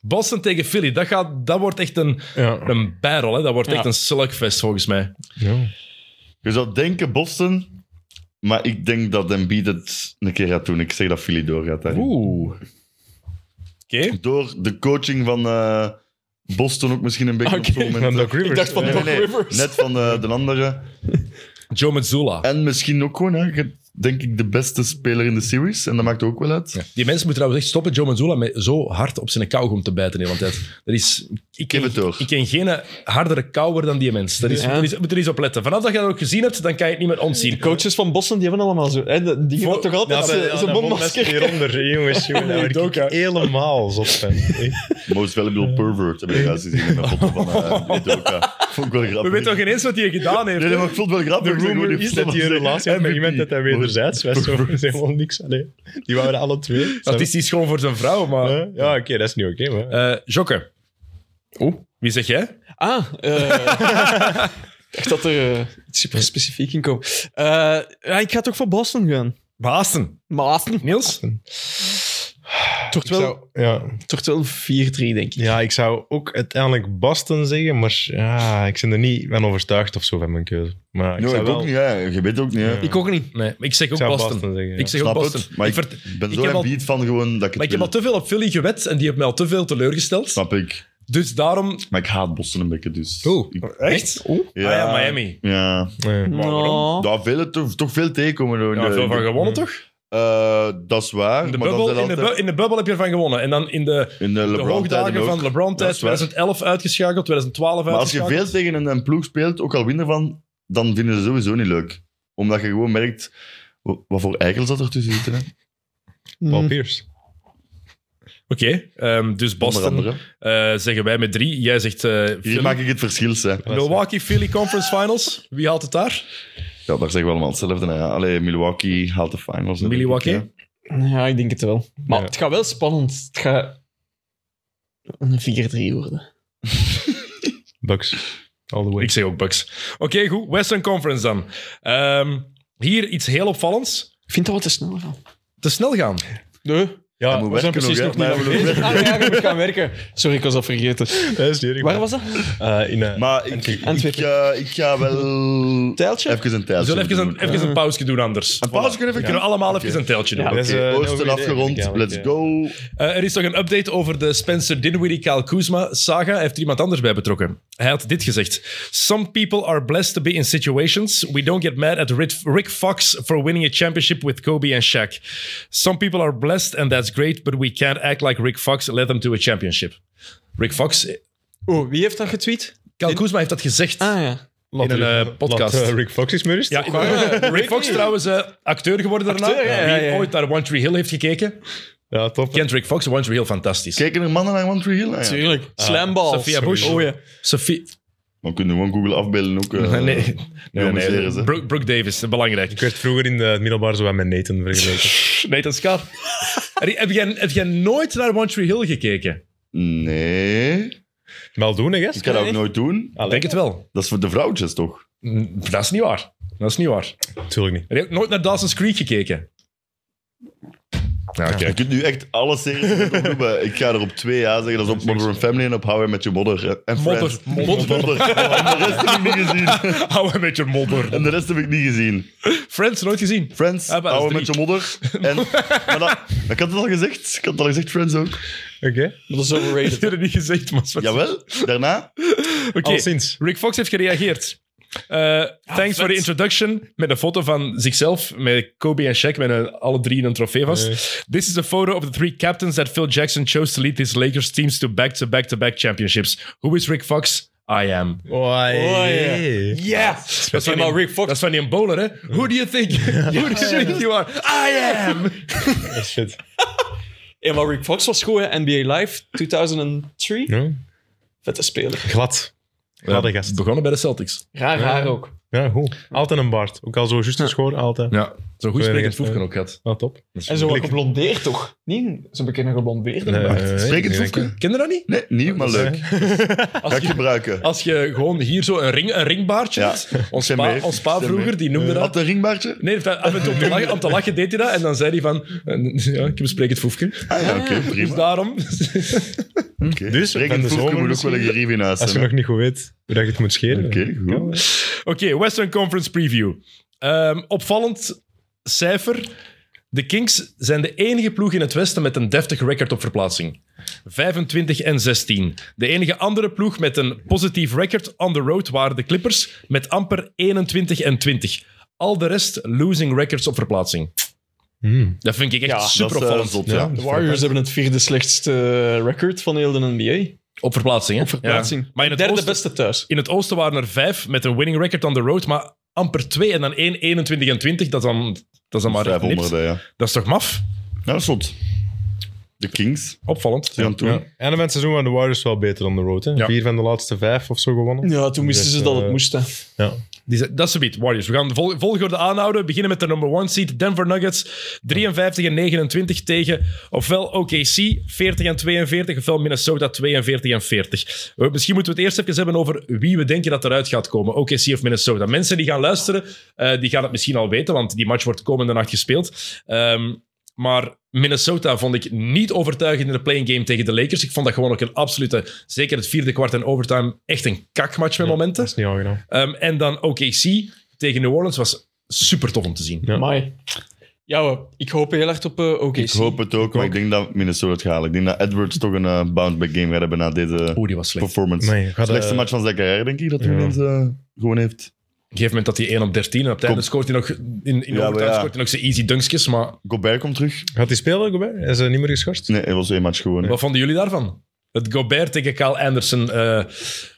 A: Boston tegen Philly, dat, gaat, dat wordt echt een,
B: Ja.
A: een battle. Hè? Dat wordt echt
D: Ja.
A: een slugfest volgens mij.
B: Ja.
C: Je zou denken Boston, maar ik denk dat Embiid het een keer gaat doen. Ik zeg dat Philly doorgaat. daarin.
A: Oeh. Oké.
C: Door de coaching van eh, Boston ook misschien een beetje
D: Oké,
C: op zo'n moment. eh.
B: Van Doc Rivers.
D: Ik dacht van
C: Nee,
D: Doc
C: nee, nee.
D: Rivers.
C: Net van eh, de andere.
A: Joe Mazzulla.
C: En misschien ook gewoon, hè, je- denk ik, de beste speler in de series. En dat maakt ook wel uit.
A: Die mensen moeten trouwens echt stoppen, Joe Mazzulla, met zo hard op zijn kauwgom te bijten de hele tijd. Dat is, ik,
C: heb
A: ken,
C: het door.
A: ik ken geen eh, hardere kauwer dan die mens. Dat is,
D: Ja.
A: moet, er eens, moet er eens op letten. Vanaf dat je dat ook gezien hebt, dan kan je het niet meer ontzien.
D: Coaches Dus van Boston, die hebben allemaal zo. Hè, de- die hebben toch altijd
B: Ja,
D: zijn-
B: ja,
D: zijn
B: dat
D: mondmasker.
B: mondmasker hieronder. Jongens, jongens, daar word
A: Doka.
B: ik helemaal zot van.
C: Most valuable pervert heb ik juist gezien in de foto van eh, Udoka. Vond ik wel grappig.
A: We weten toch geen eens wat hij gedaan heeft.
C: Nee, nee, maar ik vond het wel grappig.
B: De
C: Ik zeg gewoon,
B: rumor
C: die
B: is dat
C: vond
B: hij een
C: wel-
B: relatie had met iemand dat hij wederzijds was. Zo, Dat is helemaal niks. Allee. Die waren alle twee.
A: dat is iets gewoon voor zijn vrouw, maar...
B: Ja, oké, dat is niet oké, maar...
A: Eh, Jokke.
D: Oeh.
A: Wie zeg jij?
D: Ah, eh, ik dacht dat er eh, iets super specifiek in kwam. Eh, ja, ik ga toch voor Boston gaan.
A: Baasten.
D: Boston.
A: Niels?
D: Het wordt
B: Ik
D: wel,
B: zou- ja.
D: het wordt wel 4-3, denk ik.
B: ja, ik zou ook uiteindelijk Boston zeggen, maar ja, ik ben er niet van overtuigd of zo van mijn keuze. Maar ik
C: Nee,
B: zou
C: ik
B: wel...
C: ook niet, hè. Je weet ook niet, hè.
B: Ja.
D: Ik ook niet.
A: Nee, maar ik zeg
B: ik
A: ook
B: zou
A: Boston.
B: Boston, zeggen. ja.
A: Ik zeg ook
C: Snap
A: Boston.
C: het, maar
A: ik,
C: ik,
A: vert-
C: ben
A: ik
C: zo
A: heb al-
C: Embiid van gewoon dat ik
A: maar
C: het
A: ik heb al
C: wil.
A: te veel op Philly gewet en die heeft mij al te veel teleurgesteld.
C: Snap ik.
A: Dus daarom...
C: Maar ik haat Boston een beetje, dus... Ik-
A: Echt? Oeh.
C: ja,
A: Ah ja, Miami.
C: Ja.
B: Nee.
D: Nou.
C: Daar veel, toch, toch veel tegenkomen. hoor.
A: Ja,
C: De-
A: veel van
C: de-
A: gewonnen, toch?
C: Eh, dat is waar.
A: In de,
C: maar
A: bubbel,
C: dan
A: in,
C: zijn
A: de
C: altijd-
A: bu- in de bubbel heb je ervan gewonnen. En dan in de,
C: in
A: de
C: de
A: hoogdagen
C: LeBron-tijden
A: van
C: ook.
A: LeBron-tijd,
C: Dat is waar.
A: 2011 uitgeschakeld, 2012
C: Maar als je
A: uitgeschakeld.
C: veel tegen een, een ploeg speelt, ook al winnen van, dan vinden ze sowieso niet leuk. Omdat je gewoon merkt wa- wat voor eikels dat er tussen zitten. hè.
B: Paul
D: Mm.
B: Pierce.
A: Oké, ehm, dus
C: Onder
A: Boston
C: andere.
A: eh, zeggen wij met drie. Jij zegt eh,
C: Hier
A: Philly.
C: maak ik het verschil. Hè.
A: Milwaukee Philly Conference Finals. Wie haalt het daar?
C: Ja, daar zeggen we allemaal hetzelfde. Hè. Allee, Milwaukee haalt de finals. hè, denk ik,
A: Milwaukee?
C: hè.
D: Ja, ik denk het wel. Maar
B: Ja.
D: het gaat wel spannend. Het gaat een 4-3 worden.
B: Bucks. All the way.
A: Ik zeg ook Bucks. Oké, goed. Western Conference dan. Ehm, hier iets heel opvallends.
D: Ik vind dat wat te snel gaan.
A: Te snel gaan.
D: Nee.
C: Hij
B: ja,
C: moet
B: we zijn
C: werken
B: precies
C: nog,
B: nog
C: hè. Maar
B: niet...
C: hij moet nog werken.
D: Ah ja, je moet gaan werken. Sorry, ik was dat vergeten.
B: Dat is niet
D: Waar was dat?
B: Eh, in, eh,
C: Maar ik, ik,
D: Antwerpen.
C: eh, ik ga wel
D: Tijltje?
C: even een
A: We
C: tijltje
A: zullen even
C: doen.
A: een, even een pauze doen anders.
C: Een pauze kunnen we even
A: Kunnen we allemaal even een teltje doen.
D: Ja.
B: Dat is, eh,
C: Oké,
B: een
C: Oosten
B: goede idee,
C: afgerond.
B: eigenlijk, ja,
C: Let's
B: want,
C: go.
A: Eh, er is nog een update over de Spencer Dinwiddie Kyle Kuzma saga. Hij heeft er iemand anders bij betrokken. Hij had dit gezegd: Some people are blessed to be in situations we don't get mad at Rit- Rick Fox for winning a championship with Kobe and Shaq. Some people are blessed and that's great, but we can't act like Rick Fox led them to a championship. Rick Fox,
D: Oh, wie heeft dat getweet?
A: Kyle Kuzma heeft dat gezegd.
D: Ah ja.
B: Laat
A: in een,
B: Rick-
A: eh, podcast.
B: Laat, eh, Rick Fox is meer
A: Ja, Rick Fox trouwens eh, acteur geworden daarna.
D: Acteur, ja, ja,
A: Wie
D: ja.
A: ooit naar One Tree Hill heeft gekeken,
B: ja, top.
A: kent Rick Fox. One Tree Hill, fantastisch.
C: Kijken er mannen naar One Tree Hill? Ah, ja.
D: Tuurlijk. Slambal.
A: Sophia Bush.
D: Oh ja.
A: Sophie,
C: Dan kunnen we gewoon Google afbeelden ook. eh,
A: Nee, nee, nee,
C: jongens leren ze.
A: Brooke, Brooke Davis, belangrijk.
B: Ik werd vroeger in de- het middelbaar zo wat met Nathan vergeleken.
A: Nathan Scar. heb, jij, heb jij nooit naar One Tree Hill gekeken?
C: Nee.
B: Wel doen, hè, gast?
C: Ik ga dat ook nooit doen.
A: Ik denk het wel.
C: Dat is voor de vrouwtjes, toch?
A: Mm, Dat is niet waar. Dat is niet waar.
B: Tuurlijk niet.
A: Heb je ook nooit naar Dawson's Creek gekeken? Nou,
C: Je
A: kijk.
C: kunt nu echt alle series opnoemen. Ik ga er op twee ja zeggen. Dat is op Modern Family en op How I Met Your Mother. En
A: Modder.
C: Friends. Modder. En de rest heb ik niet gezien.
A: Hou een beetje modder.
C: En de rest heb ik niet gezien.
A: Friends, nooit gezien.
C: Friends,
A: Ah, maar dat
C: How I
A: is
C: Met Your Mother. En, maar dat, ik had het al gezegd. Ik had het al gezegd, Friends ook.
B: Oké.
D: Maar dat is
A: Ik
D: overrated.
A: heb het niet gezegd, man.
C: Jawel, daarna.
A: Oké.
B: Al sinds.
A: Rick Fox heeft gereageerd. Eh, thanks for the introduction. Met een foto van zichzelf, met Kobe en Shaq, met een- alle drie in een trofee vast. This is a photo of the three captains that Phil Jackson chose to lead his Lakers teams to back-to-back-to-back championships. Who is Rick Fox? I am.
B: Oei.
A: Yeah! Dat is
D: Helemaal
A: die-
D: Rick Fox.
A: Dat is van die bowler, hè? Who do you think? Who do you think you are? I am!
B: Oh, Shit.
D: Ja, maar Rick Fox was goed, hè. NBA Live 2003.
B: Ja.
D: Vette speler.
B: Glad. Gladde gast.
A: Begonnen bij de Celtics.
D: Raar haar ook.
B: Ja, goed. Altijd een baard. Ook al zo juist geschoren, altijd.
A: Ja, zo'n goed
B: Twee
A: sprekend
B: dingen.
A: voefken ook gehad.
B: Ah, top.
D: En zo geblondeerd toch? Nee, ze bekennen geblondeerd.
B: Nee, nee,
C: Spreek het
B: nee,
C: voefje?
A: Ken je dat niet?
C: Nee, niet, maar leuk. Ga
A: Als
C: ik
A: je,
C: gebruiken.
A: als je gewoon hier zo een, ring, een ringbaardje
C: Ja.
A: hebt. Ons
C: Stem
A: pa,
C: mee.
A: ons pa
C: Stem
A: vroeger,
C: mee. Eh,
A: die noemde
C: Had
A: dat...
C: een ringbaardje?
A: Nee, dat- af en toe om te lachen, om te lachen deed hij dat. En dan zei hij van... eh, Ja, ik heb een sprekend voefken.
C: Ah ja, oké,
A: Dus
C: prima.
A: daarom...
C: Oké.
B: Dus, van
C: Sprekend
B: de
C: voefje
B: zomer
C: moet ook wel een
B: misschien?
C: gerief in
B: Als
C: huis
B: je
C: hebben.
B: nog niet goed weet hoe dat je het moet scheren.
C: Oké, goed.
A: Oké, Western Conference Preview. Ehm, opvallend cijfer. De Kings zijn de enige ploeg in het Westen met een deftig record op verplaatsing. 25 en 16. De enige andere ploeg met een positief record on the road waren de Clippers met amper 21 en 20. Al de rest losing records op verplaatsing.
B: Hmm.
A: Dat vind ik echt
D: Ja, dat
A: super
C: dat is eh,
A: opvallend.
C: zot,
B: Ja.
C: ja.
D: De Warriors hebben het vierde slechtste eh, record van heel de NBA.
A: op verplaatsing, hè?
D: Op verplaatsing.
A: Ja. Maar in het,
D: Derde
A: oosten,
D: beste thuis.
A: in het oosten waren er vijf met een winning record on the road, maar amper twee en dan 1, 21 en 20. Dat is dan, dat is dan maar echt niks.
C: 500, ja. Ja,
A: Dat is toch maf?
C: dat is zot. De Kings,
A: Opvallend.
C: die gaan toe.
B: Ja. Einde van het seizoen waren de Warriors wel beter dan de road. Hè?
A: Ja.
B: Vier van de laatste vijf of zo gewonnen.
D: Ja, toen wisten
B: Dus,
D: ze dat
B: eh,
D: het moest. hè.
B: Ja.
A: Die zei- dat is zoiets. Warriors. We gaan de vol- volgorde aanhouden. We beginnen met de number one seed Denver Nuggets. 53 en 29 tegen ofwel OKC 40 en 42 ofwel Minnesota 42 en 40. Eh, Misschien moeten we het eerst even hebben over wie we denken dat eruit gaat komen. OKC of Minnesota. Mensen die gaan luisteren, eh, die gaan het misschien al weten, want die match wordt komende nacht gespeeld. Ehm, maar Minnesota vond ik niet overtuigend in de playing game tegen de Lakers. Ik vond dat gewoon ook een absolute, zeker het vierde kwart en overtime, echt een kakmatch met momenten.
B: Dat is niet aangenaam.
A: Ehm, en dan OKC tegen New Orleans was super tof om te zien.
B: Ja.
D: Amai. Ja, hoor, ik hoop heel hard op eh OKC.
C: Ik hoop het ook, maar ik denk dat Minnesota het gaat halen. Ik denk dat Edwards toch een eh, bounce-back game gaat hebben na deze
A: Oeh, die was slecht. Op
C: performance.
B: Oh, Nee, gaat, eh,
C: Slechtste match van zijn carrière, denk ik, dat hij
B: Ja.
C: ineens eh, gewoon heeft.
A: een gegeven moment dat hij 1 op 13 en op het einde
C: Kom.
A: scoort hij nog in, in
C: maar
A: overtime
C: ja.
A: scoort hij nog zijn easy dunkjes. Maar
C: Gobert komt terug.
B: Gaat hij spelen, Gobert? Is hij niet meer geschorst?
C: Nee, hij was één match gewoon.
A: wat vonden jullie daarvan? Het Gobert tegen Kyle Anderson eh,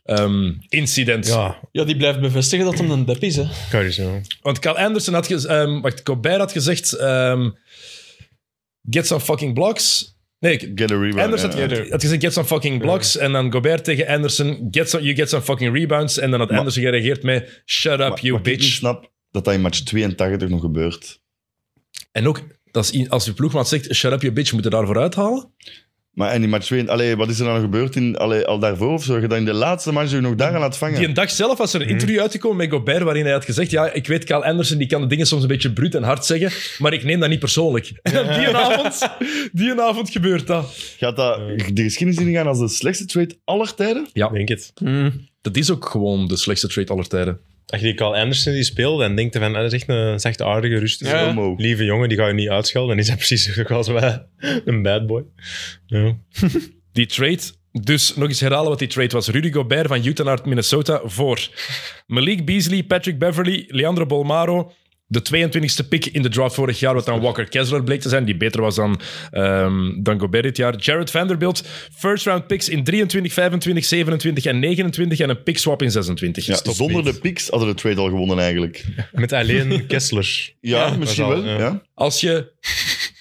A: ehm, incident.
B: Ja,
D: Ja, die blijft bevestigen dat hem een dep is. Hè.
B: Curry zo.
A: Want Kyle Anderson had, gez- ehm, wacht, Gobert had gezegd: ehm, Get some fucking blocks. Nee, ik-
C: Get a rebound.
A: Anderson
C: ja.
A: had, had gezegd: Get some fucking blocks. En dan Gobert tegen Anderson: get some, You get some fucking rebounds. En dan had Anderson gereageerd met: Shut up,
C: Maar-
A: you
C: wat ik niet
A: bitch.
C: snap dat dat in match 82 nog gebeurt.
A: En ook, dat is i- als je ploegmaat zegt, shut up je bitch, moet je daarvoor uithalen.
C: Maar en die match 2, allee, wat is er nou gebeurd in, allee, al daarvoor of zo? Je dat in de laatste match je nog daar laat vangen.
A: Die een dag zelf was er een interview uitgekomen met Gobert, waarin hij had gezegd, ja, ik weet, Kyle Anderson, die kan de dingen soms een beetje bruut en hard zeggen, maar ik neem dat niet persoonlijk. En die, avond, die avond gebeurt dat.
C: Gaat dat de geschiedenis ingaan als de slechtste trade aller tijden?
A: Ja,
B: Denk het.
A: dat is ook gewoon de slechtste trade aller tijden.
B: Als je die Carl Anderson die speelde en denkt van, ah, dat is echt een zacht aardige, rustige,
D: Ja.
C: Homo.
B: lieve jongen, die ga je niet uitschelden. Dan is hij precies ook als wij, een bad boy. Ja.
A: Die trade, dus nog eens herhalen wat die trade was. Rudy Gobert van Utah naar Minnesota voor Malik Beasley, Patrick Beverly, Leandro Bolmaro. De 22e pick in de draft vorig jaar, wat dan Walker Kessler bleek te zijn, die beter was dan, ehm, dan Gobert dit jaar. Jared Vanderbilt, first round picks in 23, 25, 27 en 29 en een pick swap in 26.
C: Ja,
B: Stop,
C: zonder
B: Piet.
C: de picks hadden we de trade al gewonnen eigenlijk.
B: Met alleen Kessler.
C: Ja, misschien
B: dat
C: wel.
B: is al,
C: ja.
B: ja.
A: Als je,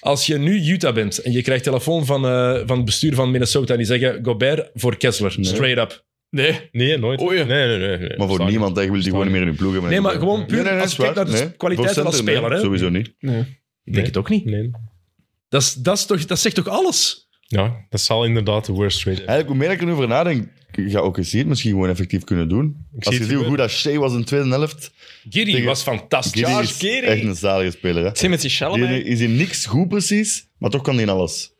A: als je nu Utah bent en je krijgt telefoon van, eh, van het bestuur van Minnesota en die zeggen Gobert voor Kessler, straight up.
D: Nee.
B: Nee, nooit.
D: Oei.
B: Nee, nee, nee. nee.
C: Maar voor
B: Sorry.
C: niemand, hè. je wil die gewoon niet meer in je ploeg hebben.
A: Nee, maar gewoon puur als je
C: dat
A: kijkt
C: is
A: naar
C: waar.
A: de kwaliteit
C: Voor
A: als
C: center,
A: speler, hè.
C: Nee, sowieso niet.
D: nee.
A: Ik denk het ook niet.
B: Nee.
A: Dat, is, dat, is toch, dat zegt toch alles?
B: Ja, dat zal inderdaad de worst trade zijn.
C: Eigenlijk, hoe meer ik er nu over nadenk, ga ook eens het misschien gewoon effectief kunnen doen.
B: zie
C: als je
B: het
C: ziet hoe
B: gebeuren.
C: goed dat Shea was in de tweede helft.
A: Giddy
C: Tegen-
A: was fantastisch.
C: Giddy
A: Charles
C: is
A: Giddy.
C: echt een zalige speler. Hè.
D: Zie met die Shalom.
C: Die is in niks goed precies, maar toch kan hij in alles.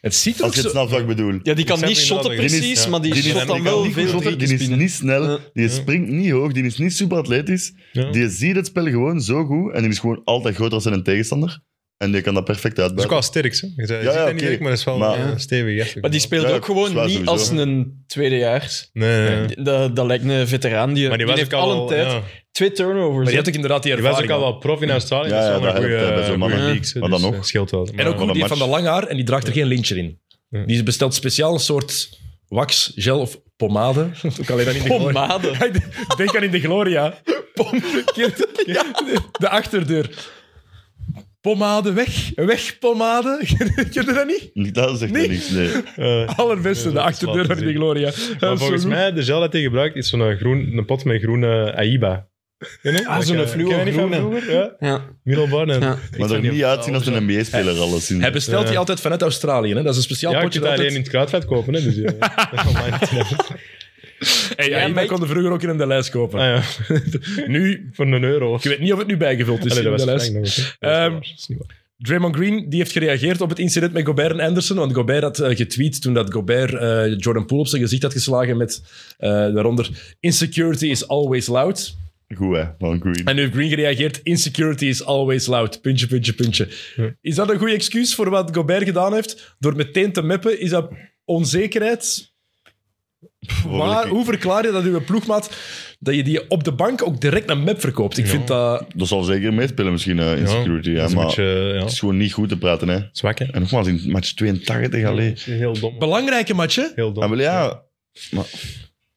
A: Het ziet er
C: Als
A: ook
C: je het
A: zo...
C: snapt wat ik bedoel.
D: Ja, die kan
B: Ik
D: niet
B: snap
D: shotten
B: het inderdaad.
D: precies,
B: Ja.
D: maar die
B: Die is-
D: shot
B: die
D: dan
B: kan
D: wel
C: niet goed
D: veel
C: shotten, die is
D: driekespinnen.
C: niet snel, die springt niet hoog, die is niet super atletisch.
B: Ja.
C: Die ziet het spel gewoon zo goed en die is gewoon altijd groter dan een tegenstander. En die kan dat perfect
B: Dat is ook
C: uitbuiten.
B: wel sterk, hè? Je zei, je
C: Ja,
B: ziet
C: ja,
B: dat niet
C: oké.
B: direct, maar dat is wel
C: Maar-
B: eh, stevig. echt.
D: Maar die speelt
C: Ja,
D: ook gewoon
C: zwaar
D: niet
C: sowieso.
D: als een tweedejaars.
B: Nee, nee, nee.
D: Dat, dat lijkt een veteraan. Die,
B: Maar die was
D: die
B: ook
D: heeft al een
B: al...
D: tijd
B: ja.
D: twee turnovers.
A: Maar je
D: hè.
A: had ook inderdaad die
B: Die was
A: ervaring.
B: ook al wel prof in Australië.
C: Ja,
B: dat is
C: ja,
B: wel
C: dat
B: een eh,
C: helpt, hè, eh, bij zo'n
B: goede
C: mannen.
B: leaks.
C: Maar dan nog.
B: dus scheelt wel.
A: en ook
C: van
A: goed,
C: een
A: die van
C: match.
A: de lang haar en die draagt er geen lintje in.
B: Ja.
A: Die bestelt speciaal een soort wax, gel of pomade. ook alleen dan in de gloria.
D: Pomade.
A: Denk aan in de gloria. Pom- De achterdeur. Pomade weg. Weg pomade. Ken je dat niet?
C: Niet Dat zegt
A: Nee.
C: nee. niks, nee.
B: Eh,
A: Allerbeste, de
B: dat is
A: achterdeur
B: wel
A: van
B: te
A: in de
B: zien.
A: gloria.
B: Maar volgens mij, de gel dat hij gebruikt, is zo'n groen, een pot met groene Aiba. Ja, nee?
D: Ah, zo'n
B: Ik, eh,
D: fluo
B: ken je niet van
D: groene.
B: vroeger? Ja.
D: Ja.
B: Middelbaar. En...
D: Ja.
B: Ik
C: Maar
B: weet
C: er
B: niet
C: niet
B: of-
C: uitzien als een NBA-speler, alles in.
A: Hij bestelt die
B: Ja.
A: altijd vanuit Australië. Hè? Dat is een speciaal
B: Ja, ik
A: potje.
B: kan
A: dat
B: dat alleen in
A: altijd-
B: het kruidvat kopen. Hè, dus, ja. Dat is online te hebben.
A: Hey, ja,
D: Ja,
A: die
D: maar ik-
A: konden vroeger ook in een de lijst kopen.
B: Ah,
A: Nu,
B: ja. Voor een euro.
A: ik weet niet of het nu bijgevuld is
B: Allee,
A: in de
B: dat was
A: lijst.
B: Frank nog eens, hè.
A: Ehm,
B: Dat is niet waar.
A: Draymond Green die heeft gereageerd op het incident met Gobert en Anderson. Want Gobert had eh, getweet toen dat Gobert eh, Jordan Poole op zijn gezicht had geslagen met eh, daaronder Insecurity is always loud.
C: Goed, hè, van Green.
A: En nu heeft Green gereageerd Insecurity is always loud. Puntje, puntje, puntje. Is dat een goede excuus voor wat Gobert gedaan heeft? Door meteen te meppen, is dat onzekerheid? Maar
C: Hoewel ik-
A: hoe verklaar je dat uw ploegmaat dat je die op de bank ook direct een map verkoopt? Ik vind dat...
C: Dat zal zeker meespelen misschien eh, in security,
B: dat
C: ja,
B: is een
C: maar
B: beetje, ja,
C: het is gewoon niet goed te praten. Hè.
B: zwak, hè.
C: En nogmaals, in match 82, alleen.
B: Heel dom.
A: Belangrijke match, hè?
B: Heel
C: Ah,
B: dom.
C: wel ja,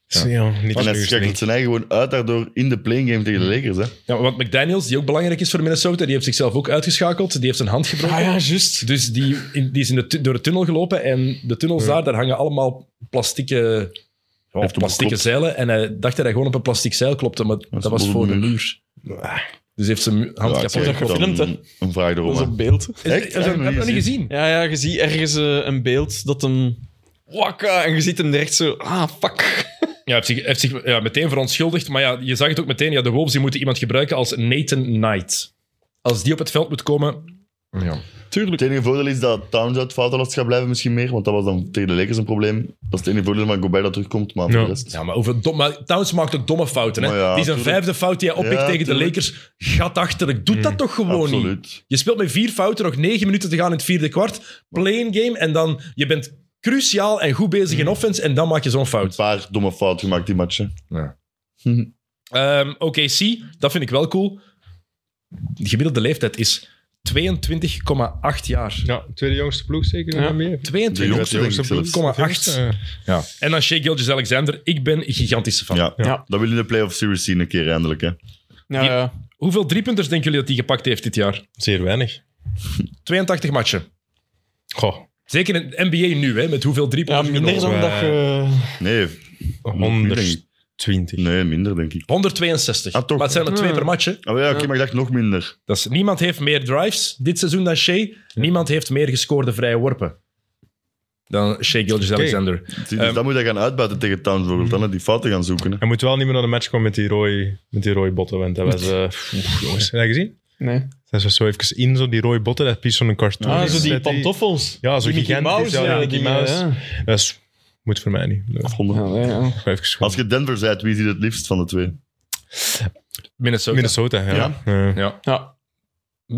B: Ja, ja, niet
C: en hij
B: zo
C: schakelt zijn eigen gewoon uit daardoor in de playing game tegen de Lakers. Hè.
A: Ja, want McDaniels, die ook belangrijk is voor Minnesota, die heeft zichzelf ook uitgeschakeld. Die heeft zijn hand gebroken.
D: Ah ja, juist.
A: Dus die, in- die is in de tu- door de tunnel gelopen. En de tunnels daar, daar hangen allemaal plastieke, ja,
C: heeft hem
A: plastieke
C: geklopt.
A: zeilen. En hij dacht dat hij gewoon op een plastic zeil klopte, maar dat,
C: is
A: was
C: een
A: voor de
C: muur.
A: muur. Dus heeft zijn mu- hand
C: Ja,
A: kapot
C: oké,
A: gekocht.
C: dan
D: gefilmd, hè?
C: Een vraag
D: Dat
C: erover.
D: is op beeld.
C: Echt?
A: Heb je dat nog niet gezien?
D: Ja, ja, je ziet ergens eh, een beeld dat hem... Wakka! En je ziet hem direct zo... Ah, fuck.
A: Ja, hij heeft zich, heeft zich ja, meteen verontschuldigd. Maar ja, je zag het ook meteen. Ja, de Wolves die moeten iemand gebruiken als Nathan Knight. Als die op het veld moet komen... Ja.
D: Tuurlijk.
C: Het enige voordeel is dat Towns uit foutenlast gaat blijven misschien meer, want dat was dan tegen de Lakers een probleem. Dat is het enige voordeel van Gobert dat terugkomt, maar voor
B: Ja.
C: de rest...
A: Ja, maar, over dom, maar Towns maakt ook domme fouten. Hè?
C: Maar ja,
A: die zijn
C: tuurlijk.
A: vijfde fout die hij oppikt
C: Ja,
A: tegen de
C: tuurlijk. Mm,
A: Lakers gaat achterlijk. Doet dat toch gewoon niet?
C: Absoluut.
A: Je speelt met vier fouten, nog negen minuten te gaan in het vierde kwart. Playing game en dan je bent cruciaal en goed bezig
C: Mm.
A: in offense en dan maak je zo'n
C: Een
A: fout.
C: paar domme fouten gemaakt die matchen.
A: Ehm Oké, C, dat vind ik wel cool. De gemiddelde leeftijd is 22,8 jaar.
B: Ja, tweede jongste ploeg zeker in
D: Ja.
B: de NBA.
C: De jongste, denk ik
A: 22,8.
C: zelfs.
B: eh,
A: Ja. En dan Shea Gilgis Alexander. Ik ben een gigantische fan.
C: Ja.
D: Ja.
C: dat wil je in de playoff series zien een keer eindelijk. Hè.
D: Ja, ja.
A: Hoeveel driepunters denken jullie dat hij gepakt heeft dit jaar?
B: Zeer weinig.
A: 82 matchen.
B: Goh,
A: Zeker in de NBA nu, hè, met hoeveel drie
D: ja minder
B: eh,
D: dan dat je...
C: Nee, denk
B: 120.
C: nee, minder denk ik.
A: 162.
C: Ah, toch.
A: Maar het zijn er twee per match. hè.
C: Ah, maar ja, oké, maar ik dacht nog minder.
A: Dat is, niemand heeft meer drives dit seizoen dan Shea. Niemand heeft meer gescoorde vrije worpen dan Shea Gilgeous-Alexander.
C: Zie, Dus
A: Ehm.
C: dat moet je gaan uitbuiten tegen Towns bijvoorbeeld, dan hè, die fouten gaan zoeken. Hè.
B: Hij moet wel niet meer naar de match komen met die rode, met die rode botten. Want dat was... eh, oef, jongens, heb je dat gezien?
D: Nee.
B: Dat is zo even in, zo die rode botten. Dat is zo'n cartoon.
D: Ah, zo
B: Dat
D: die pantoffels.
B: Ja, zo
D: Die Mickey
B: gigantisch.
D: Mouse,
B: ja,
D: eh,
B: Mickey
D: die,
B: Mouse.
D: ja.
B: Dat is, moet voor mij niet. Dat
C: Honden.
D: Ja, nee, ja.
B: ga even schoon.
C: Als je Denver bent, wie ziet het liefst van de twee?
A: Minnesota.
B: Minnesota, ja.
C: Ja.
B: Eh,
A: Ja.
D: Ja.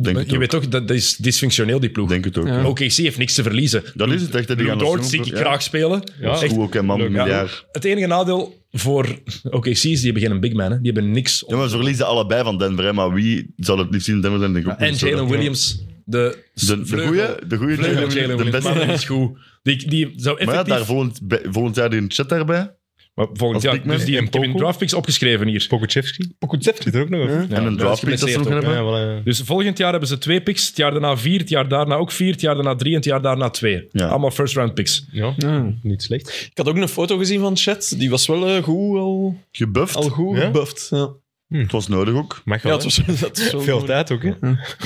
C: Denk
A: je
C: het ook.
A: weet toch, dat dat is dysfunctioneel, die ploeg.
C: Ik denk het ook.
D: Ja.
C: hè.
A: OKC heeft niks te verliezen.
C: Dat is het echt. hè, Die
A: Lou
C: gaan dat
A: Dort
C: zo-
A: zie ik
C: ja.
A: graag spelen.
B: Ja.
A: Echt.
C: Hoe ook, hè, man,
B: Leuk, ja.
C: miljard.
A: Het enige nadeel voor OKC is, die hebben geen big man. Hè. Die hebben niks. op-
C: Ja, maar ze verliezen allebei van Denver, hè, maar wie zal het liefst in Denver zijn? Denk ik ook
A: en
C: Minnesota.
A: Jalen Williams, de,
C: De, de
A: vleugel-
C: goede, de goede
A: vleugel
C: Jalen
A: Jalen
C: Williams, de
A: Williams.
C: beste.
A: Maar dat is goed. Die, die zou
C: Maar ja,
A: effectief...
C: daar volgend, bij- volgend jaar die chat daarbij.
A: Maar volgens
C: Als
A: ja,
C: Pikmin.
A: dus die
B: En
A: ik heb in
B: Poku.
A: draftpicks opgeschreven hier.
B: Pokuševski. Pokuševski zit er ook nog over.
A: Ja,
C: en een
A: dat is
C: draftpick dat ze nog
A: geblesseerd
C: hebben.
B: Ja, wel, eh.
A: Dus volgend jaar hebben ze twee picks, het jaar daarna vier, het jaar daarna ook vier, het jaar daarna drie en het jaar daarna twee.
C: Ja.
A: Allemaal first round picks.
B: ja, niet slecht.
D: Ik had ook een foto gezien van Chet. Die was wel eh, goed, al,
C: Gebufft.
D: al goed
B: Ja?
D: gebufft. Ja.
C: Het was nodig ook.
B: Mag
D: Ja,
B: wel,
D: het
B: hè.
D: was, dat was wel
B: Veel
D: goed.
B: tijd ook, hè.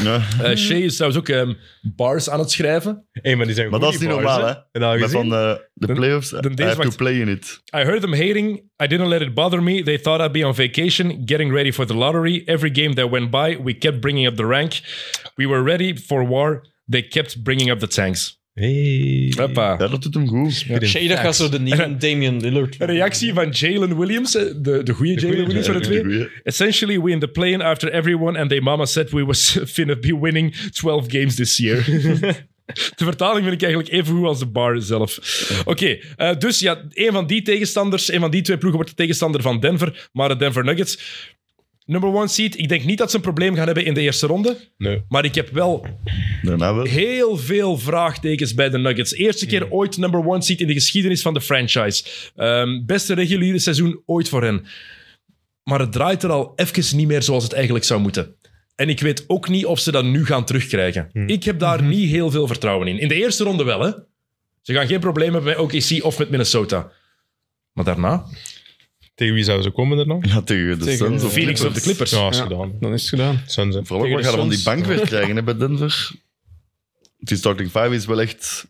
C: Ja.
A: Eh Shea is trouwens ook ehm, bars aan het schrijven.
B: Hey, maar die zijn
C: Maar dat is niet normaal, hè? Met
B: Van,
C: van eh, de
A: Dan-
C: playoffs. I
A: deze
C: have to
A: wacht.
C: play in it.
A: I heard them hating. I didn't let it bother me. They thought I'd be on vacation, getting ready for the lottery. Every game that went by, we kept bringing up the rank. We were ready for war. They kept bringing up the tanks.
B: hey.
A: Hoppa.
C: Ja, dat doet hem goed.
D: Shea, dat gaat zo de nieuwe Damian Lillard.
A: Een reactie van Jalen Williams, eh, de, de goede Jalen Williams van de
C: Dat doet
A: twee.
C: hem goed,
A: Essentially, we in the play-in after everyone and their mama said we was finna be winning 12 games this year. De vertaling vind ik eigenlijk even goed als de bar zelf. Oké, eh, dus ja, een van die tegenstanders, een van die twee ploegen wordt de tegenstander van Denver, maar de Denver Nuggets. Number one seed, ik denk niet dat ze een probleem gaan hebben in de eerste ronde,
B: Nee.
A: maar ik heb wel
C: hè. Daarna wel.
A: heel veel vraagtekens bij de Nuggets. Eerste keer ooit number one seed in de geschiedenis van de franchise. Ehm, beste reguliere seizoen ooit voor hen. Maar het draait er al even niet meer zoals het eigenlijk zou moeten. En ik weet ook niet of ze dat nu gaan terugkrijgen. Ik heb daar niet heel veel vertrouwen in. In de eerste ronde wel, hè. Ze gaan geen problemen hebben met OKC of met Minnesota. Maar daarna?
B: Tegen wie zouden ze komen daarna?
C: Ja, tegen de
D: Tegen
C: Suns
D: de
C: of
A: Phoenix op de
C: Clippers.
A: Clippers.
B: Ja, is
D: Ja.
B: gedaan.
D: Dan is het gedaan.
B: Suns, hè.
C: Vooral ook wat
D: Tegen de
C: gaan we van die
D: Suns.
C: bank weer krijgen hè, bij Denver. Die starting five is wel echt...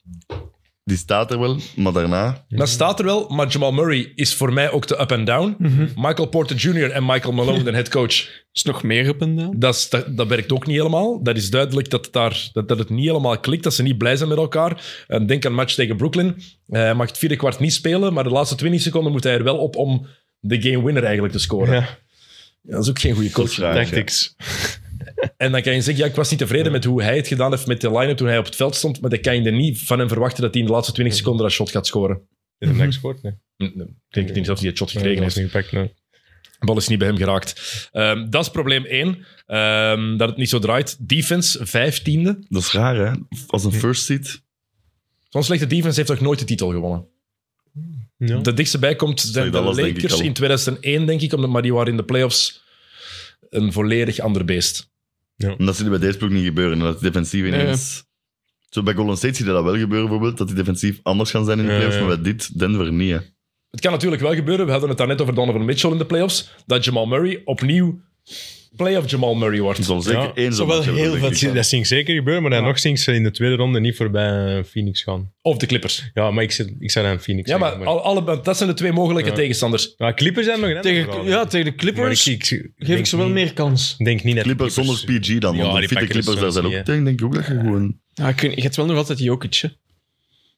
C: Die staat er wel, maar daarna...
A: Dat staat er wel, maar Jamal Murray is voor mij ook de up and down. Michael Porter Jr. en Michael Malone, de head coach,
D: Is nog meer op en down?
A: dat, is- dat, dat werkt ook niet helemaal. Dat is duidelijk dat, het daar, dat, dat het niet helemaal klikt, dat ze niet blij zijn met elkaar. En denk aan een match tegen Brooklyn. Eh, hij mag het vierde kwart niet spelen, maar de laatste 20 seconden moet hij er wel op om de game winner eigenlijk te scoren.
B: Ja,
A: Ja, dat is ook geen goede coach.
C: Vraag, ja.
B: tactics.
A: En dan kan je zeggen, ja, ik was niet tevreden met hoe hij het gedaan heeft met de line-up toen hij op het veld stond, maar dan kan je er niet van hem verwachten dat hij in de laatste 20 seconden dat shot gaat scoren.
B: Is het next sport? Nee.
A: Ik denk niet dat hij het shot
B: Nee,
A: gekregen
B: dat
A: heeft.
B: is niet gepakt, nee.
A: De bal is niet bij hem geraakt. Ehm, dat is probleem één. Ehm, dat het niet zo draait. Defense, vijftiende.
C: Dat is raar, hè? Als een first seed.
A: Zo'n slechte defense heeft nog nooit de titel gewonnen.
B: Ja.
A: De dichtste bij komt zijn de
C: Dallas, denk ik
A: Lakers
C: al.
A: in 2001, denk ik. omdat- Maar die waren in de playoffs een volledig ander beest.
C: En dat zie je bij deze ploeg niet gebeuren. Dat die defensief ineens... Zo bij Golden State zie je dat wel gebeuren, bijvoorbeeld. Dat die defensief anders gaan zijn in de
B: Ja,
C: playoffs.
B: ja.
C: Maar bij dit Denver niet, hè.
A: Het kan natuurlijk wel gebeuren. We hadden het daarnet over Donovan Mitchell in de playoffs. Dat Jamal Murray opnieuw playoff Jamal Murray
C: Het
A: wordt.
C: zal zeker
B: Ja,
C: één
D: zal
C: zo'n
D: wel
C: match hebben,
D: heel
C: denk
D: veel
C: ik.
B: Dat zie- Dat zie ik zeker gebeuren, maar dan nog zie ik ze in de tweede ronde niet voorbij eh, Phoenix gaan.
A: Of de Clippers.
B: Ja, maar ik, zit, ik zou aan Phoenix
A: Ja, maar
B: zeggen,
A: al- alle, dat zijn de twee mogelijke
B: Ja.
A: tegenstanders.
B: maar Clippers zijn nog een ander
D: Tegen,
B: verhaal,
D: ja,
B: hè.
D: tegen de
B: Maar
D: Clippers
B: ik, ik, ik
D: geef
B: denk
D: ik ze wel
B: niet-
D: meer kans.
B: Ik denk niet dat
C: Clippers zonder PG dan.
B: Ja,
C: Want de
B: die
C: fitte
B: pakken de
C: Clippers daar
B: Suns
C: zijn ook
B: niet, hè.
C: tegen, denk ik ook. Dat je gewoon...
D: Ja, ik weet niet, je hebt wel nog altijd Jokic, hè.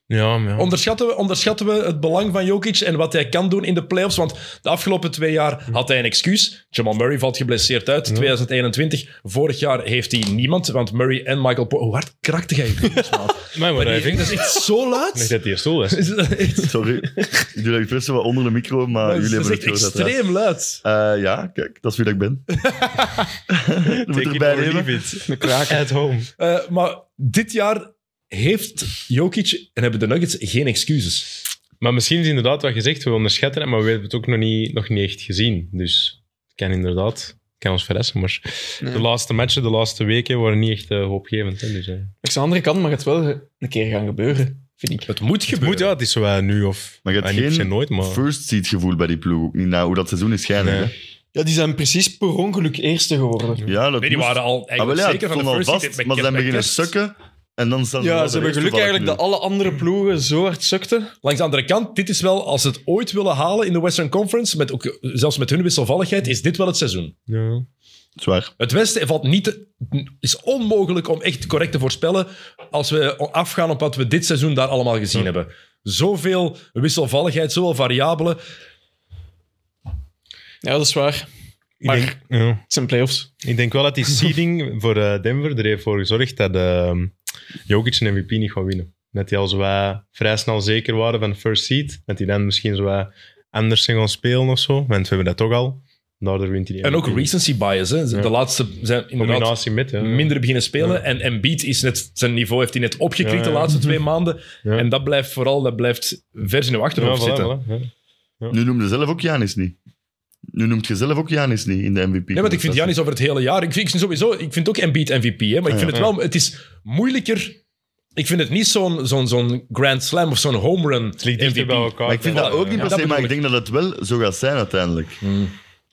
B: Ja, maar ja.
A: Onderschatten we, onderschatten we het belang van Jokic en wat hij kan doen in de playoffs? Want de afgelopen twee jaar had hij een excuus. Jamal Murray valt geblesseerd uit. 2021, vorig jaar heeft hij niemand. Want Murray en Michael Porter... Hoe hard krakte jij je vingers, maat?
B: maar
A: Maar
B: wat
A: die
B: hij vindt,
A: vingers is echt zo
B: is
A: luid.
B: dat die stoel is.
A: Is dat echt-
C: Sorry. ik doe dat expres wel onder de micro, maar
A: Dat is,
C: Ah, jullie
A: dat is
C: hebben het
A: echt
C: gehoord. uiteraard.
A: extreem luid.
C: Eh, ja, kijk, dat is wie dat ik ben. dat moet
B: Take
C: ik
B: it
C: erbij
B: or
C: nemen.
B: leave it.
D: De kraken.
B: At home.
A: Eh, maar dit jaar heeft Jokic en hebben de Nuggets geen excuses.
B: Maar misschien is inderdaad wat je zegt, we onderschatten het, maar we hebben het ook nog niet, nog niet echt gezien. Dus het kan inderdaad, het kan ons verrassen. Maar de laatste matchen, de laatste weken waren niet echt eh, hoopgevend. Hè, dus, eh.
D: Aan de andere kant mag het wel een keer gaan gebeuren, vind ik.
A: Het moet
B: Het
A: gebeuren.
B: moet, ja, het is zo eh, nu of
C: Maar je hebt
B: eh, niet per se
C: geen
B: nooit, maar...
C: First seed gevoel bij die ploeg ook niet, na hoe dat seizoen is schijnen.
B: Nee.
C: hè.
D: Ja, die zijn precies per ongeluk eerste geworden.
C: Ja, dat
A: Nee, die
C: moest-
A: waren al
C: Ah, wel
A: eigenlijk
C: ja,
A: zeker
C: het
A: van de
C: stond al
A: first seed
C: vast,
A: met
C: maar ze zijn
A: Kevin
C: beginnen
A: Kerst.
C: sukken. En dan staan ze wel
D: Ja,
C: de
D: ze hebben
C: eerste
D: geluk
C: vanaf
D: eigenlijk
C: nu.
D: dat alle andere ploegen zo hard sukten.
A: Langs de andere kant, dit is wel, als ze het ooit willen halen in de Western Conference, met ook, zelfs met hun wisselvalligheid, is dit wel het seizoen.
B: Ja.
C: Zwaar.
A: Het Westen valt niet te- is onmogelijk om echt correct te voorspellen als we afgaan op wat we dit seizoen daar allemaal gezien hebben. Zoveel wisselvalligheid, zoveel variabelen.
D: Ja, dat is waar.
B: Ik,
D: Maar-
B: denk, ja.
D: Het zijn playoffs.
B: ik denk wel dat die seeding voor eh, Denver er heeft voor gezorgd dat eh, Jokic een MVP niet gaat winnen. Dat die al zo wat vrij snel zeker waren van de first seed. Dat die dan misschien zo wat anders zijn gaan spelen of zo. Want we hebben dat toch al. Daardoor wint hij die
A: En ook
B: MVP.
A: recency bias. Hè. De
B: Ja.
A: laatste zijn inderdaad
B: combinatie met. Ja.
A: minder beginnen spelen. En Embiid is net, zijn niveau heeft hij net opgekrikt
B: Ja, ja.
A: de laatste twee maanden.
B: Ja.
A: En dat blijft vooral, dat blijft vers in uw achterhoofd
B: voilà,
A: zitten.
B: voilà, ja.
C: Nu noemde zelf ook Janis niet. Nu noemt je zelf ook Janis niet in de MVP.
A: Nee, want ik vind Janis over het hele jaar. Ik vind, ik vind sowieso, ik vind ook Embiid MVP, hè, maar ik vind het wel, het is moeilijker. Ik vind het niet zo'n zo'n zo'n Grand Slam of zo'n home run
B: Het ligt dichter
A: MVP.
B: bij elkaar.
C: Maar ik vind
B: Ja.
C: dat ook niet per
A: dat
C: se, maar
A: bedoel
C: ik denk dat het wel zo gaat zijn uiteindelijk.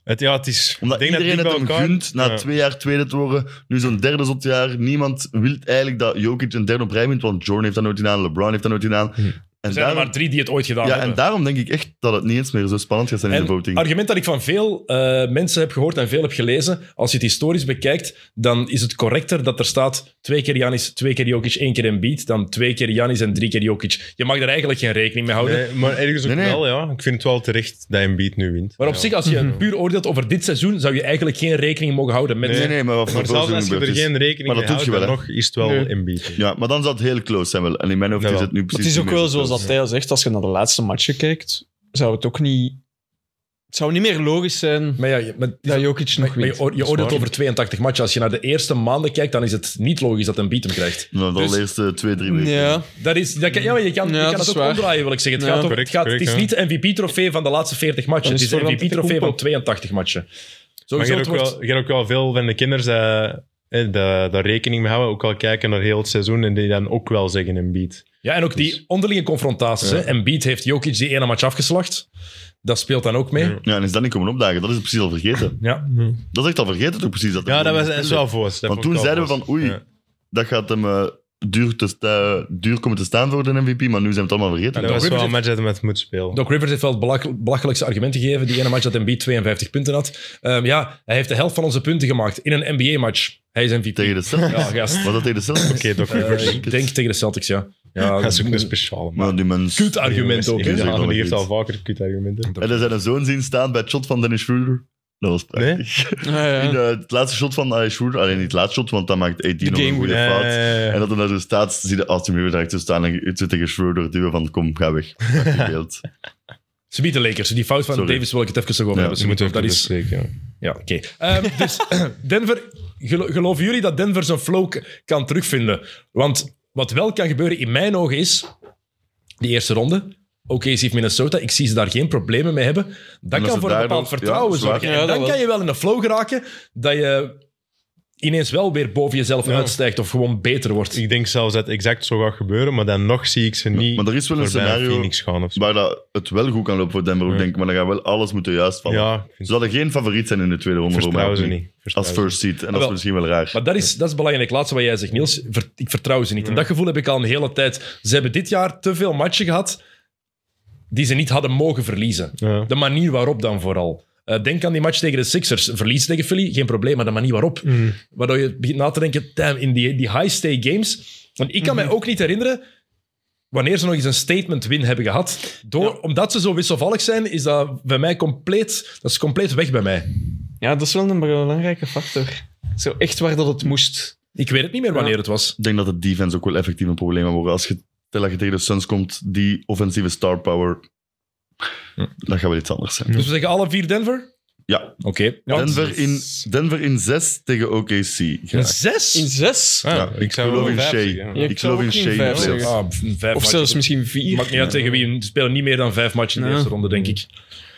B: Het, ja, het is...
C: Omdat
B: ik denk
C: iedereen
B: dat
C: het
B: die
C: hem
B: bij elkaar-
C: gunt na
B: Ja.
C: twee jaar tweede te worden. Nu zo'n derde zot jaar. Niemand wil eigenlijk dat Jokic een derde op rij wint, want Jordan heeft dat nooit gedaan, LeBron heeft dat nooit gedaan. En
A: Er zijn er
C: daarom,
A: maar drie die het ooit gedaan
C: ja, en
A: hebben.
C: daarom denk ik echt dat het niet eens meer zo spannend gaat zijn in de
A: het
C: voting.
A: argument dat ik van veel eh, mensen heb gehoord en veel heb gelezen, als je het historisch bekijkt, dan is het correcter dat er staat twee keer Janis, twee keer Jokic, één keer Embiid, dan twee keer Janis en drie keer Jokic. Je mag er eigenlijk geen rekening mee houden.
B: Nee, maar ergens ook
C: Nee, nee.
B: wel, ja. Ik vind het wel terecht dat Embiid nu wint.
A: Maar op
B: Ja.
A: zich, als je puur oordeelt over dit seizoen, zou je eigenlijk geen rekening mogen houden met...
C: Nee, nee, maar wat
B: Maar
C: voor
B: zelfs
C: seizoen
B: als je
C: gebeurd
B: er
C: is.
B: geen rekening
C: Maar
B: mee
C: dat doet
B: houdt,
C: je wel,
B: dan
C: hè?
B: nog is het wel
D: Nee.
B: Embiid.
C: Ja, maar dan zou het heel close zijn wel. En in mijn hoofd is
B: Jawel.
C: het nu
D: Maar
C: precies
D: het is ook
C: niet meer zo
D: wel zoals
C: close.
D: dat hij al zegt, als je naar de laatste matchen kijkt, zou het ook niet... Het zou niet meer logisch zijn
A: Maar ja, je- maar het is
D: dat Jokic nog
A: Maar
D: wint.
A: je, oor- je
D: Dat is
A: oordeelt
D: waar.
A: over 82 matchen. Als je naar de eerste maanden kijkt, dan is het niet logisch dat een beat hem krijgt.
C: Nou, de
D: Dus-
C: allereerste twee, drie weken.
D: Ja,
A: Dat is, dat kan, ja, maar je kan,
D: Ja,
A: je kan
D: dat
A: het
D: is
A: ook
D: waar.
A: omdraaien, wil ik zeggen. Het,
D: Ja.
A: gaat over- het,
B: Correct,
A: gaat, het is
B: correct,
A: niet de MVP-trofee van de laatste 40 matchen.
D: Dat
A: Het
D: is
A: is de
D: voor
A: MVP-trofee van
D: Antetokounmpo.
A: 82 matchen.
B: Maar je
A: Sowieso,
B: hebt
A: het
B: ook,
A: wordt,
B: wel- je hebt ook wel veel van de kinderen eh, hè, daar, daar rekening mee houden. Ook al kijken naar heel het seizoen en die dan ook wel zeggen in beat.
A: Ja, en ook die
B: Dus-
A: onderlinge confrontaties.
B: Ja.
A: Hè? Embiid heeft Jokic die ene match afgeslacht. Dat speelt dan ook mee. Ja.
B: Ja.
C: Ja, en is dat niet komen opdagen? Dat is het precies al vergeten. Dat is echt al vergeten toch precies. Dat
B: Ja, dat was dat is wel voor.
C: Want toen zeiden we van, oei, dat gaat hem eh, duur, te sta- duur komen te staan voor de MVP, maar nu zijn we het allemaal vergeten.
B: Dat
A: Doc
B: was wel
A: Rivers
B: een match dat hij met moet spelen.
A: Doc Rivers heeft wel het belak- belachelijkste argumenten gegeven. Die ene match dat Embiid 52 punten had. Ehm, ja, hij heeft de helft van onze punten gemaakt in een NBA-match. Hij is MVP.
C: Tegen de Celtics.
A: Ja, gast.
C: Was dat tegen de Celtics?
B: Oké, Doc
A: Eh,
B: Rivers.
A: ik denk tegen de Celtics, ja. ja
B: dat is ook een speciale man.
C: eh, Maar die mens...
A: kut argument ook.
B: Die
A: Hè?
C: Ja.
B: man die heeft al vaker kut argumenten.
C: En hij zijn zoon zien staan bij het shot van Dennis Schroeder. Dat was prachtig.
D: ja.
C: In, eh, het laatste shot van eh, Schroeder, alleen niet het laatste shot, want dan maakt AD nog
D: game
C: een goede
B: Ja,
C: fout.
B: ja, ja, ja.
C: En dat hij daar zo staat, zie je als hij weer direct zo staan en zit tegen Schroeder duwen van kom, ga weg. Prachtig beeld.
A: Ze bieden de Lakers. dus Die fout van
C: Sorry.
A: Davis wil ik het even zo over
C: Ja,
A: hebben.
B: Die Dus moeten we
A: dat
B: even
A: is,
B: bespreken. ja.
A: ja, oké. Ehm, dus Denver, gelo- geloven jullie dat Denver zijn flow k- kan terugvinden? Want wat wel kan gebeuren in mijn ogen is, die eerste ronde, oké, ze heeft Minnesota, ik zie ze daar geen problemen mee hebben. Dat
C: Omdat
A: kan
C: ze
A: voor een
C: daar
A: bepaald
C: dan- ja,
A: vertrouwen
C: zwaar.
A: zorgen.
D: Ja,
A: en
D: dat
A: dan
D: wel.
A: kan je wel in een flow geraken dat je ineens wel weer boven jezelf uitstijgt of gewoon beter wordt.
B: Ik denk zelfs dat het exact zo gaat gebeuren, maar dan nog zie ik ze niet
C: Maar er is wel een
B: voorbij
C: scenario
B: Phoenix gaan of zo.
C: waar dat het wel goed kan lopen voor Denver, ook
B: Ja.
C: denk ik, maar dan gaat wel alles moeten juist vallen.
B: Ja, ik vind-
C: Ze hadden geen favoriet zijn in de tweede ronde. voor mij
B: vertrouwen ze
C: opnieuw.
B: niet. Ah,
C: Als
B: Vertrouwen
C: first seed. En dat
A: Wel,
C: is misschien wel raar.
A: Maar dat is, dat is belangrijk. Laatste wat jij zegt, Niels. Ver- ik vertrouw ze niet. En dat gevoel heb ik al een hele tijd. Ze hebben dit jaar te veel matchen gehad die ze niet hadden mogen verliezen.
B: Ja.
A: De manier waarop dan vooral. Eh, denk aan die match tegen de Sixers. Verlies tegen Philly, geen probleem, maar de manier waarop. Waardoor je begint na te denken, damn, in die, die high-stake games. Want ik kan mij ook niet herinneren wanneer ze nog eens een statement win hebben gehad. Door, Omdat ze zo wisselvallig zijn, is dat bij mij compleet, dat is compleet weg bij mij.
D: Ja, dat is wel een belangrijke factor. Zo echt waar dat het moest.
A: Ik weet het niet meer wanneer
D: Ja.
A: het was.
C: Ik denk dat de defense ook wel effectief een probleem gaat worden. Als je, stel dat je tegen de Suns komt, die offensieve star power, dat gaat wel iets anders zijn.
A: Dus we zeggen alle vier Denver?
C: Ja,
A: Oké. Want-
C: Denver in, Denver in 6 tegen OKC.
A: Een
C: Ja.
A: zes?
D: In zes?
B: Ja,
C: Ja,
B: ik zou
C: geloof
B: wel
C: in
B: vijf
C: Shea.
B: zeggen,
D: Ja,
B: ja.
C: Ik geloof
D: zou
C: in
D: ook
C: Shea in de
D: vijf
C: playoffs.
D: zeggen.
A: Ah, v- vijf
D: Of zelfs
A: matchen.
D: misschien vier.
A: Maakt niet uit tegen wie. Ze spelen niet meer dan vijf matchen in de
D: Ja.
A: eerste ronde, denk ik.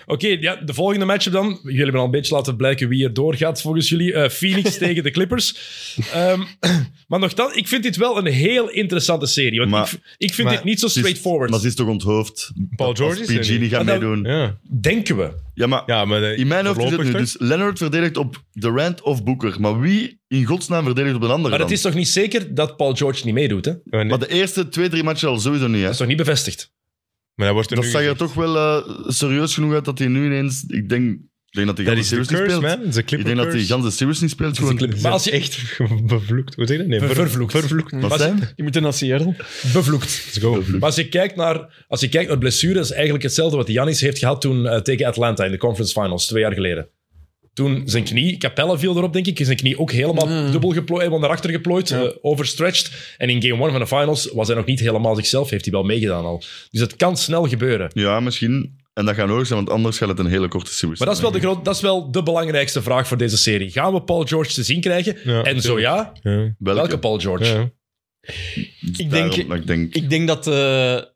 A: Oké, ja, de volgende matchup dan. Jullie hebben al een beetje laten blijken wie er doorgaat volgens jullie. Eh, Phoenix tegen de Clippers. Ehm, maar nogthans, ik vind dit wel een heel interessante serie. Want
C: Maar-
A: ik, ik vind
B: maar-
A: dit niet zo
C: Ze is-
A: straightforward.
C: Maar ze is toch onthoofd?
B: Paul
C: dat
B: George
C: als
B: is er
C: PG
B: niet.
C: niet gaat
A: Ah, dat-
C: meedoen.
B: Ja.
A: Denken we.
C: Ja, maar
B: Ja, maar de-
C: in mijn hoofd is het
B: voorlopig
C: nu.
B: toch?
C: Dus Leonard verdedigt op Durant of Booker. Maar wie in godsnaam verdedigt op de andere
A: Maar het
C: dan?
A: is toch niet zeker dat Paul George niet meedoet, hè? Dat
B: Ja, nee.
C: Maar
B: maar,
C: de eerste twee, drie matchen al sowieso niet. Hè?
A: is toch niet bevestigd?
B: dat wordt er
C: Dat
B: nu
C: zag er
B: gezegd.
C: toch wel eh, serieus genoeg uit dat hij nu ineens... Ik denk, ik denk dat hij
B: Dat
C: de
B: is de
C: series niet
B: curse,
C: speelt.
B: man. De
C: Ik denk dat hij
B: Clipper
C: de series niet speelt. Gewoon.
B: curse.
A: Maar als je-
B: echt bevloekt. Hoe zeg je dat? Nee,
A: Ver-
B: ver-
A: vervloekt.
B: Vervloekt.
A: Maar
C: Wat
A: als je-
C: zijn?
D: Je moet naar Seattle.
A: Bevloekt.
B: Let's go.
A: Maar als je kijkt naar, als je kijkt naar blessures, is eigenlijk hetzelfde wat Janis heeft gehad toen eh, tegen Atlanta in de conference finals, twee jaar geleden. Toen zijn knie, Capella viel erop, denk ik, is zijn knie ook helemaal
D: Mm.
A: dubbel geplooid, helemaal naar achter geplooid, eh, overstretched. En in game one van de finals was hij nog niet helemaal zichzelf, heeft hij wel meegedaan al. Dus het kan snel gebeuren.
C: Ja, misschien. En dat gaat nodig zijn, want anders gaat het een hele korte series
A: Maar dat is, wel
C: zijn,
A: de groot, dat is wel de belangrijkste vraag voor deze serie. Gaan we Paul George te zien krijgen?
B: Ja,
A: en zo ja,
B: Ja.
C: denk ik.
A: welke Paul George?
B: Ja.
D: Ik
C: Daarom
D: denk-
C: dat ik denk...
D: Ik denk dat de,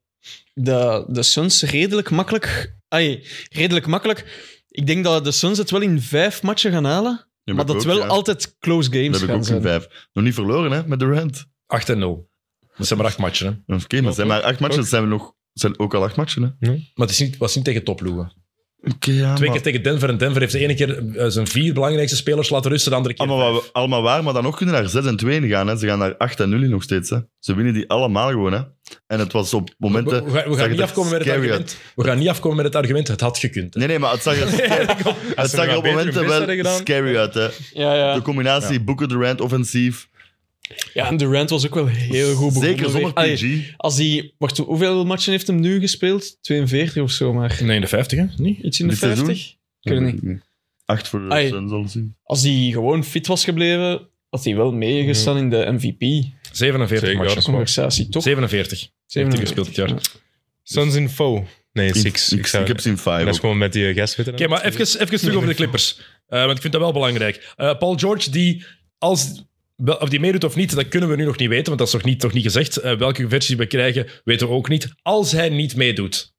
D: de, de Suns redelijk makkelijk... Ai, redelijk makkelijk... Ik denk dat de Suns het wel in vijf matchen gaan halen.
C: Ja,
D: maar
C: ik
D: dat
C: ook,
D: wel
C: ja.
D: altijd close games
C: Dat heb ik
D: gaan
C: ook in
D: zijn.
C: vijf. Nog niet verloren, hè, met Durant.
A: 8 en 0. Dat zijn maar acht matchen. Hè?
C: Oké, maar zijn maar acht matchen.
B: ook.
C: Dat zijn, we nog, zijn ook al acht matchen, hè.
A: Maar het is niet, was niet tegen topploegen.
C: Oké, ja,
A: Twee
C: maar-
A: keer tegen Denver. En Denver heeft de ene keer eh, zijn vier belangrijkste spelers laten rusten, de andere keer.
C: Allemaal, wa- allemaal waar, maar dan nog kunnen naar 6 en 2 gaan. Hè. Ze gaan naar 8 en 0 in nog steeds. Hè. Ze winnen die allemaal gewoon. Hè. En het was op
A: we, we
C: momenten.
A: gaan- we
C: zag
A: gaan
C: eh, het
A: niet
C: er
A: afkomen met het
C: scary
A: argument. We gaan niet afkomen met het argument. Het had gekund. hè.
C: Nee, nee, maar het zag er, het
B: ze
C: zag
B: maar
C: er op
B: beter hun best
C: momenten
B: hadden
C: wel
B: gedaan.
C: scary uit. Hè.
D: Ja, ja.
C: De combinatie Booker Durant offensief.
D: ja, en Durant was ook wel heel goed begonnen.
C: Zeker zonder
D: weer. Ai,
C: PG.
D: Als hij... Wacht, hoeveel matchen heeft hem nu gespeeld? 42 of zo maar.
A: Nee, in de 50, hè? Niet?
D: Iets in de
C: Dit seizoen?
D: 50? Ik weet het niet.
C: 8 voor de
D: Ai.
C: Suns al zien.
D: Als hij gewoon fit was gebleven, had hij wel meegestaan in de MVP-conversatie,
A: 47
B: Zeker,
A: matchen.
B: ja, dat
D: toch?
A: 47. Heeft hij gespeeld dit jaar. Oké,
B: Suns in foe. Nee,
C: Ik,
B: six.
C: ik,
B: zou-
C: ik heb zien 5.
B: Dat is gewoon met die gast weten.
A: maar even, even terug over de Clippers. Eh, want ik vind dat wel belangrijk. Eh, Paul George, die als... wel- Of die meedoet of niet, dat kunnen we nu nog niet weten, want dat is nog niet, nog niet gezegd. Eh, welke versie we krijgen, weten we ook niet. Als hij niet meedoet,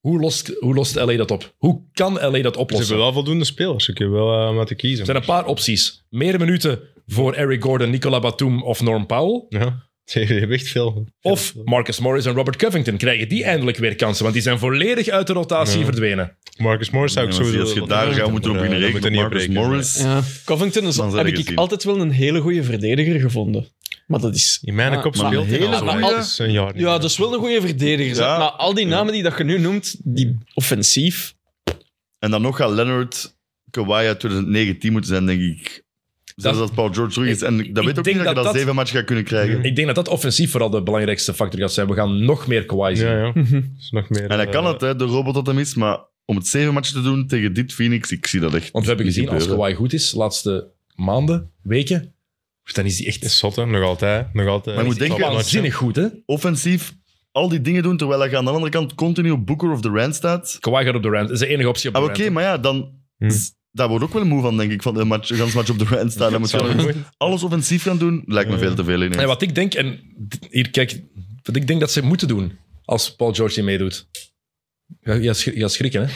A: hoe lost, hoe lost LA dat op? Hoe kan LA dat
B: Ze
A: oplossen?
B: hebben wel voldoende spelers. Ik heb wel eh, om uit te kiezen.
A: Er zijn een paar opties. Meer minuten voor Eric Gordon, Nicola Batum of Norm Powell.
B: Ja. Je hebt echt veel.
A: Of Marcus Morris en Robert Covington krijgen die eindelijk weer kansen, want die zijn volledig uit de rotatie
B: Ja.
A: verdwenen.
B: Marcus Morris zou ik
C: Ja, maar
B: sowieso...
C: Als je daar gaat, moeten we op
B: Maar, eh,
C: beginnen
B: we
C: rekenen.
B: moeten niet op
C: Marcus
B: rekenen.
C: Dus Morris.
D: Ja. Covington is,
C: Dan zijn
D: heb
C: we
D: ik
C: gezien.
D: altijd wel een hele goede verdediger gevonden. Maar dat is...
B: In mijn
D: Ah,
B: kop
D: maar
B: speelt hij
C: hele
B: al zo, hè.
D: goeie-
B: Dat is een jaar. niet
D: Ja,
B: meer.
D: dat is wel een goede verdediger. zeg.
C: Ja.
D: Maar al die namen die dat je nu noemt, die offensief...
C: En dan nog gaat Leonard Kawhi uit 2019 moeten zijn, denk ik. Zelfs
A: Dat-
C: dat Paul George terug is. En ik- dat
A: ik
C: weet
A: denk
C: ook niet dat je
A: dat
C: dat
A: dat-
C: zeven match gaat kunnen krijgen.
A: Ik denk dat dat offensief vooral de belangrijkste factor gaat zijn. We gaan nog meer Kawhi zien.
B: Ja, ja. Dat is nog meer...
C: En hij kan
B: eh,
C: het, hè, de robot dat hem is. Maar om het zeven match te doen tegen dit Phoenix, ik zie dat echt
A: Want we hebben
C: niet
A: gezien, als
C: gebeuren.
A: Kawhi goed is, laatste maanden, weken, dan is die echt
B: Het is zot, hè. Nog altijd. Nog altijd.
C: Maar je moet
B: Top
C: denken-
B: notch, hè.
A: waanzinnig goed. Hè?
C: Offensief al die dingen doen, terwijl hij aan de andere kant continu op Booker of the Rand staat.
A: Kawhi gaat op de rand. Dat is de enige optie op de
C: Ah, Oké,
A: rand.
C: maar ja, dan...
A: Hmm.
B: Hm.
C: s- Daar wordt ook wel moe van, denk ik, van de match, de ganse match op de Rand staan. Dan moet je
B: Zou-
C: nog alles offensief gaan doen. Lijkt me
B: Ja.
C: veel te veel in.
A: En wat ik denk, en d- hier kijk, wat ik denk dat ze moeten doen als Paul George hier meedoet. Ja, ja, schri- ja, schrikken, hè?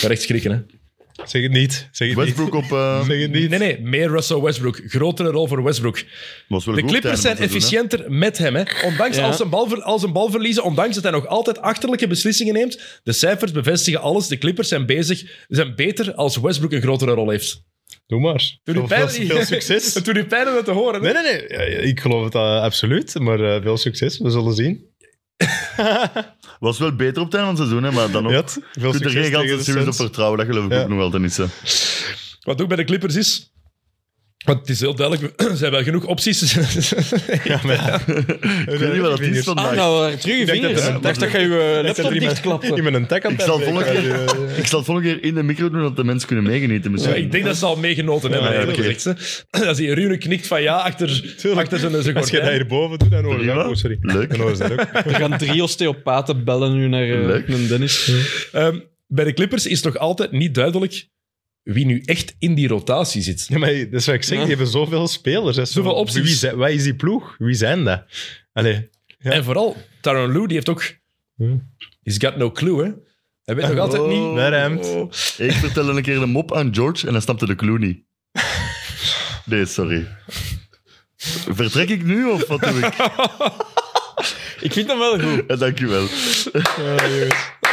A: Ja, echt schrikken, hè?
B: Zeg het niet. Zeg het niet.
C: Westbrook op... eh,
B: Zeg het
A: Nee,
B: niet.
A: nee, meer Russell Westbrook. Grotere rol voor Westbrook.
C: was wel
A: De
C: goed
A: Clippers zijn
C: tijdens het seizoen, hè.
A: efficiënter met hem. Hè. Ondanks
D: Ja.
A: als zijn bal, ver- als een bal verliezen, ondanks dat hij nog altijd achterlijke beslissingen neemt. De cijfers bevestigen alles. De Clippers zijn, bezig, zijn beter als Westbrook een grotere rol heeft.
B: Doe maar.
A: Doe nu
B: Veel-
A: pijn-
B: veel- Veel succes.
A: Het doet u pijn om dat te horen. Hè?
B: Nee, nee, nee. Ja, ja, Ik geloof het eh, absoluut. Maar eh, veel succes. We zullen zien.
C: Was wel beter op het einde van het seizoen, hè, maar dan ook...
B: Ja, veel
C: Je kunt er
B: succes
C: geen
B: tegen
C: ganse
B: de
C: series op
B: Suns.
C: vertrouwen, dat geloof ik
B: Ja.
C: ook nog wel ten is. hè.
A: Wat ook bij de Clippers is. Want het is heel duidelijk, ze hebben wel genoeg opties.
B: Ja, maar ja.
C: Ik weet niet wat dat is
D: Ah,
C: vandaag.
D: nou, daar terug je
B: denk dat
D: vingers.
B: dat-
D: Ik dacht dat je je laptop
B: In
D: dichtklapte.
B: mijn tak aan het
C: Ik zal
B: afbreken.
C: volgende
B: Eh,
C: Ik zal het volgende keer in de micro doen, dat de mensen kunnen meegenieten.
A: Ja,
C: Misschien.
A: ik denk dat ze al meegenoten hebben,
B: Ja,
A: eigenlijk. gezegd, hè. Als hij Rune knikt van ja achter,
B: Tuurlijk.
A: achter zijn, zijn
B: Als je dat
A: gordijn.
B: hierboven doet, dan hoor je dat.
C: Prima.
B: Oh, sorry.
C: Leuk.
B: Dan hoor je dat ook.
D: Er gaan drie osteopaten bellen nu naar eh,
C: Leuk.
D: naar Dennis.
A: Ehm, bij de Clippers is nog altijd niet duidelijk wie nu echt in die rotatie zit.
B: Ja, maar dat is wat ik zeg.
D: Ja.
B: Die hebben zoveel spelers. hè. Zo-
A: Zoveel opties.
B: Wie, zijn- wat is die ploeg? Wie zijn dat? Allee. Ja.
A: En vooral, Taron Lou, die heeft ook...
B: Hm.
A: He's got no clue, hè. Hij weet nog altijd niet...
B: dat ruimt.
C: Oh. Ik vertelde een keer een mop aan George en hij snapte de clue niet. Nee, sorry. Vertrek ik nu of wat doe ik?
D: Ik vind dat wel goed.
C: Ja, Dankjewel.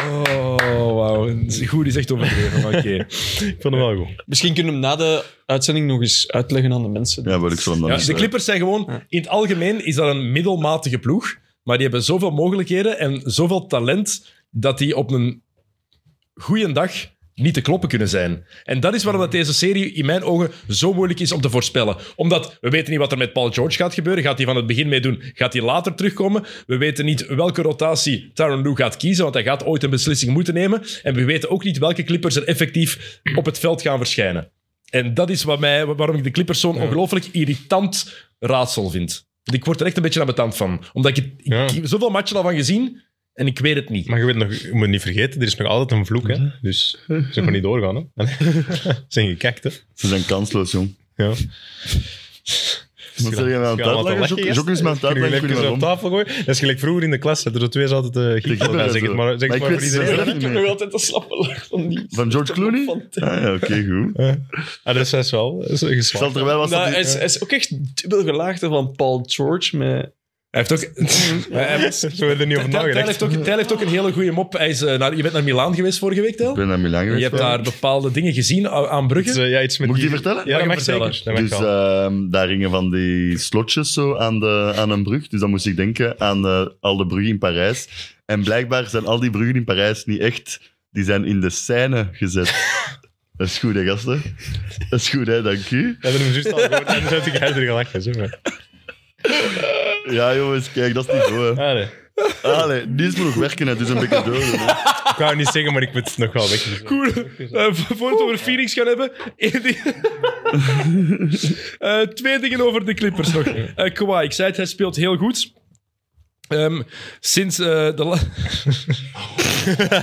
A: Oh, wauw. Goed is echt overdreven, maar oké.
B: Ik vond hem wel goed.
D: Misschien kunnen we hem na de uitzending nog eens uitleggen aan de mensen.
C: Ja, wat ik zo dan
A: Ja,
C: niet
A: de
C: zeggen.
A: Clippers zijn gewoon... In het algemeen is dat een middelmatige ploeg. Maar die hebben zoveel mogelijkheden en zoveel talent dat die op een goede dag niet te kloppen kunnen zijn. En dat is waarom dat deze serie in mijn ogen zo moeilijk is om te voorspellen. Omdat we weten niet wat er met Paul George gaat gebeuren. Gaat hij van het begin mee doen? Gaat hij later terugkomen? We weten niet welke rotatie Tyronn Lue gaat kiezen, want hij gaat ooit een beslissing moeten nemen. En we weten ook niet welke Clippers er effectief op het veld gaan verschijnen. En dat is wat mij, waarom ik de Clippers zo'n ongelooflijk irritant raadsel vind. Want Ik word er echt een beetje aan mijn tand van. Omdat ik, ik,
B: Ja.
A: ik heb zoveel matchen al van gezien en ik weet het niet.
B: Maar je, weet nog, je moet niet vergeten, er is nog altijd een vloek. Hè? Dus ze kunnen niet doorgaan. Hè? Allee. Ze zijn gekakt. Hè?
C: Ze zijn kansloos, jong.
B: Ja.
C: Wat zeg je mij aan het uitleggen? Jok- Jok is mij aan het
B: Kun je
C: uitleggen. ik weet
B: even zo
C: niet waarom.
B: op tafel gooien? Dat is gelijk vroeger in de klas. Dat er zo twee zaten te giechelen bij.
C: giechelen
B: eh, Zeg het
C: zo.
B: maar, zeg
C: Maar
B: het maar
C: ik weet
B: voor iedereen.
C: zeker-
D: Ik heb nog altijd een slappe lach van die.
C: Van George Clooney? Ah, ja, oké, goed.
B: Ah, dat is wel dat is
C: Ik zal
B: geslaagd.
C: het er wel was
D: Nou,
C: dat
D: hij,
C: die-
D: is, hij is ook echt dubbel gelaagd van Paul George. Met...
A: Hij heeft ook... Hij- hij-
B: Zo werden er niet over
A: Tijl
B: nagedacht.
A: heeft, ook- Tijl heeft ook een hele goede mop. Hij is, eh, naar, je bent naar Milaan geweest vorige week, Tel.
C: Ik ben naar Milaan
A: Je
C: geweest.
A: hebt daar bepaalde dingen gezien a- aan
B: Iets,
A: Brugge.
B: eh, ja, iets met
C: Moet ik die vertellen?
B: Ja, dat
A: Mag
B: mag
A: ik
B: zeker.
A: vertellen?
B: Dat mag
C: dus
B: wel.
C: ehm, daar hingen van die slotjes zo aan, de, aan een brug. Dus dan moest ik denken aan eh, al de bruggen in Parijs. En blijkbaar zijn al die bruggen in Parijs niet echt. Die zijn in de scène gezet. Dat is goed, hè, gasten? Dat is goed, hè? Dank u.
B: We hebben hem juist al
C: eh,
B: gehoord. En dan heb ik harder gelachen. Zo, maar.
C: Ja, jongens, kijk, dat is niet goed. hè.
B: Ah, nee.
C: Allee, die is moet nog werken, hè, het is een beetje door. hè.
B: Ik wou het niet zeggen, maar ik moet het nog wel weg.
A: Cool. Eh, voor voor we het over Phoenix gaan hebben. één ding- Eh, twee dingen over de Clippers nog. Eh Kawhi, ik zei het, hij speelt heel goed. Ehm, sinds eh, de... la-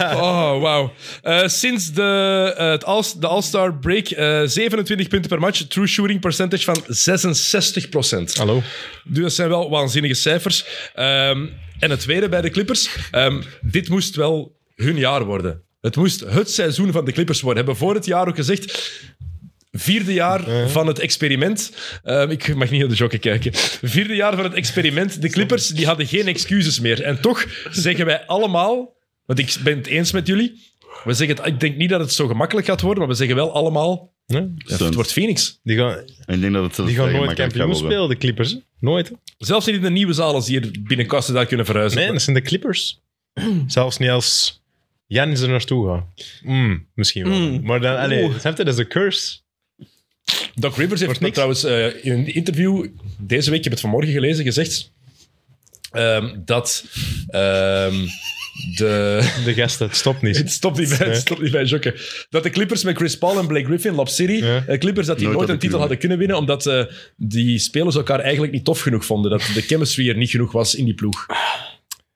A: oh, wauw. Eh, sinds de, eh, het All- de All-Star break, eh, 27 punten per match. True shooting percentage van 66%.
B: Hallo.
A: Dus dat zijn wel waanzinnige cijfers. Ehm, en het tweede bij de Clippers. ehm, dit moest wel hun jaar worden. Het moest het seizoen van de Clippers worden. Hebben we voor het jaar ook gezegd. Vierde jaar
B: Ja.
A: van het experiment. Ehm, ik mag niet naar de jokken kijken. Vierde jaar van het experiment. De Clippers die hadden geen excuses meer. En toch zeggen wij allemaal, want ik ben het eens met jullie. We zeggen het, ik denk niet dat het zo gemakkelijk gaat worden, maar we zeggen wel allemaal:
B: Nee?
A: ja, het
C: Suns.
A: wordt Phoenix.
B: Die gaan,
C: En ik denk dat het zelfs
B: die gaan
C: vrij
B: nooit
C: gemakkelijk
B: kampioen
C: gaat worden.
B: spelen, de Clippers. hè? Nooit. hè?
A: Zelfs niet in de nieuwe zaal als die hier binnenkort ze daar kunnen verhuizen.
B: Nee, dat zijn de Clippers. Zelfs niet als Janis er naartoe gaat. Mm, misschien wel.
D: Mm.
B: Maar dan, allee,
D: Oeh.
B: snap je, dat is de curse.
A: Doc Rivers heeft
B: Wordt
A: me
B: niks.
A: trouwens eh, in een interview deze week, ik heb het vanmorgen gelezen, gezegd ehm, dat ehm, de...
B: De gasten, het stopt niet.
A: Het stopt niet bij, het
B: Nee.
A: stopt niet bij jokken. Dat de Clippers met Chris Paul en Blake Griffin, Lob City,
B: Ja.
A: eh, Clippers dat die nooit, een
C: Nooit hadden
A: titel hadden kunnen winnen, omdat eh, die spelers elkaar eigenlijk niet tof genoeg vonden. Dat de chemistry er niet genoeg was in die ploeg.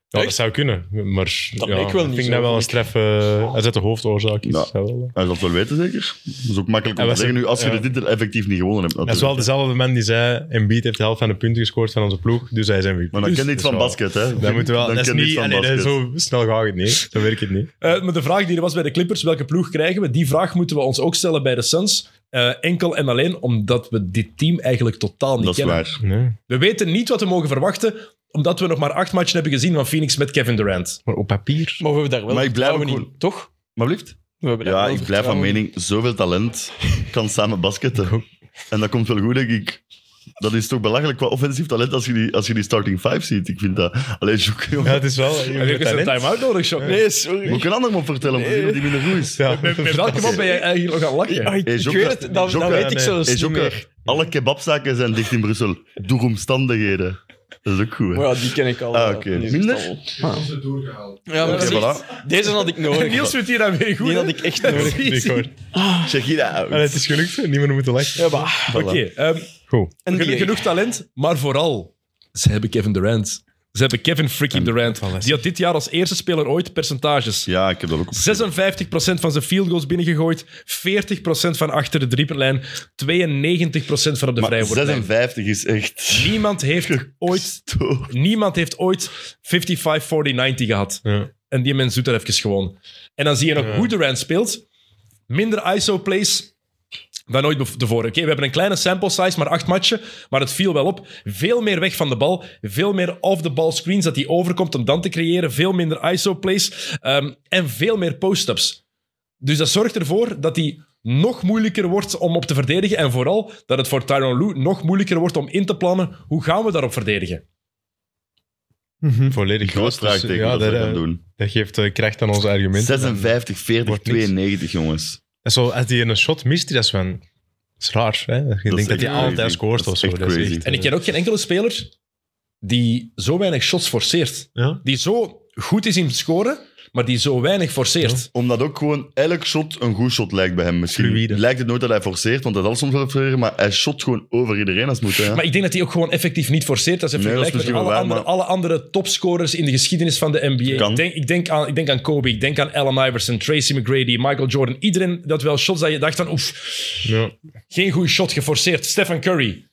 B: Ja, dat
D: Echt?
B: zou kunnen, maar
D: Dat
B: ja,
D: leek wel
B: ik
D: niet
B: vind
D: zo,
B: dat wel een
D: vond
B: stref. eh hij zet de hoofdoorzaak. Is.
C: Ja.
B: Dat, wel, eh.
C: Hij zal het wel weten, zeker. Dat is ook makkelijk om
B: Ja, we zijn-
C: te zeggen nu, als je
B: ja.
C: de titel effectief niet gewonnen hebt.
B: dat is wel
C: natuurlijk.
B: dezelfde man die zei: Embiid heeft de helft van de punten gescoord van onze ploeg, dus hij is MVP.
C: Maar
B: Dus
C: dan ken je
B: dat
C: iets
B: is
C: van
B: wel-
C: basket, hè.
B: Dat moet wel,
C: Dan
B: dat is
C: ken je iets
B: niet,
C: van
B: allee, dat is
C: basket.
B: zo snel gaat het niet. Zo werkt het niet.
A: Eh, maar de vraag die er was bij de Clippers, welke ploeg krijgen we? Die vraag moeten we ons ook stellen bij de Suns. Eh, enkel en alleen omdat we dit team eigenlijk totaal niet
C: Dat is
A: kennen.
C: waar.
B: Nee.
A: We weten niet wat we mogen verwachten, omdat we nog maar acht matchen hebben gezien van Phoenix met Kevin Durant.
B: Maar op papier.
D: Maar we hebben daar wel
C: Maar ik blijf
D: vertrouwen
C: ook
D: in, toch?
C: Maar blieft?
D: We hebben daar
C: Ja,
D: wel
C: ik blijf van
D: vertrouwen in.
C: mening, zoveel talent kan samen basketten. En dat komt wel goed, denk ik. Dat is toch belachelijk qua offensief talent als je die, als je die starting five ziet. Ik vind dat... Allee, zoek,
B: Ja,
C: jongen.
B: het is wel.
A: Heb je
B: Je
A: eens dus een
B: talent.
A: time-out nodig, Sean?
D: Nee, sorry.
C: Moet ik een ander man vertellen, omdat iemand die minder goed is.
B: Ja.
A: Met, met welke man ben jij eigenlijk eh, nog aan het lachen?
D: Ah, ik,
C: Hey,
D: ik
C: Jokke,
D: weet het, dat,
C: Jokke,
D: dat weet ik
B: nee.
D: zelfs
C: Hey,
D: niet
C: Jokke,
D: meer.
C: alle kebabzaken zijn dicht in Brussel. Door omstandigheden. Dat is ook goed, hè.
D: Maar ja, die ken ik al.
C: Ah,
D: eh,
C: oké.
D: die is
C: Minder?
D: echt al-
E: ze doorgehaald.
D: Ja, maar
C: Oké,
D: precies. Deze had ik nodig.
A: Niels vindt hier aan mee goed.
D: Die had
A: hè?
D: ik echt nodig.
A: Zie je,
B: Ik
A: zie je.
B: hoor.
C: voilà. Check it out.
B: Allee, het is gelukt, niet meer moeten lachen.
D: Ja, maar.
A: Oké, ehm,
B: Goed.
D: En
A: geno-
D: die
A: genoeg talent, maar vooral, ze hebben Kevin Durant. Ze hebben Kevin freaking Durant. Die had dit jaar als eerste speler ooit percentages.
C: Ja, ik heb dat ook op.
A: 56% van zijn field goals binnengegooid, 40% van achter de driepuntlijn, 92% van op de
C: Maar
A: vrijwoordlijn.
C: 56 is echt...
A: Niemand heeft ooit
C: Toch.
A: Niemand heeft ooit 55, 40, 90 gehad.
B: Ja.
A: En die mens doet dat even gewoon. En dan zie je nog hoe Durant speelt. Minder ISO-plays dan ooit bev- tevoren. Oké, we hebben een kleine sample size, maar acht matchen. Maar het viel wel op. Veel meer weg van de bal. Veel meer off-the-ball screens dat hij overkomt om dan te creëren. Veel minder ISO-plays. ehm, en veel meer post-ups. Dus dat zorgt ervoor dat hij nog moeilijker wordt om op te verdedigen. En vooral dat het voor Tyronn Lue nog moeilijker wordt om in te plannen. Hoe gaan we daarop verdedigen?
B: Volledig
C: Groot
B: juist, dus,
C: vraagteken
B: ja,
C: dat we
B: dat, eh,
C: gaan doen.
B: dat geeft eh, kracht aan onze argumenten.
C: 56, 40,
B: Wordt niks.
C: 92, jongens.
B: En zo, als hij een shot mist, hij dat is van... Dat is raar, hè? Je
C: is
B: denkt dat
C: echt
B: hij altijd
C: crazy.
B: scoort
C: Dat
B: of
C: is
B: zo.
C: echt
B: Dat is
C: crazy.
B: echt,
A: En ik
B: eh,
A: ken ook geen enkele speler die zo weinig shots forceert.
B: Ja.
A: Die zo goed is in scoren, maar die zo weinig forceert.
C: Omdat ook gewoon elk shot een goed shot lijkt bij hem. Misschien
B: Fluïde.
C: lijkt het nooit dat hij forceert, want hij zal soms wel forceren, maar hij shot gewoon over iedereen als het moet. Hè?
A: Maar ik denk dat hij ook gewoon effectief niet forceert. Dat is
C: Nee, dat is
A: vergelijkbaar met alle,
C: misschien wel waar,
A: andere, alle andere topscorers in de geschiedenis van de NBA.
C: Kan.
A: Ik denk, ik, denk aan, ik denk aan Kobe, ik denk aan Allen Iverson, Tracy McGrady, Michael Jordan. Iedereen dat wel shots dat je dacht van oef,
B: ja.
A: geen goede shot geforceerd. Stephen Curry.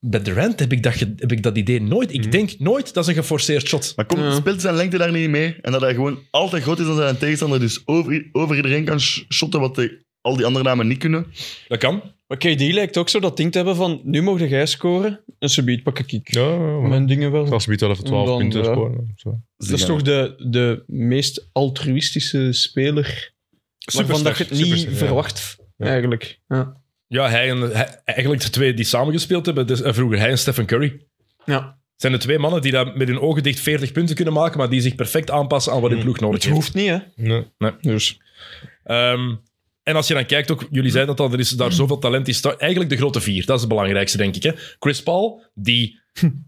A: Bij Durant heb ik dat, ge- heb ik dat idee nooit. Ik denk nooit dat is een geforceerd shot.
C: Maar komt,
D: Ja.
C: speelt zijn lengte daar niet mee? En dat hij gewoon altijd groot is dan zijn tegenstander, dus over, over iedereen kan sh- shotten wat de- al die andere namen niet kunnen.
A: Dat kan.
D: Maar KD lijkt ook zo dat ding te hebben van... Nu mogen jij scoren, en ze biedt pak ik.
B: Ja, ja, ja.
D: Mijn dingen wel.
B: Als ze biedt wel even 12
D: Dan,
B: punten
D: ja.
B: scoren. Zo.
D: Dat is toch de, de meest altruïstische speler... waarvan dat je het niet
B: superster, ja.
D: verwacht,
B: Ja.
D: eigenlijk. Ja.
A: Ja, hij en hij- eigenlijk de twee die samengespeeld hebben, dus, eh, vroeger hij en Stephen Curry.
D: Ja.
A: Zijn de twee mannen die daar met hun ogen dicht 40 punten kunnen maken, maar die zich perfect aanpassen aan wat
B: Mm,
A: hun ploeg nodig
D: Het
A: heeft.
D: hoeft niet, hè.
B: Nee.
D: Dus...
A: Ehm, en als je dan kijkt, ook,
B: Mm.
A: jullie zeiden dat al, er is daar zoveel talent is. daar- Eigenlijk de grote vier, dat is het belangrijkste, denk ik. Hè? Chris Paul, die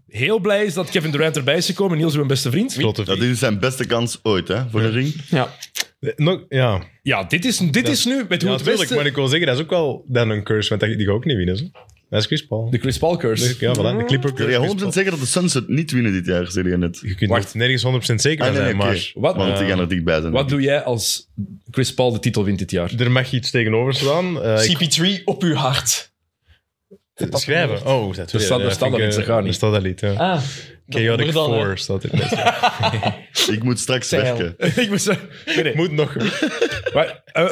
A: heel blij is dat Kevin Durant erbij is gekomen. Niels, mijn beste vriend.
B: Grote
C: Dat
B: vier.
C: is zijn beste kans ooit hè, voor de ring.
D: Ja.
B: Eh, Nog, ja,
A: Ja, dit is, dit is nu met hoe
B: ja
A: het
B: natuurlijk,
A: beste...
B: maar ik wil zeggen, dat is ook wel dan een curse, want dat- die gaat ook niet winnen. Zo. Dat is Chris Paul.
A: De Chris Paul curse. Mm.
B: ja, voilà, de Clipper
C: Kun
B: curse. Chris
C: je 100%
B: Paul.
C: zeker dat de Suns het niet winnen dit jaar, zei je net?
B: Je kunt
A: Wacht.
B: nog nergens 100% zeker
C: Ah,
B: van
C: nee, nee,
B: zijn,
C: oké.
B: maar
A: Wat-
C: Want die gaan er dichtbij zijn.
A: Wat doe jij als Chris Paul de titel wint dit jaar?
B: er mag iets tegenover staan. Eh, ik-
D: CP3 op uw hart.
B: schrijven. Oh, dat
A: Er staat- er staat al iets, dat gaat niet.
B: Er eh, staat al iets, ja.
D: Ah. Dat
B: Chaotic
D: wordt dan, hè.
B: Four staat er net.
C: Ik moet straks
D: Zeil.
C: werken.
A: ik moet zeggen, nee, nee.
B: Moet nog.
A: Maar, eh,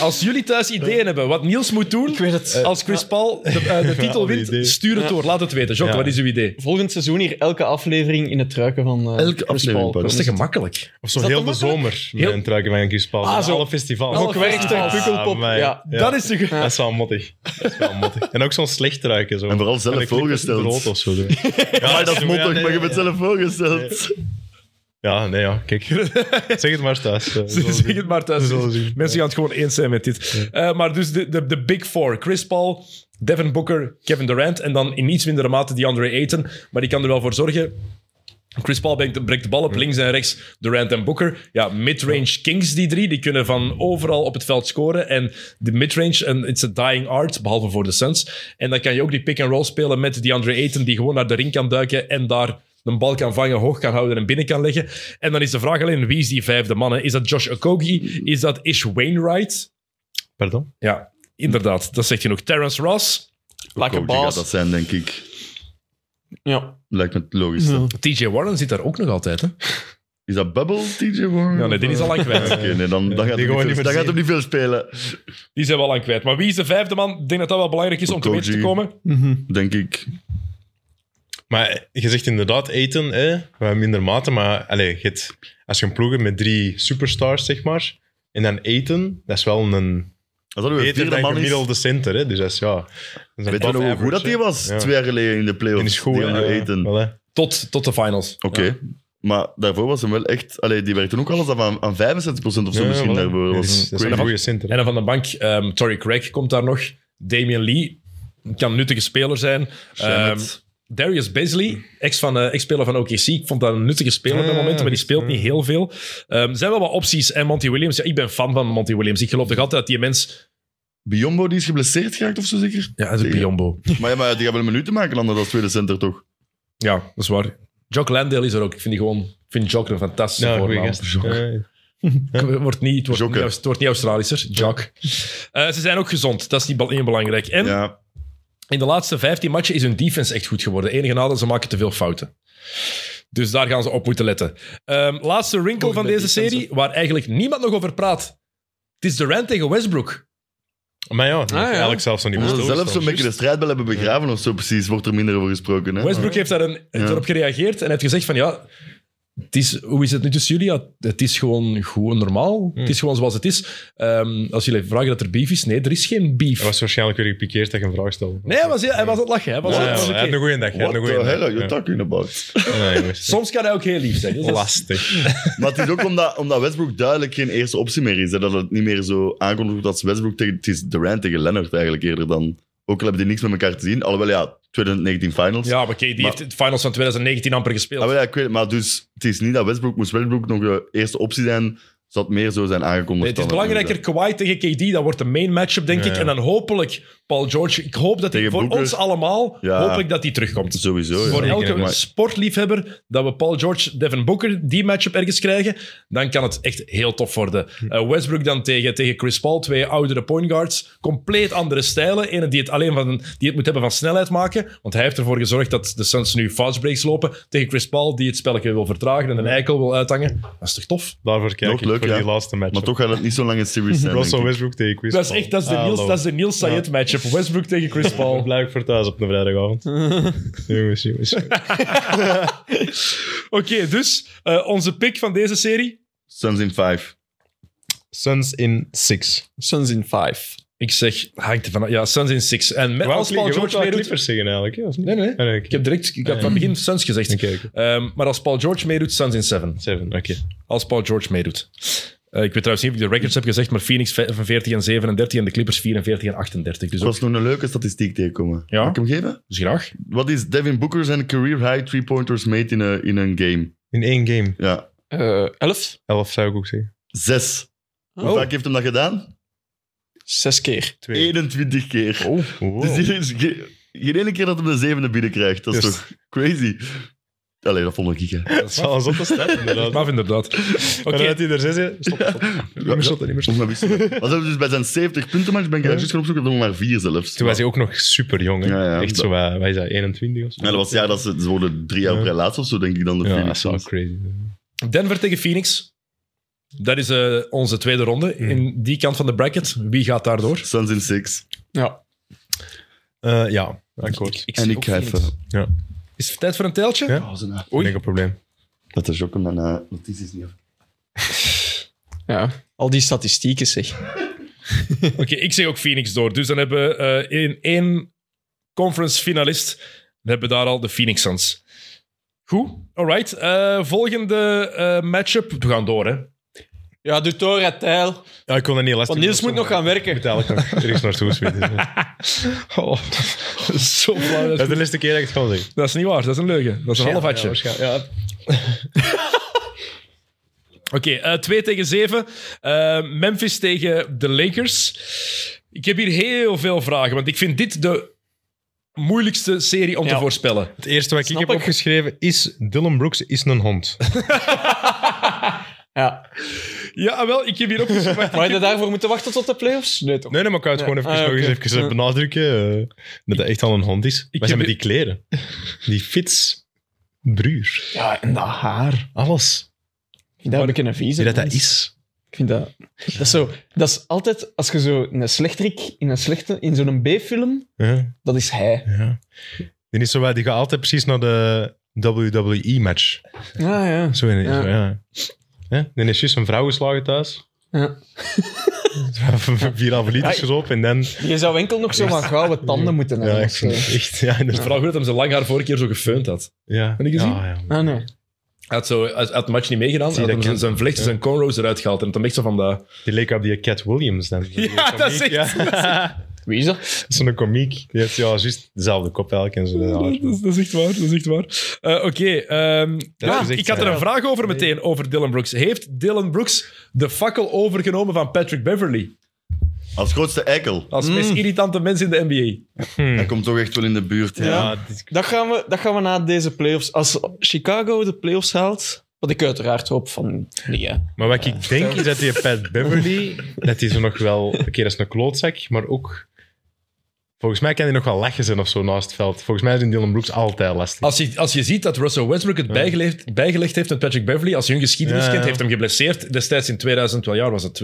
A: als jullie thuis ideeën hebben wat Niels moet doen
D: Ik weet het.
A: als Chris Paul de, eh, de titel
B: Ja, die idee.
A: wint, stuur het
D: Ja.
A: door. Laat het weten. Jot,
B: Ja.
A: wat is uw idee?
D: eh, Volgend seizoen hier elke aflevering in het truiken van eh,
C: Elke
D: Chris
C: aflevering,
D: Paul.
C: Paul.
A: Dat is te gemakkelijk.
B: Of zo
D: dat
B: heel
D: te
B: de zomer. Met
A: Heel-
B: een truiken van Chris Paul.
D: Ah,
B: Ah,
D: zo.
B: alle festivals.
D: Ook werkt een
B: Ah,
D: pukkelpop.
B: amai.
D: Ja.
A: Dat is de... ge-
B: Dat is wel mottig. Dat is wel mottig. En ook zo'n slecht ruiken. Zo.
C: En vooral zelf
B: En een knip met
C: voorgesteld.
B: brood of zo. doen.
C: Ja, dat
B: zo,
C: moet
B: ja,
C: toch,
B: nee,
C: maar je
B: ja,
C: bent
B: ja.
C: zelf voorgesteld.
B: Ja, nee, ja. Kijk. Zeg het maar thuis. eh, we zullen
A: Zeg
B: zien.
A: het maar thuis.
B: We zullen zien.
A: Mensen gaan het gewoon eens zijn met dit. Eh, maar dus de, de, de big four. Chris Paul, Devin Booker, Kevin Durant. En dan in iets mindere mate die Andre Ayton. Maar die kan er wel voor zorgen. Chris Paul brengt, brengt de bal op links en rechts. Durant en Booker. Ja, midrange kings die drie. Die kunnen van overal op het veld scoren. En de midrange, en it's a dying art. Behalve voor de Suns. En dan kan je ook die pick-and-roll spelen met die Andre Ayton. Die gewoon naar de ring kan duiken en daar een bal kan vangen, hoog kan houden en binnen kan leggen. En dan is de vraag alleen, wie is die vijfde man? hè? Is dat Josh Okogie? Is dat Ish Wainwright?
B: Pardon?
A: Ja, inderdaad. Dat zegt genoeg. Terrence Ross,
D: Like a
C: Coach, die gaat
D: boss.
C: dat zijn, denk ik.
D: Ja.
C: Lijkt me het logischste.
D: Ja.
A: TJ Warren zit daar ook nog altijd, hè?
C: Is dat Bubble, TJ Warren?
A: Ja, nee, die is al lang
C: Oké,
A: kwijt.
C: nee, dan, dan, gaat
B: die
C: hem niet
B: gewoon
C: veel,
B: niet
C: dan
B: meer
C: gaat hem niet veel spelen,
A: Die zijn wel lang kwijt. Maar wie is de vijfde man? Ik denk dat dat wel belangrijk is om te weten te
C: Okogie.
A: komen.
C: denk ik.
B: Maar je zegt inderdaad eten, hè? wel minder mate, maar allez, je hebt- als je een ploeg hebt met drie superstars, zeg maar, en dan eten, dat is wel een
C: Als dat uw
B: beter
C: vierde
B: dan
C: man is,
B: gemiddelde center. Hè? Dus dat is, ja, dat is een
C: weet je
B: above
C: nog hoe
B: average,
C: goed dat die
B: hè.
C: was?
B: Ja.
C: Twee jaar geleden in de
B: Die
C: playoffs.
B: is goed,
C: die
B: hè,
C: Andre
B: ja.
C: Ayton.
B: Wel,
C: Oké,
B: hè.
A: Tot, tot de finals.
C: maar daarvoor was hem wel echt... Allee, die werkte ook alles af aan, aan 65% of zo
B: Ja,
C: misschien
B: wel, hè.
C: daarvoor. Dat
B: Dat
C: was
B: is, dat is een
C: crazy.
B: goede center.
A: En dan van de bank, ehm Torrey Craig komt daar nog. Damian Lee kan een nuttige speler zijn. Ehm
C: Shamet.
A: Darius Beasley, ex van, eh, ex-speler van OKC. Ik vond dat een nuttige speler op dat
B: Ah,
A: moment, maar die
B: dus,
A: speelt
B: ah.
A: niet heel veel. Ehm, er zijn wel wat opties. En Monty Williams, ja, ik ben fan van Monty Williams. Ik geloof nog altijd dat die mens...
C: Biombo, die is geblesseerd geraakt of zo zeker?
A: Ja, dat is een
C: Tegen-
A: biombo.
C: maar, ja, maar die gaat wel minuten maken anders als tweede center, toch?
A: Ja, dat is waar. Jock Landale is er ook. Ik vind die gewoon... Ik vind Jock een fantastische
B: Ja, goeie
A: voornaam.
B: gast. Ja.
A: Het wordt niet, het wordt
C: Jokke.
A: niet, Aus- het wordt niet Australischer. Jock. Eh, ze zijn ook gezond. Dat is niet be- niet belangrijk. En
C: Ja.
A: In de laatste 15 matchen is hun defense echt goed geworden. Het enige nadeel, ze maken te veel fouten. Dus daar gaan ze op moeten letten. Ehm, laatste wrinkle
D: Goed
A: van
D: met
A: deze
D: defense,
A: serie, waar eigenlijk niemand nog over praat. Het is Durant tegen Westbrook.
B: Maar ja,
A: Ah,
D: ja.
B: eigenlijk zelfs nog niet
C: Omdat ze
B: besteld
C: zelf zo'n
B: staan.
C: beetje de strijdbel hebben begraven of zo precies, wordt er minder over gesproken. Hè?
A: Westbrook heeft daar een, heeft erop gereageerd en heeft gezegd van ja, het is, hoe is het nu tussen jullie? Ja, het is gewoon gewoon normaal. Het is Hmm. gewoon zoals het is. Ehm, als jullie vragen dat er beef is, nee, er is geen beef.
B: Hij was waarschijnlijk weer gepikeerd dat je een vraag stelde.
A: Nee, hij was, heel- hij was aan het lachen. Hij was
B: Ja,
A: aan
B: ja,
A: het-
B: hij
A: was
B: had
A: oké.
B: een goeie dag. hij had
C: What
B: een
C: the
B: goeie dag.
C: hell are you
B: Ja.
C: talking about?
B: Ja, jongens.
A: Soms kan hij ook heel lief zijn. Dus dat is-
B: Lastig.
C: Maar het is ook omdat, omdat Westbrook duidelijk geen eerste optie meer is. Hè? Dat het niet meer zo aankondigt wordt als Westbrook tegen... Het is Durant tegen Leonard eigenlijk eerder dan... Ook al hebben die niks met elkaar te zien. Alhoewel, ja, 2019 finals.
A: Ja, maar KD
C: Maar-
A: heeft de finals van 2019 amper gespeeld.
C: Alhoewel, Ah, ja, ik weet, maar dus, het is niet dat Westbrook... Moest Westbrook nog de eerste optie zijn, zou het meer zo zijn aangekondigd.
A: Nee, het is
C: dan dat
A: belangrijker Kawhi tegen KD. Dat wordt de main matchup, denk
B: Ja,
A: ik.
B: ja.
A: En dan hopelijk Paul George. Ik hoop dat hij
C: Tegen
A: voor
C: Booker.
A: ons allemaal,
C: Ja.
A: hoop ik dat hij terugkomt.
C: Sowieso, ja.
A: voor
B: Oh, zeker,
A: elke
B: maar-
A: sportliefhebber dat we Paul George, Devin Booker die matchup ergens krijgen, dan kan het echt heel tof worden. Eh, Westbrook dan tegen, tegen Chris Paul, twee oudere point guards, compleet andere stijlen. Ene die het alleen van, die het moet hebben van snelheid maken, want hij heeft ervoor gezorgd dat de Suns nu fast breaks lopen tegen Chris Paul die het spelletje wil vertragen en een eikel wil uithangen. Dat is toch tof?
B: Daarvoor kijk
C: Nog
B: ik
C: leuk,
B: voor
C: ja.
B: die laatste match.
C: Maar toch gaat het niet zo'n lange series zijn, denk
B: Russell
C: ik.
B: Westbrook tegen Chris
A: Dat is
B: Paul.
A: echt dat is de
B: Ah,
A: Niels,
B: hallo.
A: dat is de Niels Sayed matchup. Westbrook tegen Chris
B: Dan
A: Paul.
B: blijf ik voor thuis op een vrijdagavond. jongens, jongens. jongens.
A: Oké, dus eh, onze pick van deze serie.
C: Suns in 5.
B: Suns in 6.
D: Suns in 5.
A: Ik zeg, hangt ervan af. Ja, Suns in six. En met als Paul George meedoet...
B: Clippers zeggen eigenlijk, ja, of niet?
A: Nee, nee.
B: Ah, nee,
A: Ik heb direct, ik heb
B: Ja.
A: van het begin Suns gezegd.
B: Oké, oké.
A: Ehm, maar als Paul George meedoet, Suns in seven.
B: 7, oké.
A: Als Paul George meedoet. Eh, ik weet trouwens niet of ik de records heb gezegd, maar Phoenix 45 en 37 en de Clippers 44 en 38. Dus
C: Er
A: ook,
C: was nog een leuke statistiek tegenkomen.
A: Ja?
C: Mag ik hem geven?
A: dus graag.
C: Wat is Devin Booker zijn career high three-pointers made in een, in een game?
B: In één game.
C: Ja.
D: 11.
B: 11 zou ik ook zeggen.
C: Zes. Hoe
A: Oh.
C: vaak heeft hem dat gedaan?
D: 6 keer.
C: 21 keer.
B: Oh, Wow.
D: Oh, dus
C: Dus die is ge- geen ene keer dat hij de zevende binnenkrijgt. Dat is
B: Yes.
C: toch crazy? Allee, dat vond ik. hè.
B: Dat zou een zotte stap, inderdaad.
A: Maar inderdaad. Oké,
B: Maar dan had hij er zes in. Stop, stop. Niet meer shotten, niet meer
C: Of
B: shotten.
C: maar wist je dat? Als we dus bij zijn 70 punten match ben ik juist gaan opzoeken, dat we maar vier zelfs.
B: Toen was hij ook nog super jong.
C: Ja, ja.
B: Echt zo, eh, wat is dat, 21 of zo?
C: Ja, dat was het jaar dat ze, ze worden drie jaar
B: Ja.
C: prelaat of zo, denk ik dan.
B: Ja,
C: De
B: dat
C: Phoenix
B: is wel
C: Suns.
B: crazy.
A: Denver tegen Phoenix. Dat is eh, onze tweede ronde.
B: Hmm.
A: In die kant van de bracket. Wie gaat daardoor?
C: Suns in six.
D: Ja.
B: Eh, ja, akkoord.
C: En ik ga
D: eh,
C: even...
A: Is het tijd voor een teltje?
B: Ja.
C: Oh, zijn-
B: Oei. Enkel probleem.
C: Dat is ook een... Uh, notities niet af.
D: ja. Al die statistieken, zeg.
A: Oké, ik zeg ook Phoenix door. Dus dan hebben we eh, in één conference finalist. Dan hebben we daar al de Phoenix Suns. Goed, alright. Eh, volgende eh, matchup. We gaan door, hè?
D: Ja, doe door, hè, Tijl.
B: Ja, ik kon dat niet lastig
D: Want Niels moet nog gaan werken.
B: Ik moet eigenlijk nog ergens naartoe schieten.
A: Oh. Zo flauw. Dat
B: Dat
A: is,
B: is de laatste keer dat ik het kan zeggen.
A: dat is niet waar, dat is een leugen. Dat is een half
B: Ja,
A: hartje.
B: waarschijnlijk. Ja,
A: Oké, 2 tegen 7. Memphis tegen de Lakers. Ik heb hier heel veel vragen, want ik vind dit de moeilijkste serie om te
D: Ja.
A: voorspellen.
B: Het eerste wat ik
D: Snap
B: heb
D: ik.
B: opgeschreven is Dylan Brooks is een hond.
D: Ja.
A: Ja, wel, ik heb hier opgeschreven.
D: Maar had je daarvoor moeten wachten tot de playoffs? Nee, toch?
B: Nee, nee, maar ik wou het
D: Ja.
B: gewoon even,
D: Ah, ja,
B: nog eens
D: oké.
B: even
D: Ja.
B: benadrukken eh, dat hij echt al een hond is. Wij
A: heb
B: zijn met
A: hier-
B: die kleren. Die fits, bruur,
D: Ja, en dat haar.
B: alles.
D: Ik vind dat een beetje een vieze.
B: Wie dat dat
D: mens.
B: is.
D: Ik vind dat... Dat is, zo, dat is altijd, als je zo een slechterik in, een slechte, in zo'n B-film,
B: Ja,
D: dat is hij.
B: ja. Die, is zo, wat- die gaat altijd precies naar de WWE-match.
D: Ja, Ah, ja.
B: Zo in
D: Ja.
B: ja. Zo, ja. Ja, Dan is juist een vrouw geslagen thuis.
D: ja.
B: Vier halve liters
D: Ja.
B: gezopen en dan...
D: Je zou enkel nog zo van gouden tanden moeten
B: Ja,
D: hebben.
B: ik
D: of zo.
B: vind het echt... Ja, inderdaad.
A: Vooral goed dat hem zijn lang haar vorige keer zo gefeund had.
B: Ja.
A: Heb je gezien?
B: Ja, ja.
D: Ah, nee.
A: Hij had, zo, hij had het match niet meegedaan. Hij
B: Zie
A: had
B: dat
A: hem zijn,
B: kan.
A: zijn vlechten,
B: Ja.
A: zijn cornrows eruit gehaald. En het hem echt zo van dat...
B: Die leek op die Cat Williams dan.
A: Ja, dat is echt-
B: Ja.
D: Wie is dat?
B: Zo'n komiek. Die heeft ja, juist dezelfde kop elk en zo.
A: Dat is, dat is echt waar, dat is echt waar. Eh, Oké, ehm, ja,
B: is echt-
A: ik had er een
B: ja.
A: vraag over meteen, over Dylan Brooks. Heeft Dylan Brooks de fakkel overgenomen van Patrick Beverly?
C: Als grootste eikel.
A: Als
B: Mm.
A: meest irritante mens in de NBA.
C: Hij komt toch echt wel in de buurt. Ja.
B: Hmm. Ja, dit is-
D: Dat gaan, we, dat gaan we na deze playoffs. Als Chicago de playoffs haalt, wat ik uiteraard hoop van niet, hè.
B: Maar wat ik denk is dat die Pat Beverly, dat hij zo nog wel een keer als een klootzak, maar ook... Volgens mij kan hij nog wel lachen zijn of zo naast het veld. Volgens mij is Dylan Brooks altijd lastig.
A: Als je, als je ziet dat Russell Westbrook het bijgelegd, bijgelegd heeft met Patrick Beverly, als je hun geschiedenis
B: Ja, ja.
A: kent, heeft hem geblesseerd. Destijds in 2000, wel jaar was het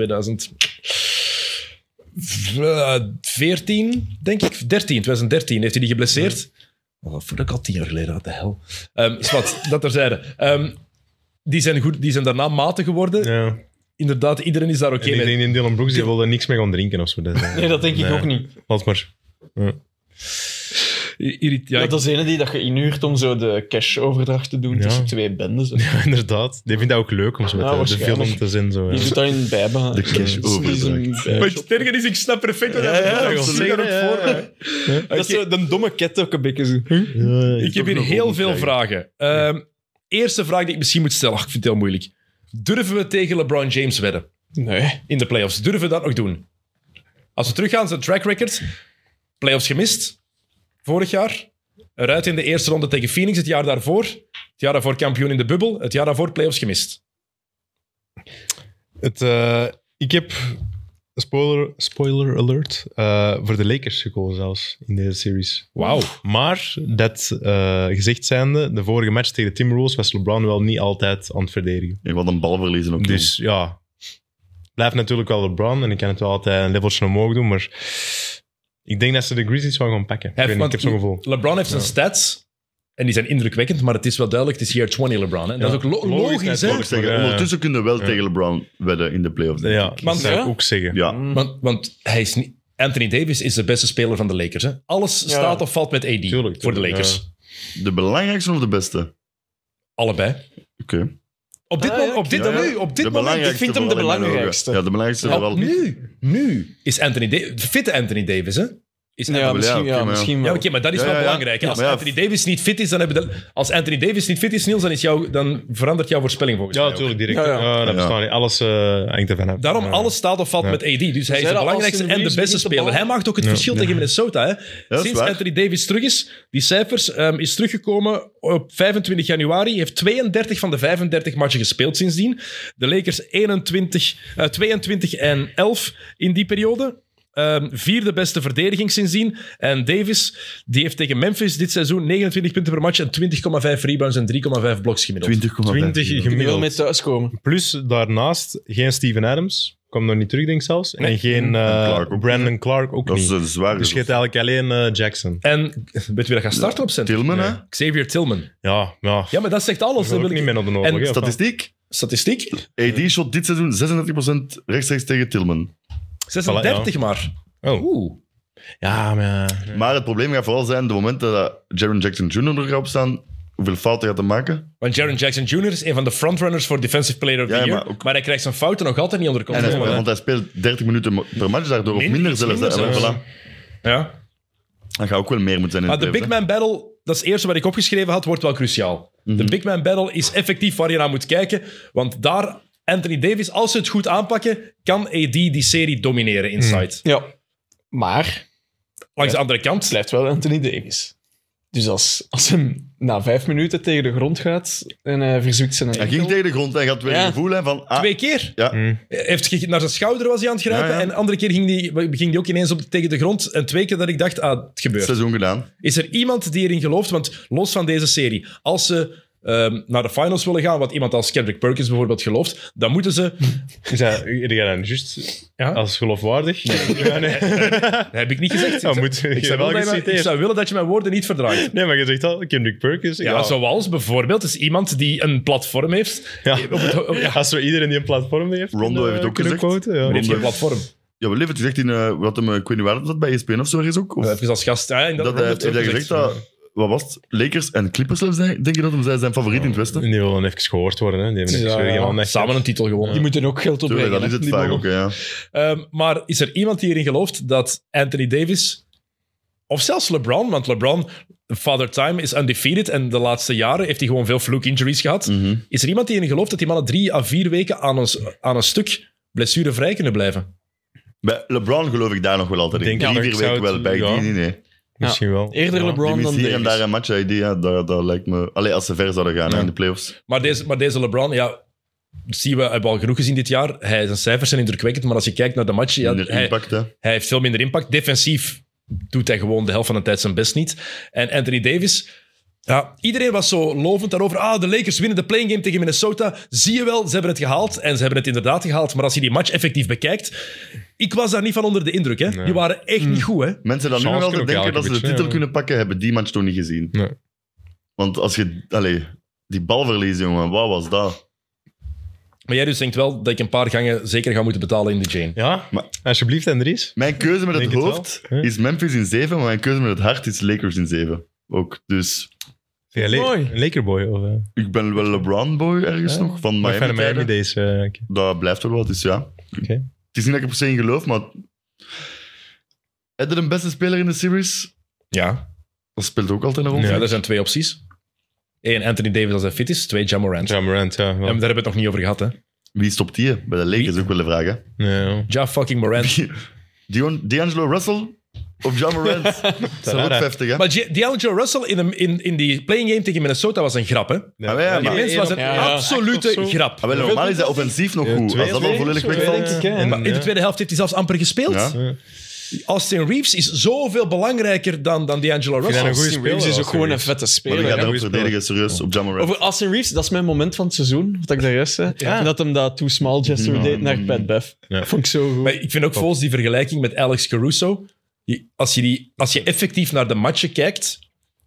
A: 2014, denk ik. 13, 2013 heeft hij die geblesseerd. Oh, dat voelde ik al tien jaar geleden, wat de hel. Ehm zwart, dat terzijde. Ehm die, zijn goed, die zijn daarna maten geworden.
B: Ja. En
A: Inderdaad, iedereen is daar oké
B: ik
A: mee.
B: denk dat Dylan Brooks, die wil er niks mee gaan drinken of zo. Dat,
D: Nee, dat denk ik ook niet.
B: Laat maar.
A: Irrit- ja,
D: Ja,
A: ik-
D: dat is de ene die dat je inhuurt om zo de cash-overdracht te doen
B: Ja.
D: tussen twee bendes. hè.
B: Ja, inderdaad. Die vindt dat ook leuk om zo met
D: Ja,
B: de- de,
D: waarschijnlijk.
B: film te zien. Zo, ja.
D: Die doet dat in bijbaan.
C: De cash-overdracht.
A: Maar het sterke is, ik snap perfect wat hij bedoelt. Ik zie dat ook voor me.
D: Dat is zo de domme ket ook een beetje zo. Huh?
C: Hm?
B: Ja,
A: Ik heb hier
C: nog
A: heel
C: honderd
A: veel
C: krijgen.
A: vragen. Ehm, Eerste vraag die ik misschien moet stellen. Ach, ik vind het heel moeilijk. Durven we tegen LeBron James wedden
D: Nee.
A: in de playoffs? Durven we dat nog doen? Als we teruggaan zijn track record. Playoffs gemist. Vorig jaar. Eruit in de eerste ronde tegen Phoenix. Het jaar daarvoor. Het jaar daarvoor kampioen in de bubbel. Het jaar daarvoor playoffs gemist.
B: Het, eh, ik heb spoiler, spoiler alert eh, voor de Lakers gekozen zelfs in deze series.
A: Wauw.
B: Maar dat eh, gezegd zijnde, de vorige match tegen de Timberwolves was LeBron wel niet altijd aan het verdedigen.
C: En wat een bal verliezen ook.
B: Dus ja, blijft natuurlijk wel LeBron en ik kan het wel altijd een leveltje omhoog doen, maar ik denk dat ze de Grizzlies wel gaan pakken. Ik,
A: Hij
B: weet niet, ik heb
A: heeft-
B: zo'n
A: want
B: gevoel.
A: LeBron heeft zijn stats. En die zijn indrukwekkend, maar het is wel duidelijk, het is year 20 LeBron. Hè? Dat is ook lo-
B: Logisch,
A: logisch, hè?
C: Wil ik zeggen,
B: eh, Ja, ja.
C: ondertussen kunnen we wel tegen LeBron wedden in de playoffs.
B: Ja, dat
A: Want-
B: zou
D: Ja?
B: ik ook zeggen.
C: Ja.
D: Mm.
A: Want, want hij is niet, Anthony Davis is de beste speler van de Lakers. Hè? Alles staat of valt met AD
B: tuurlijk,
A: voor de Lakers.
B: ja.
C: De belangrijkste of de beste?
A: Allebei.
C: Oké.
A: Op dit,
D: Ah,
A: mo-
D: ja,
A: op dit,
C: ja, ja.
A: nu, op dit moment.
C: De belangrijkste
D: ik vind hem de
C: vooral in mijn
D: belangrijkste.
C: ogen. Ja, de belangrijkste
A: Op
C: vooral.
A: nu, nu is Anthony Davis, fitte Anthony Davis, hè? Is
D: Ja,
A: Anthony-
D: misschien,
C: oké,
D: ja,
C: maar ja.
D: misschien wel.
A: Ja, oké, maar dat is
C: Ja,
A: wel
C: ja, ja.
A: belangrijk. hè.
C: Ja,
A: Als
C: maar ja.
A: Anthony Davis niet fit is, dan, hebben de, als Anthony Davis niet fit is, Niels, dan, is jou, dan verandert jouw voorspelling volgens
B: Ja,
A: mij. ook.
B: natuurlijk, direct.
D: Ja,
B: Ja,
D: ja.
B: dat
C: Ja.
B: bestaat niet. Alles eh, hangt ervan af.
A: Daarom,
B: Ja.
A: alles staat of valt
B: Ja.
A: met AD. Dus hij is
D: Zij
A: de
D: dat
A: belangrijkste
D: Austin
A: en de
D: Reeves
A: beste
D: begint te
A: speler. Hij maakt ook het
B: Ja.
A: verschil
B: Ja.
A: tegen Minnesota. Hè.
C: is
A: Sinds
C: waar.
A: Anthony Davis terug is, die cijfers, ehm, is teruggekomen op 25 januari. heeft 32 van de 35 matchen gespeeld sindsdien. De Lakers 21, eh, 22 en 11 in die periode. Ehm, vierde beste verdediging sindsdien. En Davis, die heeft tegen Memphis dit seizoen 29 punten per match en 20,5 rebounds en 3,5 bloks gemiddeld.
B: 20
C: 20,5.
D: Ik wil
B: gemiddeld.
D: mee thuiskomen.
B: Plus daarnaast geen Steven Adams. Kwam nog niet terug, denk ik zelfs. En
A: Nee.
B: geen eh,
C: En Clark ook niet.
B: Brandon Clark ook
C: Dat is
B: niet.
C: een zwaar.
B: Dus je hebt eigenlijk alleen eh, Jackson.
A: En weet je wie dat gaat starten op center?
C: Tillman, hè?
B: Ja.
A: Xavier Tillman.
B: Ja, ja.
A: Ja, maar dat zegt alles. dat
B: dat wil
A: wil
B: ook
A: ik-
B: niet meer naar de
A: En
B: nodig. hè, of wel?
C: Statistiek?
A: Statistiek?
C: AD shot dit seizoen 36% rechtstreeks tegen Tillman.
A: 36 maar.
B: Oh.
A: Oeh.
B: Ja, maar... ja.
C: Maar het probleem gaat vooral zijn, de momenten dat Jaron Jackson Jr. er gaat opstaan, hoeveel fouten gaat hij maken?
A: Want Jaron Jackson Jr. is een van de frontrunners voor Defensive Player of the
C: Ja,
A: Year.
C: maar
A: Maar,
C: ook-
A: hij krijgt zijn fouten nog altijd niet onder
C: En hij,
A: controle.
C: want hij speelt 30 minuten mo- per match daardoor, of
A: Minder,
C: minder
A: iets
C: zelfs.
A: minder
C: hè. En
A: zelfs.
C: voilà.
A: ja.
C: Dat gaat ook wel Mhm. meer moeten zijn in
A: Maar de
C: het
A: Big
C: leven,
A: Man Battle, dat is het eerste wat ik opgeschreven had, wordt wel cruciaal. De Big Man Battle is effectief waar je naar moet kijken. Want daar, Anthony Davis, als ze het goed aanpakken, kan AD die serie domineren inside.
B: Mhm.
D: Ja. Maar
A: Langs de andere kant.
D: blijft wel Anthony Davis. Dus als, als hem na vijf minuten tegen de grond gaat en hij verzoekt zijn
C: hè. Hij ging
D: enkel-
C: tegen de grond en gaat weer
D: Ja.
C: een gevoel hè, van... Ah,
A: Twee keer.
C: Ja.
B: Hm.
A: Heeft ge- naar zijn schouder was hij aan het grijpen.
C: Ja, ja.
A: En de andere keer ging hij ging die ook ineens op, tegen de grond. En twee keer dat ik dacht, ah, het gebeurt.
C: seizoen gedaan.
A: Is er iemand die erin gelooft? Want los van deze serie, als ze ehm, naar de finals willen gaan, wat iemand als Kendrick Perkins bijvoorbeeld gelooft, dan moeten ze.
B: Is dat- heb jij dat nu juist
A: Ja?
B: als geloofwaardig? Ja, nee.
A: Dat heb ik niet gezegd.
B: Dat moet je
A: ik, zou
B: wel
A: willen dat je mijn- ik
B: geciteerd.
A: zou willen dat je mijn woorden niet verdraait.
B: Nee, maar je zegt al, Kendrick Perkins.
A: Ja, zoals bijvoorbeeld is iemand die een platform heeft.
B: Ja.
A: Op het, op- ja,
B: Als we iedereen die een platform heeft.
C: Rondo
B: eh,
C: heeft het ook
B: kunnen
C: gezegd.
B: quoten, ja.
A: maar heeft geen
C: Rondo-
A: platform.
C: Ja, wel heeft gezegd in eh, wat hem eh, Quinn Warren had bij ESPN of zo ergens ook. Of,
A: Even als gast. Ja, en dat,
C: dat hij heeft hij gezegd dat... Wat was het? Lakers en Clippers zelfs, denk ik dat hem zei, zijn favoriet in het Westen.
B: Die willen even gehoord worden. Hè. Die hebben even
D: Ja,
B: weer
D: ja.
B: helemaal niks.
A: Samen een titel gewonnen.
D: Die moeten ook geld opbrengen.
C: Tuurlijk, dat is
D: hè,
C: het
D: die
C: vaak
D: mannen.
C: ook, hè, ja.
A: Ehm, maar is er iemand die erin gelooft dat Anthony Davis, of zelfs LeBron, want LeBron, Father Time is undefeated en de laatste jaren heeft hij gewoon veel fluke injuries gehad.
C: Mhm.
A: Is er iemand die erin gelooft dat die mannen drie à vier weken aan een, aan een stuk blessurevrij kunnen blijven?
C: Bij LeBron geloof ik daar nog wel altijd in.
B: Denk ik.
C: Drie, vier
B: Ik zou
C: weken wel,
B: het-
C: bij
B: ja.
C: die niet, nee.
B: Misschien wel.
D: Eerder
B: Ja.
C: Die
D: LeBron
C: mist
D: dan
C: hier en
D: Davis.
C: daar een match, idee, ja, dat, dat lijkt me... Allee, als ze ver zouden gaan hè, in de playoffs.
A: Maar deze, maar deze LeBron, ja, zien we, hebben we al genoeg gezien dit jaar. Hij, zijn cijfers zijn indrukwekkend, maar als je kijkt naar de matchen, ja,
C: in de
A: hij,
C: impact, hè.
A: Hij heeft veel minder impact. Defensief doet hij gewoon de helft van de tijd zijn best niet. En Anthony Davis. Ja, iedereen was zo lovend daarover. Ah, de Lakers winnen de playing game tegen Minnesota. Zie je wel, ze hebben het gehaald. En ze hebben het inderdaad gehaald. Maar als je die match effectief bekijkt... Ik was daar niet van onder de indruk. Hè.
B: Nee. Mm.
A: Die waren echt niet goed. Hè.
C: Mensen dan
B: Chance
C: nu nog altijd
B: kunnen ook
C: denken dat ze de
B: elke
C: titel
B: beetje,
C: kunnen pakken, hebben die match toch niet gezien.
B: Nee.
C: Want als je... Allee, die balverlies, jongen, wat was dat?
A: Maar jij dus denkt wel dat ik een paar gangen zeker ga moeten betalen in de Jane.
B: Ja,
C: Maar-
B: alsjeblieft, Andries.
C: Mijn keuze met
B: Denk
C: het
B: het wel,
C: hoofd
B: hè?
C: is Memphis in 7, maar mijn keuze met het hart is Lakers in 7. Ook, dus...
B: Vind jij Le-
D: Mooi.
B: een Lakerboy? Of, eh?
C: Ik ben wel LeBron-boy ergens
B: Ja.
C: nog, van
B: Maar
C: Miami.
B: van Miami
C: tijden.
B: Days. eh, oké.
C: Dat blijft er wel, dus ja.
B: Oké.
C: Het is niet dat ik er per se in geloof, maar... Heb je de beste speler in de series?
A: Ja.
C: Dat speelt ook altijd een rol.
B: Ja.
A: ja, er zijn twee opties. Eén, Anthony Davis als hij fit is. Twee, Jamal Morant.
B: Ja, Morant, ja. wel.
A: En daar hebben we het nog niet over gehad. Hè.
C: Wie stopt hier? Bij de Lakers ook wel de vraag, hè.
B: Nee, ja.
A: Ja, fucking Morant.
C: Dion- D'Angelo Russell of John Morant? Dat zijn ook Ah,
B: Raar, hè?
C: 50, hè.
A: Maar J- D'Angelo Russell in, een- in, in die playing game tegen Minnesota was een grap. Hè.
C: Ah, maar ja,
A: Die
C: maar-
A: mens was een
D: Ja, ja.
A: absolute
B: Echt of zo.
A: grap.
C: Ah, wel, normaal is hij offensief nog
B: Ja,
C: goed.
B: twee
C: Als dat
B: of
C: al
B: zo,
C: volledig
B: twee,
C: wegvalt...
B: denk ik, hè.
D: En-
A: Maar in de tweede helft heeft hij zelfs amper gespeeld.
C: Ja.
B: Ja.
A: Austin Reeves is zoveel belangrijker dan, dan D'Angelo
B: dat
A: Russell.
B: een goede
D: Austin Reeves
B: speler,
D: is ook
B: Austin
D: gewoon een
B: Reeves.
D: vette
C: Maar die
D: speler.
C: gaat
D: hè.
C: hem
B: goed
C: verdedigen, serieus, op John Morant.
D: Over Austin Reeves, dat is mijn moment van het seizoen, wat ik daar juist zei. En dat hem dat Too Small Gesture
C: Ja.
D: deed naar Pat Bev.
B: Ja.
D: Vond ik zo goed.
A: Maar ik vind ook volgens die vergelijking met Alex Caruso, die- als je, die, als je effectief naar de matchen kijkt,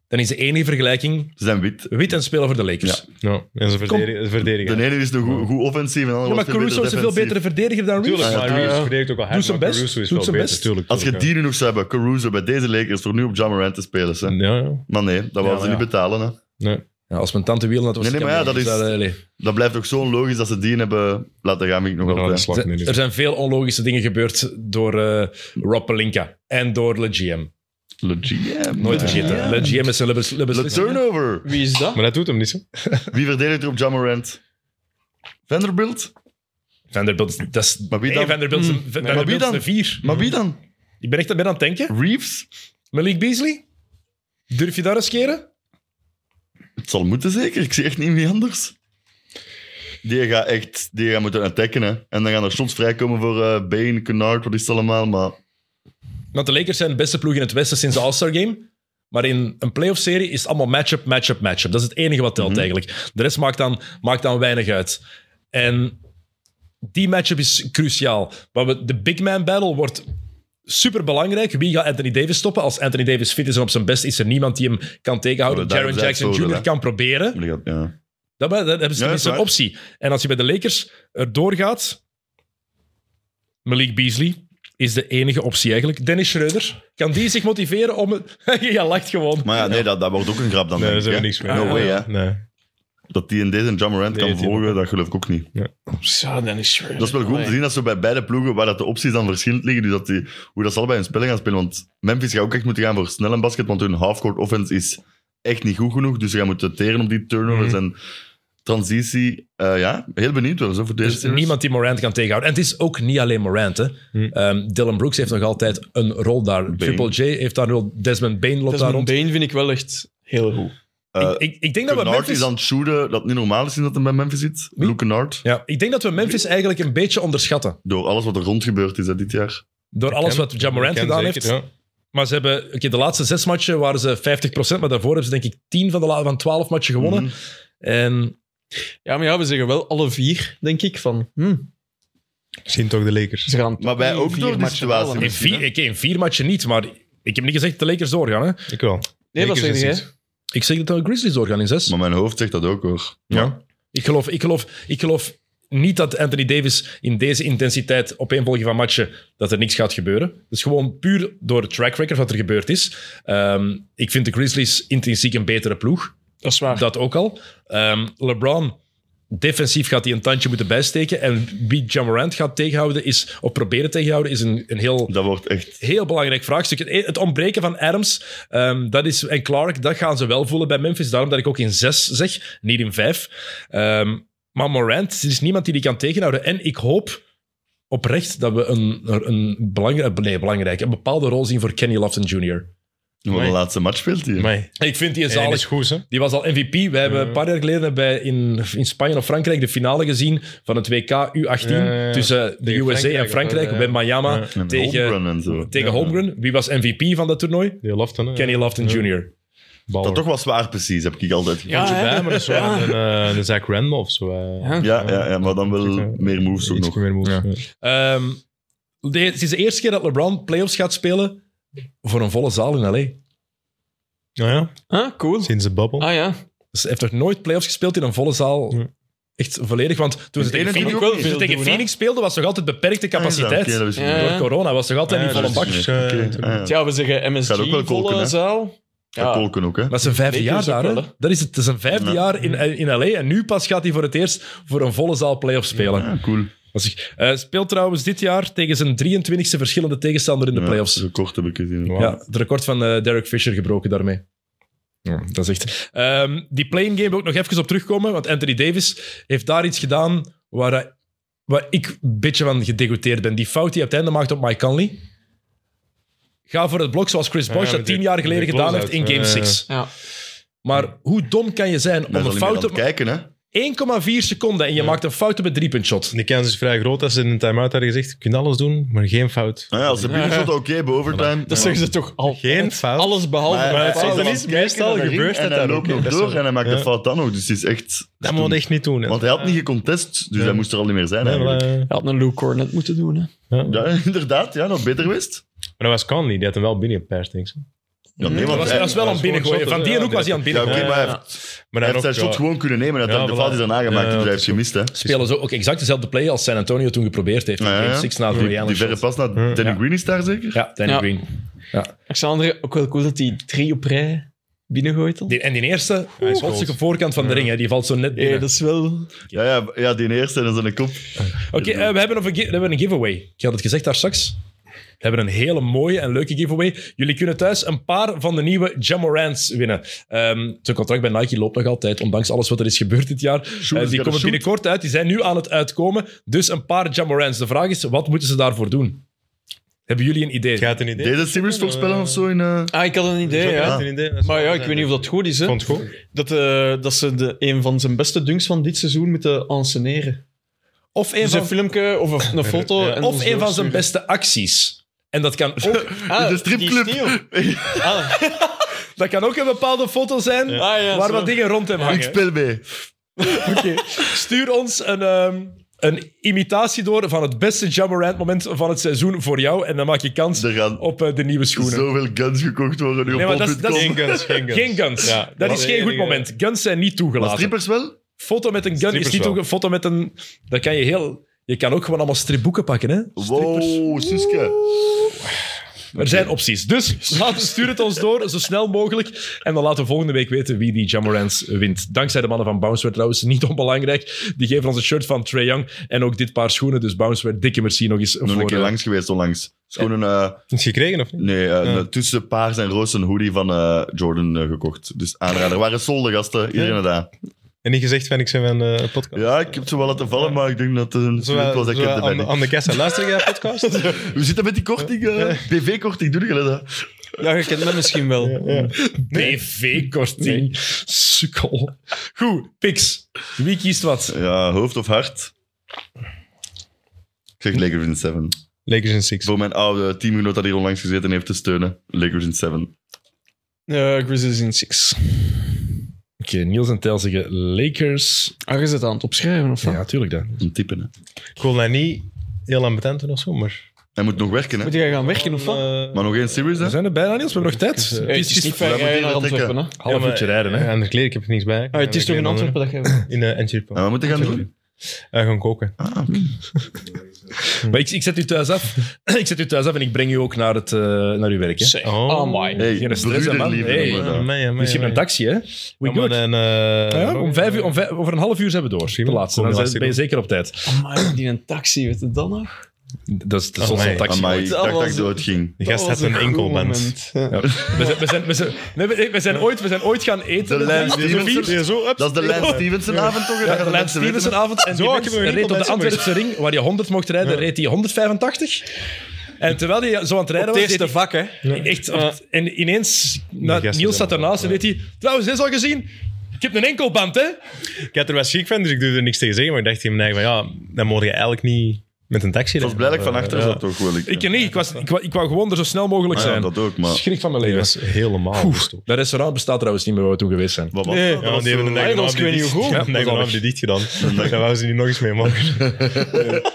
A: dan is de enige vergelijking
C: Ze zijn wit.
A: wit en spelen voor de Lakers. Ja.
B: Ja, en ze verdedigen. ze verdedigen.
C: De ene is nog goed, goed offensief en de andere
A: maar
C: was veel
A: Caruso is een
C: beter
A: veel
C: defensief.
A: betere verdediger dan Reeves.
B: Tuurlijk, maar
D: Ja.
B: Reeves verdedigt ook al hard.
A: zijn
B: maar
A: best.
B: Caruso is
A: Doet
B: wel
A: zijn
B: beter,
A: best.
B: tuurlijk,
C: Als je
B: tuurlijk,
C: die nu nog zou hebben, Caruso bij deze Lakers, door nu op John Morant te spelen. Hè.
B: ja. Ja, ja.
C: Maar nee, dat wou
B: Ja,
C: ze
B: ja.
C: niet betalen. Hè.
B: Nee.
A: Ja, als mijn tante wielen had, was
C: Nee, nee,
A: het
C: maar ja,
A: kampioen.
C: dat
A: Dus
C: is-
A: allee.
C: Dat blijft ook zo logisch dat ze die hebben laten gaan, vind ik nog
B: Nou, de
C: altijd.
B: slag
A: Er
B: nu.
A: zijn veel onlogische dingen gebeurd door eh, Rob Pelinka en door Le GM.
C: Le GM.
A: Nooit vergeten.
C: Ja.
A: Le GM is een le- le-
C: Le
A: beslissing.
C: turnover.
D: Wie is dat?
B: Maar dat doet hem niet zo.
C: Wie verdedigt er op Jamorant? Vanderbilt?
A: Vanderbilt, is- dat is...
C: Maar wie
A: Nee,
C: dan?
A: Vanderbilt is een- Vanderbilt
C: wie
A: is
C: dan?
A: een vier.
C: Maar wie dan?
A: Ik ben echt ben aan het denken.
C: Reeves?
A: Malik Beasley? Durf je daar eens keren?
C: Het zal moeten zeker. Ik zie echt niet wie anders. Die gaat echt die gaat moeten attacken. Hè. En dan gaan er shots vrijkomen voor eh Bane, Kennard, wat is het allemaal. Maar
A: Want de Lakers zijn de beste ploeg in het Westen sinds de All-Star Game. Maar in een playoff-serie is het allemaal matchup, matchup, matchup. Dat is het enige wat telt
C: Mhm.
A: eigenlijk. De rest maakt dan, maakt dan weinig uit. En die matchup is cruciaal. Wat we, de big man battle wordt super belangrijk. Wie gaat Anthony Davis stoppen? Als Anthony Davis fit is en op zijn best, is er niemand die hem kan tegenhouden.
C: Oh, daarom
A: Jaren
C: zei
A: Jackson
C: ik zo,
A: Jr.
C: hè.
A: kan proberen.
C: die gaat- ja.
A: Dat, dat hebben ze
C: Ja,
A: tenminste
C: dat
A: een
C: is
A: optie. En als je bij de Lakers erdoor gaat, Malik Beasley is de enige optie eigenlijk. Dennis Schreuder, kan die zich motiveren om... het- je lacht gewoon.
C: maar ja, nee, dat, dat wordt ook een grap dan.
B: Nee, daar
C: denk ik,
B: zijn we
C: hè.
B: niks mee.
C: No way, hè.
B: Nee.
C: Dat die in deze Jamorant
B: Nee,
C: kan
B: die-
C: volgen, dat geloof ik ook niet.
D: Zo, dan is Schroeder.
C: Dat is wel goed om te
D: Allee.
C: zien dat ze bij beide ploegen, waar dat de opties dan verschillend liggen, dus dat die, hoe dat ze allebei hun spellen gaan spelen. Want Memphis gaat ook echt moeten gaan voor snel en basket, want hun halfcourt offense is echt niet goed genoeg. Dus ze gaan moeten teren op die turnovers
A: Mhm.
C: en transitie. Eh, ja, heel benieuwd wel zo voor deze
A: Dus
C: series.
A: niemand die Morant kan tegenhouden. En het is ook niet alleen Morant. Hè.
C: Hm.
A: Ehm, Dylan Brooks heeft nog altijd een rol daar. Triple J heeft daar wel. Desmond Bain loopt daar
D: Desmond
A: rond.
D: Bane vind ik wel echt heel goed.
C: Eh,
A: ik, ik, ik denk dat we
C: Kennard
A: Memphis...
C: is aan het shooten, dat niet normaal is dat hij bij Memphis zit.
A: Wie?
C: Luke Kennard.
A: Ja, ik denk dat we Memphis eigenlijk een beetje onderschatten.
C: Door alles wat er rond gebeurd is hè, dit jaar.
A: Door alles wat John Morant
B: Ken
A: gedaan
B: zeker,
A: heeft.
B: ja.
A: Maar ze hebben, oké, de laatste zes matchen waren ze 50%, maar daarvoor hebben ze denk ik 10 van de la- van 12 matchen gewonnen.
C: Mhm.
A: En
D: Ja, maar ja, we zeggen wel alle vier, denk ik, van... hm,
B: Misschien toch de Lakers.
D: ze gaan
C: Maar wij
D: in
C: ook
D: vier
C: door die
D: matchen
C: situatie.
D: halen.
A: in
C: Misschien,
A: vier,
C: hè?
A: oké, in vier matchen niet, maar ik heb niet gezegd dat de Lakers doorgaan. Hè?
B: Ik wel.
D: Nee, wat
B: Lakers
D: zeg
B: in
D: jij?
B: zes.
A: Ik zeg dat de Grizzlies doorgaan in zes.
C: Maar mijn hoofd zegt dat ook hoor.
A: Ja. Ik, geloof, ik, geloof, ik geloof niet dat Anthony Davis in deze intensiteit opeenvolging van matchen dat er niks gaat gebeuren. Dus gewoon puur door het track record wat er gebeurd is. Ehm, ik vind de Grizzlies intrinsiek een betere ploeg.
D: Dat is waar.
A: Dat ook al. Ehm, LeBron, defensief gaat hij een tandje moeten bijsteken. En wie Ja Morant gaat tegenhouden, is, of proberen tegenhouden, is een, een heel,
C: Dat wordt echt...
A: heel belangrijk vraagstuk. Het het ontbreken van Adams ehm, dat is, en Clark, dat gaan ze wel voelen bij Memphis. Daarom dat ik ook in zes zeg, niet in vijf. Ehm, maar Morant, er is niemand die die kan tegenhouden. En ik hoop oprecht dat we een, een, belangrij- nee, belangrijk, een bepaalde rol zien voor Kenny Lofton Jr.
C: Wat
B: Amai.
C: een laatste match speelt hij.
B: Amai.
A: Ik vind die een
B: Eén
A: zalig
B: is goed, hè.
A: die was al MVP. We hebben
B: Ja.
A: een paar jaar geleden bij in, in Spanje of Frankrijk de finale gezien van het WK U18
B: Ja, ja, ja.
A: tussen de
B: Tegen
A: USA en
B: Frankrijk,
A: Frankrijk
B: ja, ja.
A: bij Miami
B: Ja.
C: En
A: tegen,
C: Holmgren en zo.
A: tegen Holmgren. Wie was MVP van dat toernooi?
B: Die Lofton, hè.
A: Kenny Lofton
B: Ja.
A: Jr.
B: Baller.
C: Dat toch wel zwaar precies, heb ik altijd gevoeld.
D: Ja, hè?
B: Ja, maar dat is wel
D: Ja.
B: een, eh, een Zach Randolph of zo. eh.
D: Ja.
C: Ja, ja, ja, maar dan wel
B: Ja.
C: meer moves ook
B: Iets
C: nog.
B: meer moves.
A: Ja.
B: ja.
A: Ehm, de- het is de eerste keer dat LeBron playoffs gaat spelen voor een volle zaal in L.A.
B: Nou ja,
D: Ah, cool.
B: sinds de bubble.
D: Ah ja.
A: Dus hij heeft nog nooit playoffs gespeeld in een volle zaal.
B: Ja.
A: Echt volledig, want toen ze tegen
C: ene
A: Phoenix,
C: kan ook
A: toen ze
D: veel
A: tegen
D: doen, hè?
A: Phoenix speelden, was nog altijd beperkte capaciteit.
C: Ja, dat is-
D: Ja.
A: Door corona was nog altijd
B: Ja,
A: niet volle
B: dat
A: bak.
B: is-
C: Oké,
B: Eh,
C: ja.
D: Tja, we zeggen MSG
C: Gaat ook wel kolken,
D: volle
C: hè?
D: zaal.
C: Dat kolken ook, hè.
A: Maar zijn vijfde
D: Lakers
A: jaar
D: dus
A: daar,
D: ook
A: hè?
D: wel, hè?
A: Dat is het. Het is een vijfde
C: Ja.
A: jaar in, eh, in LA. En nu pas gaat hij voor het eerst voor een volle zaal play-off spelen.
C: Ja, cool.
A: Als ik, eh, speelt trouwens dit jaar tegen zijn 23e verschillende tegenstander in de
C: Ja,
A: playoffs.
C: Zo kort heb ik gezien.
B: Wauw.
A: Ja, het record van eh, Derek Fisher gebroken daarmee. Ja, dat is echt. Ehm, die playing game wil ik nog even op terugkomen. Want Anthony Davis heeft daar iets gedaan waar, hij- waar ik een beetje van gedegoteerd ben. Die fout die hij op het einde maakt op Mike Conley. Ga voor het blok zoals Chris
B: Ja,
A: Bosh
B: met
A: dat tien
B: die-
A: jaar
B: met
A: geleden
B: die
A: gedaan heeft
B: close-out.
A: in Game
B: Ja, ja,
A: 6.
D: Ja.
A: Maar hoe dom kan je zijn om
C: Dat
A: een
C: is al iemand
A: fout
C: aan het
A: op
C: kijken, hè. Nou
A: 1,4 seconden en je maakt een fout op een driepuntshot.
B: De kans is vrij groot als ze in een time-out hadden gezegd: je kunt alles doen, maar geen fout.
C: Nou ja, als de binnenshot oké, bij overtime.
D: Dat
C: Ja.
D: zeggen ze toch al.
B: Geen fout.
D: Alles behalve.
C: Maar hij
D: een
B: het
D: fout.
C: is
B: is
C: wel
B: niet- meestal
C: kijken naar de
B: gebeurt
C: ring
B: dat
C: En
B: daar
C: hij
B: ook,
C: loopt
B: hè.
C: nog
B: Dat is
C: door
B: wel-
C: en hij maakt de
B: Ja.
C: fout dan ook. Dus het is echt...
B: Dat moet je echt niet doen. hè.
C: Want hij had niet gecontest, dus
B: Ja.
C: hij moest er al niet meer zijn
B: Nee, maar,
C: eigenlijk.
B: eh,
D: Hij had een Luke Cornet moeten doen. Hè.
B: ja. Maar
C: Ja, inderdaad. Ja, dat beter wist.
B: dat was Conley, die had hem wel binnengeperst, denk ik.
C: Ja, nee,
A: Dat
C: want
A: was,
C: hij-
A: dat was wel
B: dat
A: aan
B: is
A: binnengooien.
B: gewoon
A: Van die
B: shot,
A: hoek was hij aan
C: Ja, oké,
A: binnen.
C: maar hij
D: Ja.
C: heeft,
B: Maar
C: hij
B: dan
C: heeft zijn shot gewoon kunnen nemen. Hij had
B: Ja,
C: hem- de
B: voilà.
C: fout is dan aangemaakt,
B: Ja,
C: dus hij
B: dat
C: heeft
B: is
C: gemist. Hè.
A: Spelen ze ook exact dezelfde play als San Antonio toen geprobeerd heeft. in
C: Ja, ja.
A: Game Six na de
C: Die, die
A: Rihanna
C: verre
A: shot.
C: pas naar Danny
A: Ja.
C: Green is daar zeker?
A: Ja, Danny
D: Ja.
A: Green.
D: Alexander, ook wel cool dat hij drie op rij binnengooit al.
A: Die- en die eerste,
B: is
A: botsige
B: gold.
A: voorkant van de ring, hè, die valt zo net
D: Ja,
A: binnen.
D: Eh, dat is wel...
C: Ja, ja, ja die eerste en dan zijn kop.
A: Oké, eh, we, hebben nog een, gi- we hebben een giveaway. Ik had het gezegd daar straks. We hebben een hele mooie en leuke giveaway. Jullie kunnen thuis een paar van de nieuwe Jamorants winnen. Ehm, zijn contract bij Nike loopt nog altijd, ondanks alles wat er is gebeurd dit jaar. Eh, die
C: gotta
A: komen
C: shoot.
A: binnenkort uit, die zijn nu aan het uitkomen. Dus een paar Jamorants. De vraag is, wat moeten ze daarvoor doen? Hebben jullie een idee?
B: Ik had een idee.
C: Deed het Simmers voorspellen of zo in... eh,
D: Ah, ik had een idee,
B: Ik
D: ja.
B: had een idee. Dat is
D: Maar
B: wel
D: ja, ik
B: zijn.
D: weet niet of dat goed is,
B: Ik
D: hè.
B: vond het goed.
D: Dat, eh, dat ze de, een van zijn beste dunks van dit seizoen moeten anseneren.
A: Of een
D: Dus
A: van,
D: een filmpje of een, een foto.
B: Ja.
D: en ons
A: of een van zijn
D: doorsturen.
A: beste acties. En dat kan ook,
D: Ah,
C: de stripclub.
D: die is nieuw. Ah,
A: dat kan ook een bepaalde foto zijn
D: Ah, ja,
A: waar
D: zo.
A: wat dingen rond hem hangen.
C: Ik speel mee.
A: Oké. Stuur ons een, ehm, een imitatie door van het beste Jammerant moment van het seizoen voor jou. En dan maak je kans
C: Er gaan
A: op eh, de nieuwe schoenen.
C: zoveel guns gekocht worden nu
A: Nee, maar
C: op
A: dat is- dat is-
C: bol.com.
B: Geen guns, geen guns.
A: Geen guns.
B: Ja,
A: dat
B: dat
A: is
B: is
A: geen
B: de
A: goed
B: enige.
A: moment. Guns zijn niet
C: Maar
A: toegelaten.
C: strippers wel?
A: Foto met een gun is
B: Strippers
A: niet
B: wel.
A: toegelaten. Foto met een... Dan kan je heel... Je kan ook gewoon allemaal stripboeken pakken, hè?
C: Wow, Suske.
A: Er zijn opties. Dus laat, stuur het ons door, zo snel mogelijk. En dan laten we volgende week weten wie die Jamorans wint. Dankzij de mannen van Bounceware trouwens, niet onbelangrijk. Die geven ons een shirt van Trae Young en ook dit paar schoenen. Dus Bounceware, dikke merci nog eens
C: Nog
A: voor...
C: een keer
A: eh,
C: langs geweest onlangs. Schoenen... eh,
B: Is het gekregen of niet?
C: Nee, eh,
B: Ja.
C: een- tussen paars en roos een hoodie van eh, Jordan eh, gekocht. Dus aanrader. Waren solde gasten, hier en daar.
B: En niet gezegd van ik zijn van de podcast.
C: Ja, ik heb ze wel laten vallen, maar ik denk dat eh, het een student
B: Zowel,
C: was. dat Ik het
B: zowel
C: erbij
B: aan,
C: niet.
B: aan de kassa luister jij podcast?
C: Hoe zit dat met die korting? eh BV-korting, doe je dat?
D: ja, je kent dat misschien wel.
B: Ja.
A: BV-korting. Sukkel. Goed, Pix. Wie kiest wat?
C: Ja, hoofd of hart? Ik zeg Lakers in 7.
B: Lakers in six.
C: Voor mijn oude teamgenoot dat hier onlangs gezeten heeft te steunen. Lakers in 7.
D: Eh, Grizzlies in six.
A: Oké, Niels en Tel zeggen Lakers.
D: Ah, je zit aan het opschrijven, of wat?
A: Ja, tuurlijk dan.
C: Een typen, hè.
B: Ik wil dat niet heel ambetant doen of zo, maar...
C: Hij moet nog werken, hè.
D: Moet jij gaan werken, of wat?
B: Eh,
C: Maar nog één series, hè.
A: We zijn er bijna, Niels. We hebben nog tijd.
B: eh,
D: Hey, het is niet ver
C: Ja, maar
D: rijden
C: die
D: naar
C: dat ik, eh,
D: Antwerpen, hè?
A: Half
B: Ja, maar- eh,
A: uurtje rijden, hè.
B: Ja, aan de kleren, ik heb er niks bij. eh,
D: Ah, het is toch in Antwerpen dat jij...
B: In uh, Antwerpen.
C: En wat moet je gaan doen?
B: Eh, gaan koken.
C: Ah,
B: Hm.
A: Maar ik, ik zet u thuis af. ik zet u thuis af en ik breng u ook naar, het, eh, naar uw werk, hè.
D: Zeg.
B: Oh.
D: Oh my.
C: Hey,
A: Geen stress, hè, man.
C: broederliefde
A: Hey.
C: noemen we dat.
A: Misschien een taxi, hè? We
B: Ja, maar
A: good.
B: dan,
A: Ja,
B: eh,
D: Ah
A: om vijf uur, om vijf- over een half uur zijn we door. De
B: wel.
A: laatste.
B: Kom,
A: Dan zijn-
B: laatste
A: ben je
B: goed.
A: zeker op tijd.
D: Amai, die een taxi, weet je dat nog?
A: Dat is, dat is
B: Amai.
A: onze taxi.
C: Amai, ik
D: Dat
C: dacht dat
D: was-
C: ik doodging.
B: Die gast
D: Dat
B: had
D: was
B: een
D: goed
B: enkelband.
D: moment, ja.
A: We zijn, we, zijn, we, zijn, nee, we- we zijn ooit, we zijn ooit gaan eten.
C: De Lance Stevenson.
B: zo,
C: Dat is de Lance Stevenson-avond, toch?
A: Ja,
C: Dat gaan
A: Lance
C: de mensen weten.
A: Stevenson-avond. En die
B: Zo,
A: mens
B: ik heb hem
A: reed op de
B: enkelband
A: Antwerpse ring, waar je 100 mocht rijden, reed hij 185. En terwijl hij zo aan het rijden
D: Het
A: was, deed
D: eerste
A: hij
D: vak, hè?
A: echt... op- en ineens, na-
B: gasten
A: Niels zat
B: zijn
A: ernaast en deed hij... Trouwens, is al gezien... Ik heb een enkelband, hè?
B: Ik had er wel schrik van, dus ik durfde er niks tegen zeggen. Maar ik dacht tegen mijn eigen van, ja, dan mocht je eigenlijk niet met een taxi
C: Ik was blij dat ik van achter
B: Ja.
C: zat, toch wel. Ik,
A: Ik niet. Ik, was, ik, wou, ik wou gewoon er zo snel mogelijk
C: Ah ja,
A: zijn.
C: dat ook, maar...
A: Schrik van mijn
B: Die
A: leven.
B: was helemaal gestopt.
A: Dat restaurant bestaat trouwens niet meer waar we toen geweest zijn.
C: Wat was
D: Nee,
C: dat?
B: Ja,
C: Dat
B: want die
C: was
B: hebben
C: zo-
B: de dag
D: Hey, dat was
B: daarna
D: ik weet
B: die
D: niet hoe
B: dicht-
D: goed.
B: de dag
C: Dat
B: daarna
C: was
B: die dicht gedaan. Daar wouden ze niet nog eens mee maken.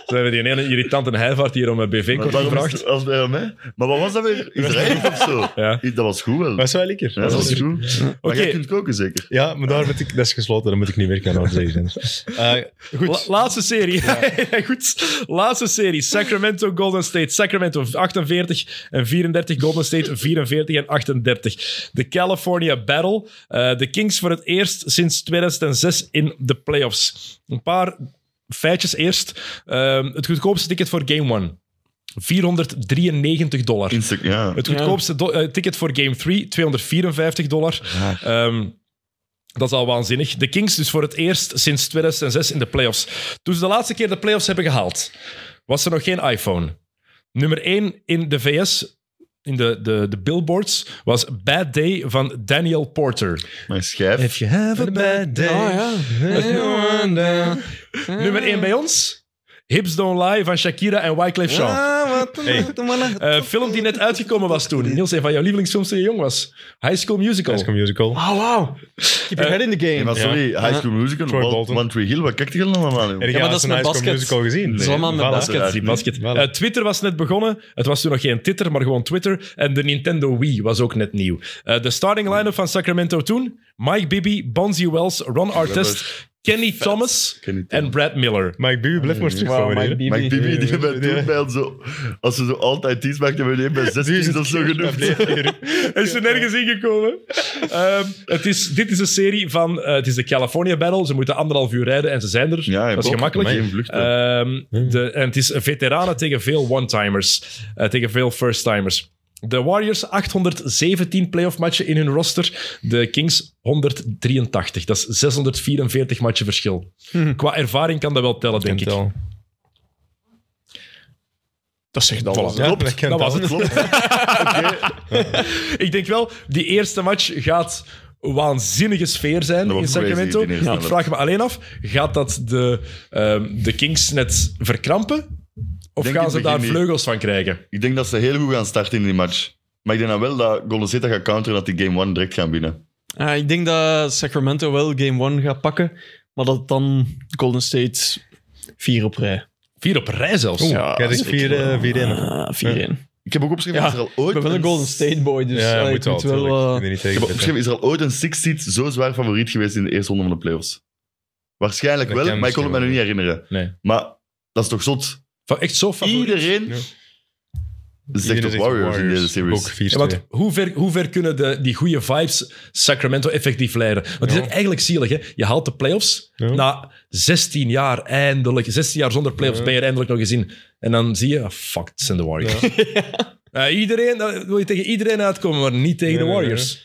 A: Ze hebben die ene irritante heivaart hier om eh, een
C: Maar
A: BV-kort
C: waarom is
A: gevraagd.
C: het- als bij mij? Maar wat was dat weer? Israël of zo?
A: Ja.
C: I- Dat was goed wel.
B: Dat is wel lekker.
C: Ja, dat was goed. Maar
A: Oké.
C: jij kunt koken zeker?
B: Ja, maar daar moet ik, dat is gesloten, daar moet ik niet werken aan zeggen. Eh,
A: La-
B: goed.
A: laatste serie. Goed. Laatste serie. Sacramento, Golden State. Sacramento 48 en 34. Golden State 44 en 38. De California Battle. Eh, de Kings voor het eerst sinds 2006 in de playoffs. Een paar feitjes eerst. Ehm, het goedkoopste ticket voor Game 1. 493 dollar.
C: Insta- ja.
A: Het goedkoopste do- eh, ticket voor Game 3, 254 dollar. Ehm, dat is al waanzinnig. De Kings dus voor het eerst sinds 2006 in de playoffs. Toen ze de laatste keer de playoffs hebben gehaald, was er nog geen iPhone. Nummer 1 in de VS, in de, de, de billboards, was Bad Day van Daniel Porter.
C: Mijn schijf.
A: you have a bad
D: Ah, ja.
A: Nummer 1 bij ons, Hips Don't Lie van Shakira en Wyclef Jean.
D: Ah,
A: Eh, film die net uitgekomen was toen. Niels, een van jouw lievelingsfilms toen je jong was. High School Musical.
B: High School Musical.
D: Oh, wow. Keep your head in the
C: Nee,
D: game.
C: maar sorry, High School Musical,
B: Troy
C: Wal-
B: Bolton.
C: One Tree Hill, wat kijkt je allemaal aan?
B: Heb
C: joh?
B: je
D: Ja, maar
B: al
D: dat is
B: een
D: met
B: High School
D: basket.
B: Musical gezien?
D: is allemaal met
B: Voilà.
D: basket.
C: Uiteraard
A: Die
C: niet.
A: basket.
B: Voilà.
A: Eh, Twitter was net begonnen. Het was toen nog geen Twitter, maar gewoon Twitter. En de Nintendo Wii was ook net nieuw. Eh, de starting line-up van Sacramento toen. Mike Bibby, Bonzi Wells, Ron Artest, Kenny Thomas
C: Kenny
A: en
C: Thomas.
A: Brad Miller.
B: Mike Bibby blijft maar stuk
D: Wauw,
B: van
D: Oh, Mike
B: wanneer.
C: Maar ik
D: Bibby.
C: Bibi, die
B: Ja,
C: bij
B: ja.
C: toen bij zo... Als ze zo altijd iets maakt, hebben we die bij 16 of zo genoemd.
A: Hij is er nergens ingekomen. Ehm, het is, dit is een serie van... eh, het is de California Battle. Ze moeten anderhalf uur rijden en ze zijn er.
C: Ja,
A: dat is gemakkelijk.
C: Geen vlucht. hè.
A: Ehm, de, en het is veteranen tegen veel one-timers. eh, tegen veel first-timers. De Warriors 817 playoff matchen in hun roster. De Kings 183. Dat is 644 matchen verschil. Qua ervaring Hm. kan dat wel tellen, denk ik.
D: Dat zegt al
A: Voilà.
D: wat.
A: Ja,
B: Klopt,
A: dat
B: dat kent
A: was
B: al.
A: het.
C: Klopt.
A: Ik denk wel, die eerste match gaat een waanzinnige sfeer zijn
C: Dat
A: in
C: was crazy,
A: Sacramento.
C: die eerste
A: Ik vraag me alleen af, gaat dat de, ehm, de Kings net verkrampen? Of
C: Denk
A: gaan
C: het
A: ze
C: begin
A: daar
C: niet.
A: vleugels van krijgen?
C: Ik denk dat ze heel goed gaan starten in die match. Maar ik denk dan wel dat Golden State dat gaat counteren dat die game 1 direct gaan winnen.
D: Ah, ik denk dat Sacramento wel game 1 gaat pakken, maar dat dan Golden State 4 op rij.
A: Vier op rij zelfs.
B: Oeh,
A: Ja.
B: ja, krijg ik
C: zeker.
B: vier, eh, vier in.
D: Ah, 4-1.
C: Ik heb ook opgeschreven,
D: Ja,
C: is er al ooit...
D: Ik ben wel een Golden State boy, dus
B: Ja,
D: ah,
B: moet
D: ik moet
B: wel.
D: wel...
B: tuurlijk.
D: eh,
B: Ik ben niet
C: Ik
B: tegen
C: heb
B: Peter.
C: opgeschreven, is er al ooit een six-seed zo zwaar favoriet geweest in de eerste ronde van de playoffs? Waarschijnlijk
B: Dat
C: wel,
B: kan
C: maar ik kon het me nu niet
B: misschien
C: herinneren.
B: Nee.
C: Maar dat is toch zot?
A: Van echt zo favoriet.
C: Iedereen
B: Ja.
C: zegt toch
B: Iedereen
C: Warriors in deze
B: Ook
C: series.
A: Ja, want hoe ver, hoe ver kunnen de, die goede vibes Sacramento effectief leiden? Want het is
B: Ja.
A: echt eigenlijk zielig. Hè? Je haalt de playoffs.
B: Ja.
A: Na 16 jaar eindelijk, 16 jaar zonder playoffs,
B: Ja.
A: ben je er eindelijk nog eens in. En dan zie je, ah, fuck, het zijn de Warriors. Eh, iedereen, eh, wil je tegen iedereen uitkomen, maar niet tegen
B: Nee,
A: de
B: nee,
A: Warriors.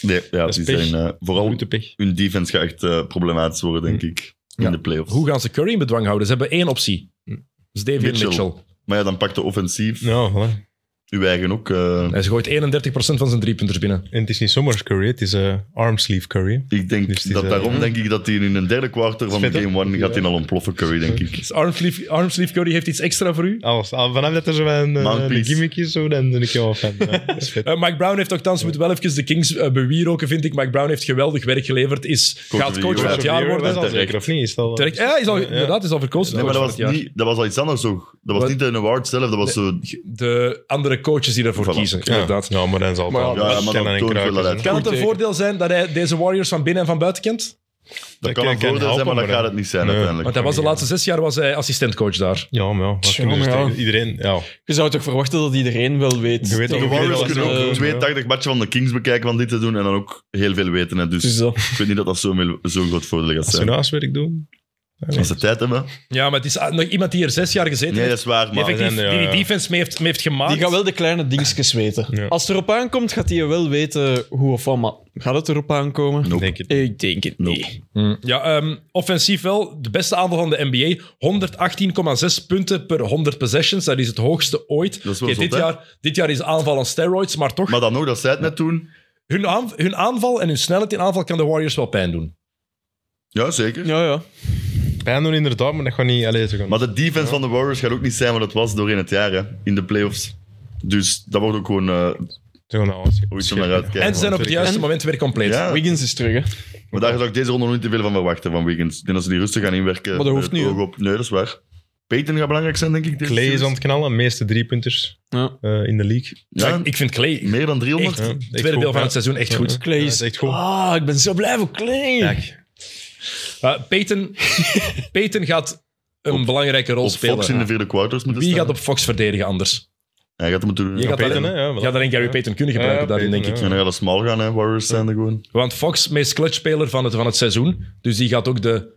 C: Nee, ja,
B: is
C: die
B: pech. Mm.
C: zijn, eh, vooral
B: Goede pech.
C: hun defense gaat echt eh, problematisch worden, denk ik. In
A: Ja.
C: de playoffs.
A: Hoe gaan ze Curry in bedwang houden? Ze hebben één optie. Dat is Davion Mitchell.
C: Mitchell. Maar ja, dan pakt de offensief
B: Ja, voilà.
C: uw eigen ook. eh,
A: Hij gooit 31% van zijn driepunters binnen.
B: En het is niet zomaar curry, het is eh arm sleeve curry.
C: ik denk
B: Dus die
C: dat
B: zijn-
C: daarom denk ik dat hij in een derde kwartier van
B: Vet, hè?
C: game one gaat hij
B: Ja.
C: al ontploffen, Curry, denk ik.
A: Dus Armsleeve, Armsleeve Curry heeft iets extra voor u.
B: Alles. Al- Ah, Vanaf dat er zo een, eh,
C: Mouthpiece.
B: een gimmick is, zo, dan ben ik jou fan. Ja, dat is vet.
A: Eh, Mike Brown heeft althans, we moeten wel even de Kings eh, bewieroken, vind ik. Mike Brown heeft geweldig werk geleverd. Is,
C: Coach
A: gaat
C: of the
A: coach
C: Year.
A: van het jaar
B: Dat is
A: worden.
B: al
C: Terecht.
B: zeker, of niet? Is dat al-
A: Terecht. Ja, is al,
B: Ja.
A: inderdaad, is al verkozen.
C: Nee, maar dat
A: coach
C: was,
A: van het jaar.
C: niet, dat was al iets anders toch? Dat was
A: Wat?
C: niet een award zelf, dat was zo...
A: De andere coaches die daarvoor
C: Voilà.
A: kiezen,
B: Ja.
A: inderdaad.
B: Ja, maar dan zal het
D: Maar
B: wel.
D: ja,
C: ja, maar
B: Kennen
C: dan
B: en
C: toont
B: kruiken
C: wel
B: zijn.
C: uit.
A: Kan het een
D: teken.
A: voordeel zijn dat hij deze Warriors van binnen en van buiten kent?
C: Dat
B: Dat
C: kan
B: kan-
C: een
B: kan
C: voordeel zijn, maar
B: helpen,
C: dat
B: maar
C: gaat
B: dan-
C: het niet zijn
B: Nee.
A: Want
C: uiteindelijk.
A: hij was de laatste zes jaar was hij assistentcoach daar.
B: Ja, maar ja. wat
D: Tja,
B: kunnen ze
D: maar ja.
B: tegen- Iedereen, ja.
D: Je zou toch verwachten dat iedereen wel weet.
B: Je weet
D: tegen
B: ook
C: De
D: wie
C: Warriors
D: dat
C: kunnen
D: ze-
C: ook
B: eh,
C: 82 matchen van de Kings bekijken van dit te doen en dan ook heel veel weten. Hè. Dus
D: Dus dat.
C: ik weet niet dat dat zo'n zo zo'n groot voordeel
B: eh,
C: gaat
B: Als nou- ze
C: zijn.
B: huiswerk doen.
C: Als ze tijd hebben.
A: Ja, maar het is ah, nog iemand die er zes jaar gezeten
C: Nee, dat
A: heeft.
C: is waar,
A: Die,
C: maar...
A: effectief,
B: zijn er,
A: die die
B: ja, ja.
A: defense mee heeft, mee heeft gemaakt.
D: Die gaat wel de kleine dingetjes weten.
B: Ja.
D: Als het erop aankomt, gaat hij wel weten hoe of wat. Maar gaat het erop aankomen?
C: Nope.
B: Denk het.
D: Ik denk het niet.
C: Nope.
A: Ja, ehm, offensief wel. De beste aanval van de NBA. 118,6 punten per 100 possessions. Dat is het hoogste ooit.
C: Dat is wel
A: Oké,
C: zot,
A: dit,
C: hè?
A: jaar, dit jaar is aanval aan steroids, maar toch.
C: Maar dan nog, dat zij het net doen.
A: hun, aan- hun aanval en hun snelheid in aanval kan de Warriors wel pijn doen.
C: Ja, zeker.
D: Ja, ja.
B: Pijn doen inderdaad, maar dat gaat niet alleen te gaan.
C: Maar de defense van de Warriors gaat ook niet zijn wat het was door in het jaar, hè, in de playoffs. Dus dat wordt ook gewoon eh
B: Ze gaan naar huis.
C: iets om naar uit te kijken.
A: en ze zijn op het juiste moment weer compleet.
C: Ja,
D: Wiggins is terug, hè.
C: maar daar zou ik deze ronde nog niet te veel van verwachten van Wiggins. Ik denk dat ze die rustig gaan inwerken.
D: Maar dat hoeft
C: met het
D: niet,
C: oog op. Nee, dat is waar. Peyton gaat belangrijk zijn, denk ik. deze
B: Clay is
C: series.
B: aan het knallen, meeste driepunters
D: Ja.
B: eh in de league.
A: Maar
C: Ja,
A: ik- Ik vind Clay,
C: meer dan 300.
A: echt,
B: Ja,
A: het
B: echt
A: tweede
B: goed,
A: deel van
B: ja.
A: het seizoen, echt goed.
D: Clay
B: Ja,
D: is-
B: dat is echt goed.
D: Ah, ik ben zo blij voor Clay.
B: Kijk,
A: Eh, Peyton, Peyton gaat een belangrijke rol
C: Op
A: spelen.
C: Fox in de vierde quarters moeten
A: Wie
C: staan.
A: gaat op Fox verdedigen anders?
C: Hij gaat hem moeten doen.
A: Je gaat
B: Peyton,
A: alleen-
B: hè? Ja, voilà.
A: Je gaat alleen Gary Peyton kunnen gebruiken
B: Ja,
A: daarin,
B: Peyton,
A: denk ik.
C: En dan gaat het smal gaan, hè. Warriors zijn er gewoon.
A: Want Fox, meest clutchspeler van het, van het seizoen. Dus die gaat ook de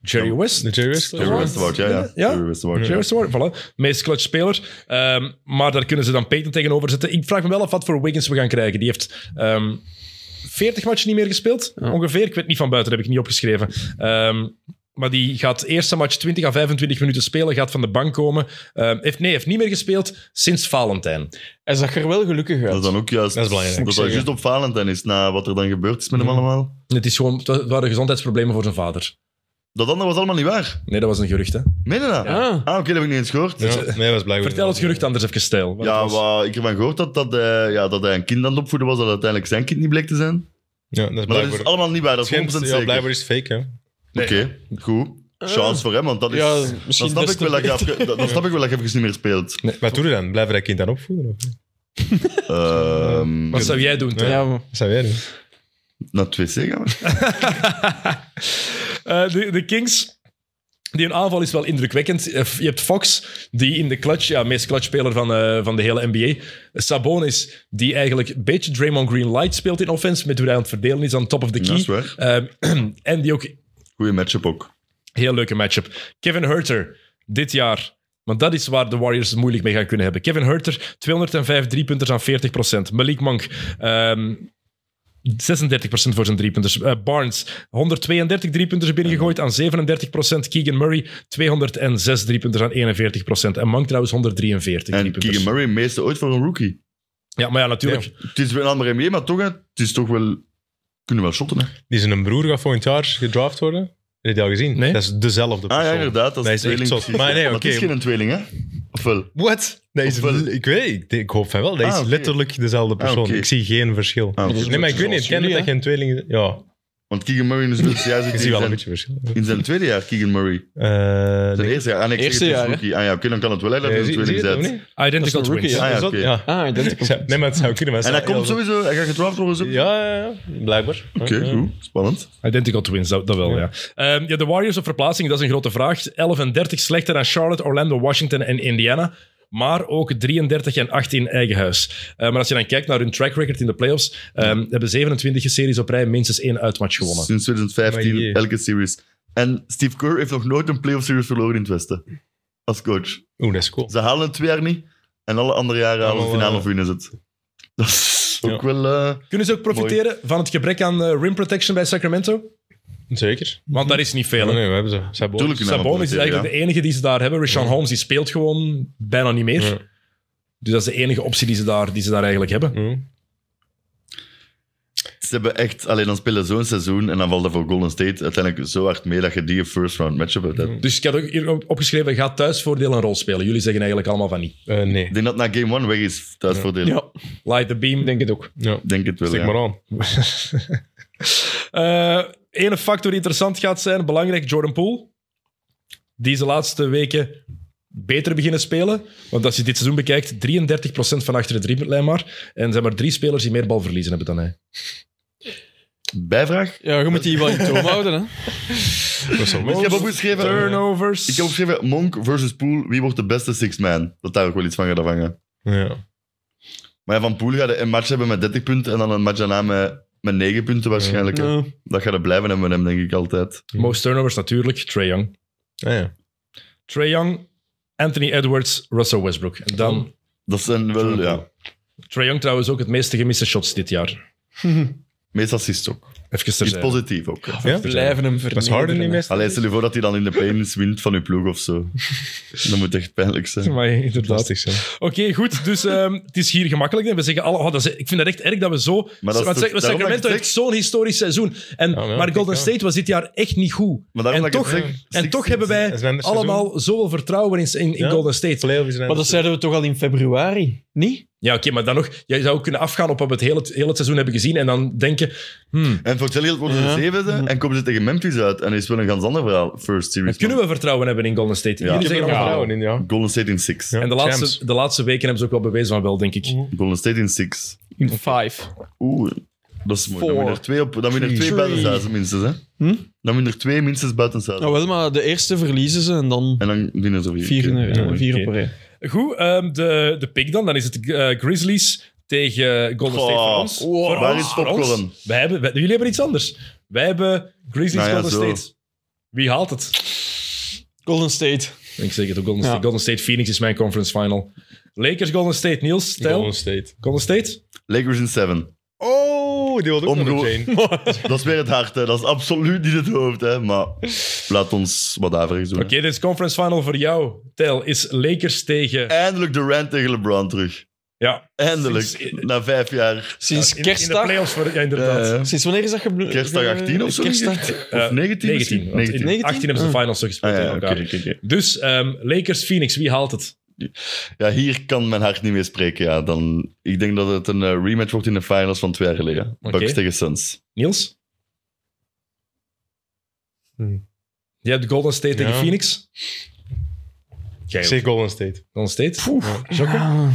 A: Jerry West.
B: de Jerry West.
C: Jerry West Award, ja, ja.
A: Ja?
C: Jerry West Award.
A: Jerry West Award, voilà. Meest clutchspeler. Ehm, maar daar kunnen ze dan Peyton tegenover zetten. Ik vraag me wel af wat voor Wiggins we gaan krijgen. Die heeft ehm 40 matchen niet meer gespeeld, ongeveer. Ik weet niet van buiten, dat heb ik niet opgeschreven. Ehm, maar die gaat eerste match 20 à 25 minuten spelen, gaat van de bank komen. Ehm, heeft, nee, heeft niet meer gespeeld sinds Valentijn.
D: Hij zag er wel gelukkig
C: Dat is
D: uit.
C: dan ook juist.
B: Dat is belangrijk.
C: Dat
B: Moet
C: dat
B: ik
C: juist
B: zeggen.
C: opvallend dan is na wat er dan gebeurd is met hem allemaal.
A: Het, is gewoon, het waren gezondheidsproblemen voor zijn vader.
C: Dat andere was allemaal niet waar.
A: Nee, dat was een gerucht, hè?
C: Meen je dat?
D: Ja.
C: Ah, oké, dat heb ik niet eens gehoord.
B: Ja, nee, dat was blijkbaar.
A: Vertel het gerucht anders even stijl. Wat
C: Ja,
A: het was.
C: wat ik heb van gehoord dat, dat, eh, ja, dat hij een kind aan het opvoeden was, dat uiteindelijk zijn kind niet bleek te zijn.
B: Ja, dat is
C: Maar dat is
B: blijkbaar.
C: allemaal niet waar, dat is 100%
B: Schijnt- Ja,
C: zeker.
B: blijkbaar is Eh, het fake, hè.
C: Oké, goed. Chance voor hem, want dat is...
D: Ja,
C: dan,
D: misschien
C: snap
D: best
C: ik wel dat
D: een-
C: je afge- dat- dan snap ik wel dat je even niet meer speelt.
B: Wat doe je dan? Blijven dat kind dan opvoeden? Of? niet?
C: Ehm,
A: Wat zou jij doen? Tim?
D: Ja, maar-
B: Dat zou jij doen.
C: Naar het wc gaan we.
A: Eh, de, de Kings. Die hun aanval is wel indrukwekkend. Eh, Je hebt Fox, die in de clutch, ja, meest clutchspeler van, eh, van de hele NBA. Sabonis, die eigenlijk een beetje Draymond Green light speelt in offense, met hoe hij aan het verdelen is aan top of the
C: Dat
A: key.
C: is waar.
A: Ehm, en die ook
C: Goeie matchup ook.
A: Heel leuke matchup. Kevin Herter, dit jaar. Want dat is waar de Warriors het moeilijk mee gaan kunnen hebben. Kevin Herter, 205 driepunters aan 40%. Malik Monk, ehm 36% voor zijn driepunters. Eh, Barnes, 132 driepunters binnengegooid aan 37%. Keegan Murray, 206 driepunters aan 41%. En Monk trouwens 143
C: En
A: driepunters.
B: dus.
C: Keegan Murray, meeste ooit voor een rookie.
A: Ja, maar ja, natuurlijk.
C: Het is wel een andere NBA, maar toch, hè, het is toch wel... Kunnen wel shotten, hè?
B: Die zijn broer gaat volgend jaar gedraft worden. Heb je die al gezien?
A: Nee.
B: Dat is dezelfde persoon.
C: Ah ja, inderdaad. Dat is,
B: Dat is
C: een
B: echt
C: tweeling.
B: zot. Maar nee,
C: het is
B: oké.
C: geen tweeling, hè? Ofwel?
B: Wat? Dat is,
C: Ofwel-
B: ik weet ik, ik hoop van wel. Dat is
C: Ah, oké.
B: letterlijk dezelfde persoon.
C: oké.
B: Ik zie geen verschil.
C: Ah, oké.
B: Nee, maar ik weet niet. Ik ken
D: Zoals
B: dat
D: jullie,
B: geen tweeling... Ja,
C: Want Keegan Murray is dus, ja, zit
B: ik
C: in,
B: zie wel een
C: zijn,
B: beetje verschil.
C: in zijn tweede jaar, Keegan Murray.
B: Eh,
C: Zijn
B: nee.
C: eerste jaar. Ah, nee, ik zeg
D: Eerste
C: het, het
D: jaar,
C: is
D: hè?
C: rookie. Ah ja, oké, dan kan het wel, hè, dat
B: Ja,
C: hij een
B: zie- zie
C: tweeling
B: je dat of
C: bent.
B: niet?
A: Identical
D: Dat is een
A: twins.
D: rookie,
C: Ah ja,
B: Is dat-
C: oké.
B: ja.
D: Ah, identical.
B: Ja, Nee, maar het zou kunnen. Maar het
C: En hij
B: zou-
C: komt
B: ja,
C: sowieso, hij gaat getraft worden zo.
B: Ja, ja, ja, blijkbaar.
C: Oké,
B: Ja, ja.
C: goed. Spannend.
A: Identical twins, dat, dat wel, ja. Ehm, ja. De Warriors op verplaatsing, dat is een grote vraag. 11 en 30 slechter dan Charlotte, Orlando, Washington en Indiana. Maar ook 33 en 18 in eigen huis. Eh, maar als je dan kijkt naar hun track record in de playoffs, ehm, hebben 27 series op rij minstens één uitmatch gewonnen.
C: Sinds
B: Maar jee.
C: 2015, elke series. En Steve Kerr heeft nog nooit een playoff series verloren in het Westen. Als coach.
B: Oeh, dat is cool.
C: Ze halen het twee jaar niet. En alle andere jaren halen ze
B: Allemaal,
C: finale
B: eh,
C: of winnen ze het. Dat is ook
B: Ja.
C: wel... eh,
A: Kunnen ze ook profiteren van het gebrek aan eh, rim protection bij Sacramento?
B: Zeker.
A: Want daar is niet veel.
B: Nee,
A: hè.
B: nee, we hebben ze. Ze hebben
C: Tuurlijk. kunnen
A: Sabonis is
C: profiteren,
A: eigenlijk de enige die ze daar hebben. Rashawn Holmes die speelt gewoon bijna niet meer.
B: Ja.
A: Dus dat is de enige optie die ze daar, die ze daar eigenlijk hebben.
B: Hm.
C: Ze hebben echt, alleen dan spelen ze zo'n seizoen en dan valt dat voor Golden State uiteindelijk zo hard mee dat je die first round matchup hebt.
A: Dus ik had ook hier ook opgeschreven, gaat thuisvoordeel een rol spelen? Jullie zeggen eigenlijk allemaal van niet.
B: Eh, nee.
C: Ik denk dat na game one weg is, thuisvoordeel.
D: Ja,
A: Light the beam.
D: ik denk het ook.
B: Ja.
C: Ik Denk het wel.
B: Stik
C: ja.
B: maar aan.
A: Eh, ene factor die interessant gaat zijn, belangrijk, Jordan Poole. Die is de laatste weken beter beginnen spelen. Want als je dit seizoen bekijkt, 33% van achter de driepuntlijn maar. En er zijn maar drie spelers die meer balverliezen hebben dan hij.
C: Bijvraag?
D: Ja, je moet die wel in toom houden, hè.
B: Dat is wel
C: Ik heb opgeschreven.
A: Turnovers.
C: Ik heb opgeschreven Monk versus Poel, wie wordt de beste six man? Dat daar ook wel iets van gaat afhangen.
B: Ja.
C: Maar ja, van Poel gaat een match hebben met 30 punten en dan een match daarna met, met 9 punten waarschijnlijk. hè.
D: Ja.
C: Dat gaat er blijven hebben met hem, denk ik altijd.
A: Most turnovers natuurlijk, Trae Young.
B: Ah, ja.
A: Trae Young, Anthony Edwards, Russell Westbrook. En dan
C: Dat zijn wel,
B: Jordan
C: ja,
B: Poole.
A: Trae Young trouwens ook het meeste gemiste shots dit jaar.
C: meest assist ook.
A: Even
C: Iets
A: terzijde.
C: positief ook.
B: Ja?
D: Blijven hem vernederen.
B: Was Harden niet
D: hè.
B: meestal?
C: Allee, stel je voor dat hij dan in de play-ins wint van uw ploeg of zo. Dat moet echt pijnlijk zijn.
A: Maar inderdaad.
B: Lastig zijn.
A: Oké, goed. Dus ehm, het is hier gemakkelijk. hè. We zeggen alle, oh, dat is, ik vind het echt erg dat we zo.
C: Maar dat is
A: want Sac-
C: toch- daarom dat ik
A: Sacramento
C: zeg-
A: heeft zo'n historisch seizoen. En,
B: Ja, maar ja,
A: maar
B: kijk
A: Golden
B: aan.
A: State was dit jaar echt niet goed.
C: Maar
A: En
C: daarom dat ik
A: toch,
C: het zeg,
A: en
C: six-
A: toch hebben
B: Het
A: wij
B: zijn
A: allemaal zoveel vertrouwen in, in, in
B: Ja.
A: Golden State.
B: Playoff is een
D: Maar dat zeiden we toch al in februari, niet?
A: Ja, oké, maar dan nog. Jij zou ook kunnen afgaan op wat we het hele, heel het seizoen hebben gezien. En dan denken: hmm,
C: En voor hetzelfde geld worden ze
D: Ja.
C: zevende en komen ze tegen Memphis uit. En dat is wel een ganz ander verhaal. First series.
A: kunnen we vertrouwen hebben in Golden State?
C: Ja.
A: Jullie
B: Ik heb
A: zeggen
B: er
A: allemaal
B: vertrouwen
A: vertrouwen.
B: in, ja.
C: Golden State in six.
B: Ja.
A: En de
B: Champs.
A: laatste, de laatste weken hebben ze ook wel bewezen van wel, denk ik.
C: Golden State in six.
D: In five.
C: Oeh, dat is mooi. Dan
D: Four.
C: winnen er twee, op, dan winnen er twee
D: Three.
C: buitenshuizen minstens. Hè?
D: Hm?
C: Dan winnen er twee minstens buitenshuizen.
D: Nou wel, maar de eerste verliezen ze en dan
C: En dan winnen ze vier.
D: vier, in-
C: keer.
D: ja,
A: oké.
D: vier op rij.
A: Goed, ehm, de, de pick dan. Dan is het eh, Grizzlies tegen Golden State
C: Goh,
A: voor ons.
C: wow.
A: Voor
C: Waar
A: ons,
C: is
A: voor ons.
C: popcorn?
A: Wij hebben, wij- jullie hebben iets anders. Wij hebben Grizzlies
C: Nou ja,
A: Golden
C: zo.
A: State. Wie haalt het?
D: Golden State.
A: Ik zeg het ook, Golden
D: Ja.
A: State. Golden State Phoenix is mijn conference final. Lakers Golden State, Niels, stijl.
B: Golden
A: Golden,
B: State.
A: State?
C: Lakers in seven.
B: Oh, die wilde ook
C: Omroep.
B: nog een.
C: Dat is weer het hart. Hè? Dat is absoluut niet het hoofd. Hè? Maar laat ons wat averigs doen. hè.
A: Oké, dit is conference final voor jou. Tel is Lakers tegen...
C: Eindelijk Durant tegen LeBron terug.
A: Ja,
C: Eindelijk.
A: Sinds-
C: Na vijf jaar. Ah,
D: Sinds
A: in- in, de
D: kerstdag.
A: playoffs. Voor, ja, inderdaad.
C: Ja, ja.
D: Sinds wanneer is dat gebeurd?
C: Kerstdag 18 of zo?
D: Kerstdag.
A: Eh,
C: Eh, Of 19?
A: 19.
C: misschien?
A: want in
D: 19?
A: 18 hebben ze de
D: Ah.
A: finals zo gespeeld
C: Ah, ja,
A: tegen
C: oké,
A: elkaar.
C: oké, oké.
A: Dus ehm, Lakers Phoenix, wie haalt het?
C: Ja, hier kan mijn hart niet meer spreken. Ja. Dan, ik denk dat het een eh, rematch wordt in de finals van twee jaar geleden.
A: Oké.
C: Bucks tegen Suns.
A: Niels?
B: Hm.
A: Je hebt Golden State tegen
B: Ja.
A: Phoenix. Jij
B: Ik
A: ook.
B: zeg Golden State.
A: Golden State.
D: Ja.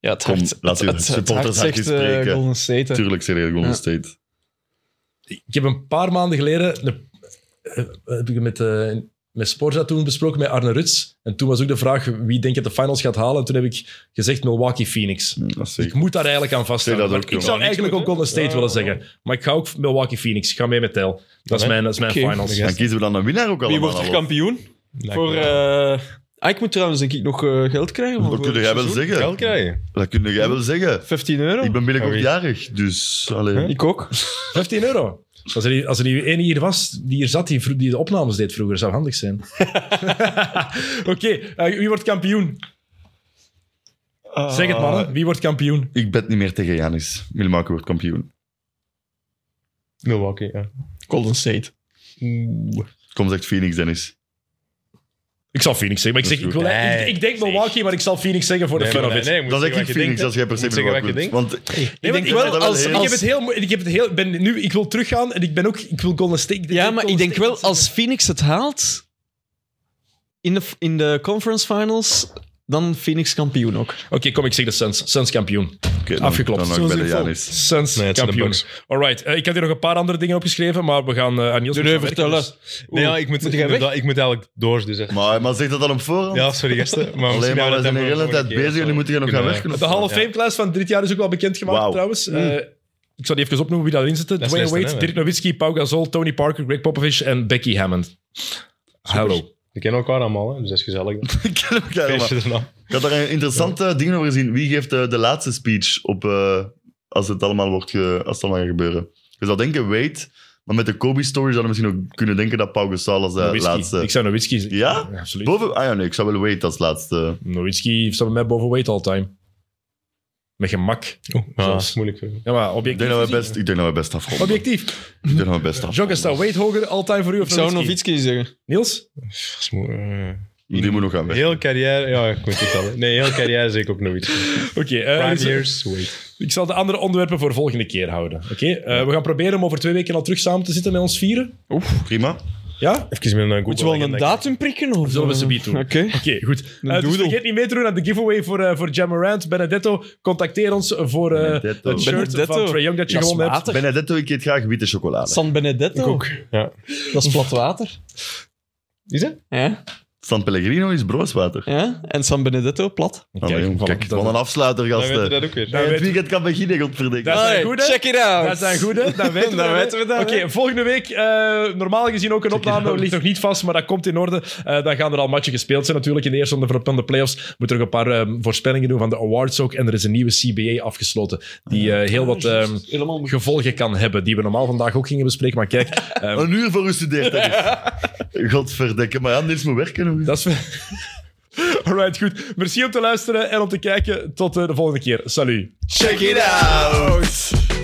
D: Ja, het
C: Kom,
D: hart,
C: laat
D: het,
C: uw
D: het, het hart
C: supporters hart
D: zegt
C: eens
D: eh,
C: spreken.
D: Golden State. hè.
C: Tuurlijk, serieus, Golden
D: Ja.
C: State.
A: Ik heb een paar maanden geleden de, eh, heb ik met, eh met Sporza toen besproken, met Arne Ruts. En toen was ook de vraag wie denk je de finals gaat halen. En toen heb ik gezegd Milwaukee Phoenix.
C: Dat is
A: Ik
C: zeker.
A: moet daar eigenlijk aan vasthouden.
C: Zeg dat
A: Maar
C: ook,
A: ik zou
B: jongen.
A: eigenlijk ook Golden State
B: Ja.
A: willen zeggen. Maar ik ga ook Milwaukee Phoenix. Ik ga mee met Tel. Dat is
B: hè?
A: mijn, dat is mijn
D: Oké.
A: finals.
C: Dan kiezen we dan een winnaar ook allemaal.
D: Wie wordt er
C: al.
D: kampioen? Voor, eh, ah, ik moet trouwens denk ik nog eh, geld krijgen. van
C: Dat
D: vorig
C: kun jij wel
D: seizoen.
C: zeggen.
B: Geld krijgen.
C: Dat kun jij wel zeggen.
D: 15 euro?
C: Ik
D: Ik,
C: ben binnenkort
B: Sorry.
C: jarig, dus... Allee.
D: ook.
A: 15 euro. Als er, als er nu één hier was die hier zat, die, vro- die de opnames deed vroeger, zou handig zijn. Oké, eh, wie wordt kampioen? Zeg het mannen, wie wordt kampioen?
C: Ik bet niet meer tegen Janis. Milwaukee wordt kampioen.
B: Milwaukee, ja.
D: Golden State.
C: Kom, zegt Phoenix, Dennis.
A: Ik zal Phoenix zeggen, maar ik, zeg, ik, wil,
B: Nee,
A: ik, ik denk
B: zeg.
A: Milwaukee, maar ik zal Phoenix zeggen voor de fun of it.
C: Dan zeg ik Phoenix als jij per se
B: Moet zeggen wat
C: Milwaukee
B: je
C: wilt.
B: denkt.
C: Want
A: Nee,
D: denk
A: want ik
C: wel
A: wil-
C: dat wel
A: als-
C: heel-
A: Ik heb het heel... mo- Ik, heb het heel ik ben nu, ik wil teruggaan en ik ben ook... Ik wil Golden State...
D: Ja, maar ik
A: Golden
D: denk
A: State-
D: wel, als Phoenix het haalt in de, in de conference finals, dan Phoenix kampioen ook.
A: Oké, kom, ik zeg de Suns. Suns kampioen.
C: Oké, dan-
A: Afgeklopt.
C: Dan nog bij de Janis.
A: Suns
B: Nee, het zijn de
A: kampioen.
B: Bucks.
A: All right. eh, ik had hier nog een paar andere dingen opgeschreven, maar we gaan eh aan Niels... dus-
D: Doe nu vertellen.
B: Nee, ja, ik moet,
D: jij weg?
B: inderdaad, ik moet eigenlijk door, dus echt.
C: Maar, maar zeg dat dan op voorhand.
B: Ja, sorry gasten. Maar
C: Alleen
B: misschien
C: maar, we
B: dat
C: zijn de
B: dan
C: hele
B: voor
C: tijd
B: een keer
C: bezig en
B: of
C: jullie
B: zo.
C: moeten gaan nog gaan
B: Kunnen-
C: werken. of
A: De
C: zo.
A: Hall of
B: Ja.
A: Fame class van dit jaar is ook wel bekendgemaakt
C: Wauw. Mm.
A: trouwens. Eh, ik zal die even opnoemen wie daarin zitten.
B: Dat is
A: Dwayne
B: lijsten,
A: Wade,
B: hè?
A: Dirk Nowitzki, Pau Gasol, Tony Parker, Greg Popovich en Becky Hammond. Hallo.
B: We kennen elkaar allemaal, hè, dus dat is gezellig. dan.
C: Ik ken elkaar allemaal.
B: Feestje erna.
C: Ik had daar een interessante ding over gezien. Wie geeft eh, de laatste speech op, eh, als, het allemaal wordt ge- als het allemaal gaat gebeuren? Je zou denken Wade, maar met de Kobe-story zou je misschien ook kunnen denken dat Pau Gasol als de
A: Nowitzki.
C: laatste...
A: Ik zou Nowitzki zeggen.
C: Ja?
A: Absoluut.
C: Boven, ah ja, nee, ik zou wel Wade als laatste...
A: Nowitzki staat bij mij boven Wade all time. Met gemak.
B: Ja, dat
A: Zelfs.
B: is moeilijk voor u.
A: Ja, maar
C: Ik
A: objectief.
C: denk dat we
A: gezien.
C: best, ik denk dat we best afronden.
A: Objectief.
C: Ik denk dat we best afronden.
A: Jogger staat Wade hoger all-time voor u of
D: Ik zou
A: Nowitzki?
D: Novitski zeggen.
A: Niels?
B: Dat is moeilijk.
C: Die moet nog gaan weg.
B: Heel carrière, ja, ik moet het tellen. Nee, heel carrière zeg ik ook nog iets.
A: Oké. eh,
B: Prime
A: dus-
B: years, wait.
A: Ik zal de andere onderwerpen voor volgende keer houden. Oké? Eh, we gaan proberen om over twee weken al terug samen te zitten met ons vieren.
C: Prima.
A: Ja?
B: Even met een Google.
D: Moet je wel een datum prikken? Of? eh?
A: Zullen we ze bieden doen?
D: Oké.
A: Oké, goed.
D: Een
A: Eh, dus
D: doodle.
A: vergeet niet mee te doen aan de giveaway voor, eh voor Jammerant. Benedetto, contacteer ons voor eh,
C: Benedetto.
A: het shirt
D: Benedetto.
A: van Trae Young dat je
D: Dat is
A: gewonnen hebt.
D: matig.
C: Benedetto, ik eet graag witte chocolade.
D: San Benedetto.
B: ook. Ja.
D: Dat is plat water.
B: Is het?
D: Ja,
C: San Pellegrino is brooswater.
D: ja. En San Benedetto plat.
C: Allee,
A: Kijk,
C: jong,
A: voilà,
C: kijk,
A: dat-
C: wat een afsluiter,
B: Dan weten we
C: gasten.
B: dat ook weer.
A: Ja,
C: Het
A: weet-
C: weekend kan beginnen,
A: Dat
C: godverdikke.
A: is een goede.
D: check it out.
A: Dat zijn goede, dat weten we.
D: Dat weten we dan,
A: Oké,
D: hè.
A: volgende week, eh, normaal gezien ook een opname, ligt nog niet vast, maar dat komt in orde. Eh, dan gaan er al matchen gespeeld zijn natuurlijk in de eerste ronde van de playoffs. Moeten er nog een paar eh, voorspellingen doen van de awards ook. En er is een nieuwe CBA afgesloten, die eh, heel wat
D: Ah,
A: eh,
D: Helemaal
A: gevolgen kan hebben, die we normaal vandaag ook gingen bespreken. Maar kijk, eh,
C: Ah, Een uur voor u studeert, dat is. Godverdikke, maar ja, Niels moet werken. hoor.
A: dat is... Alright, goed. Merci om te luisteren en om te kijken. Tot eh, de volgende keer. Salut.
D: Check it out.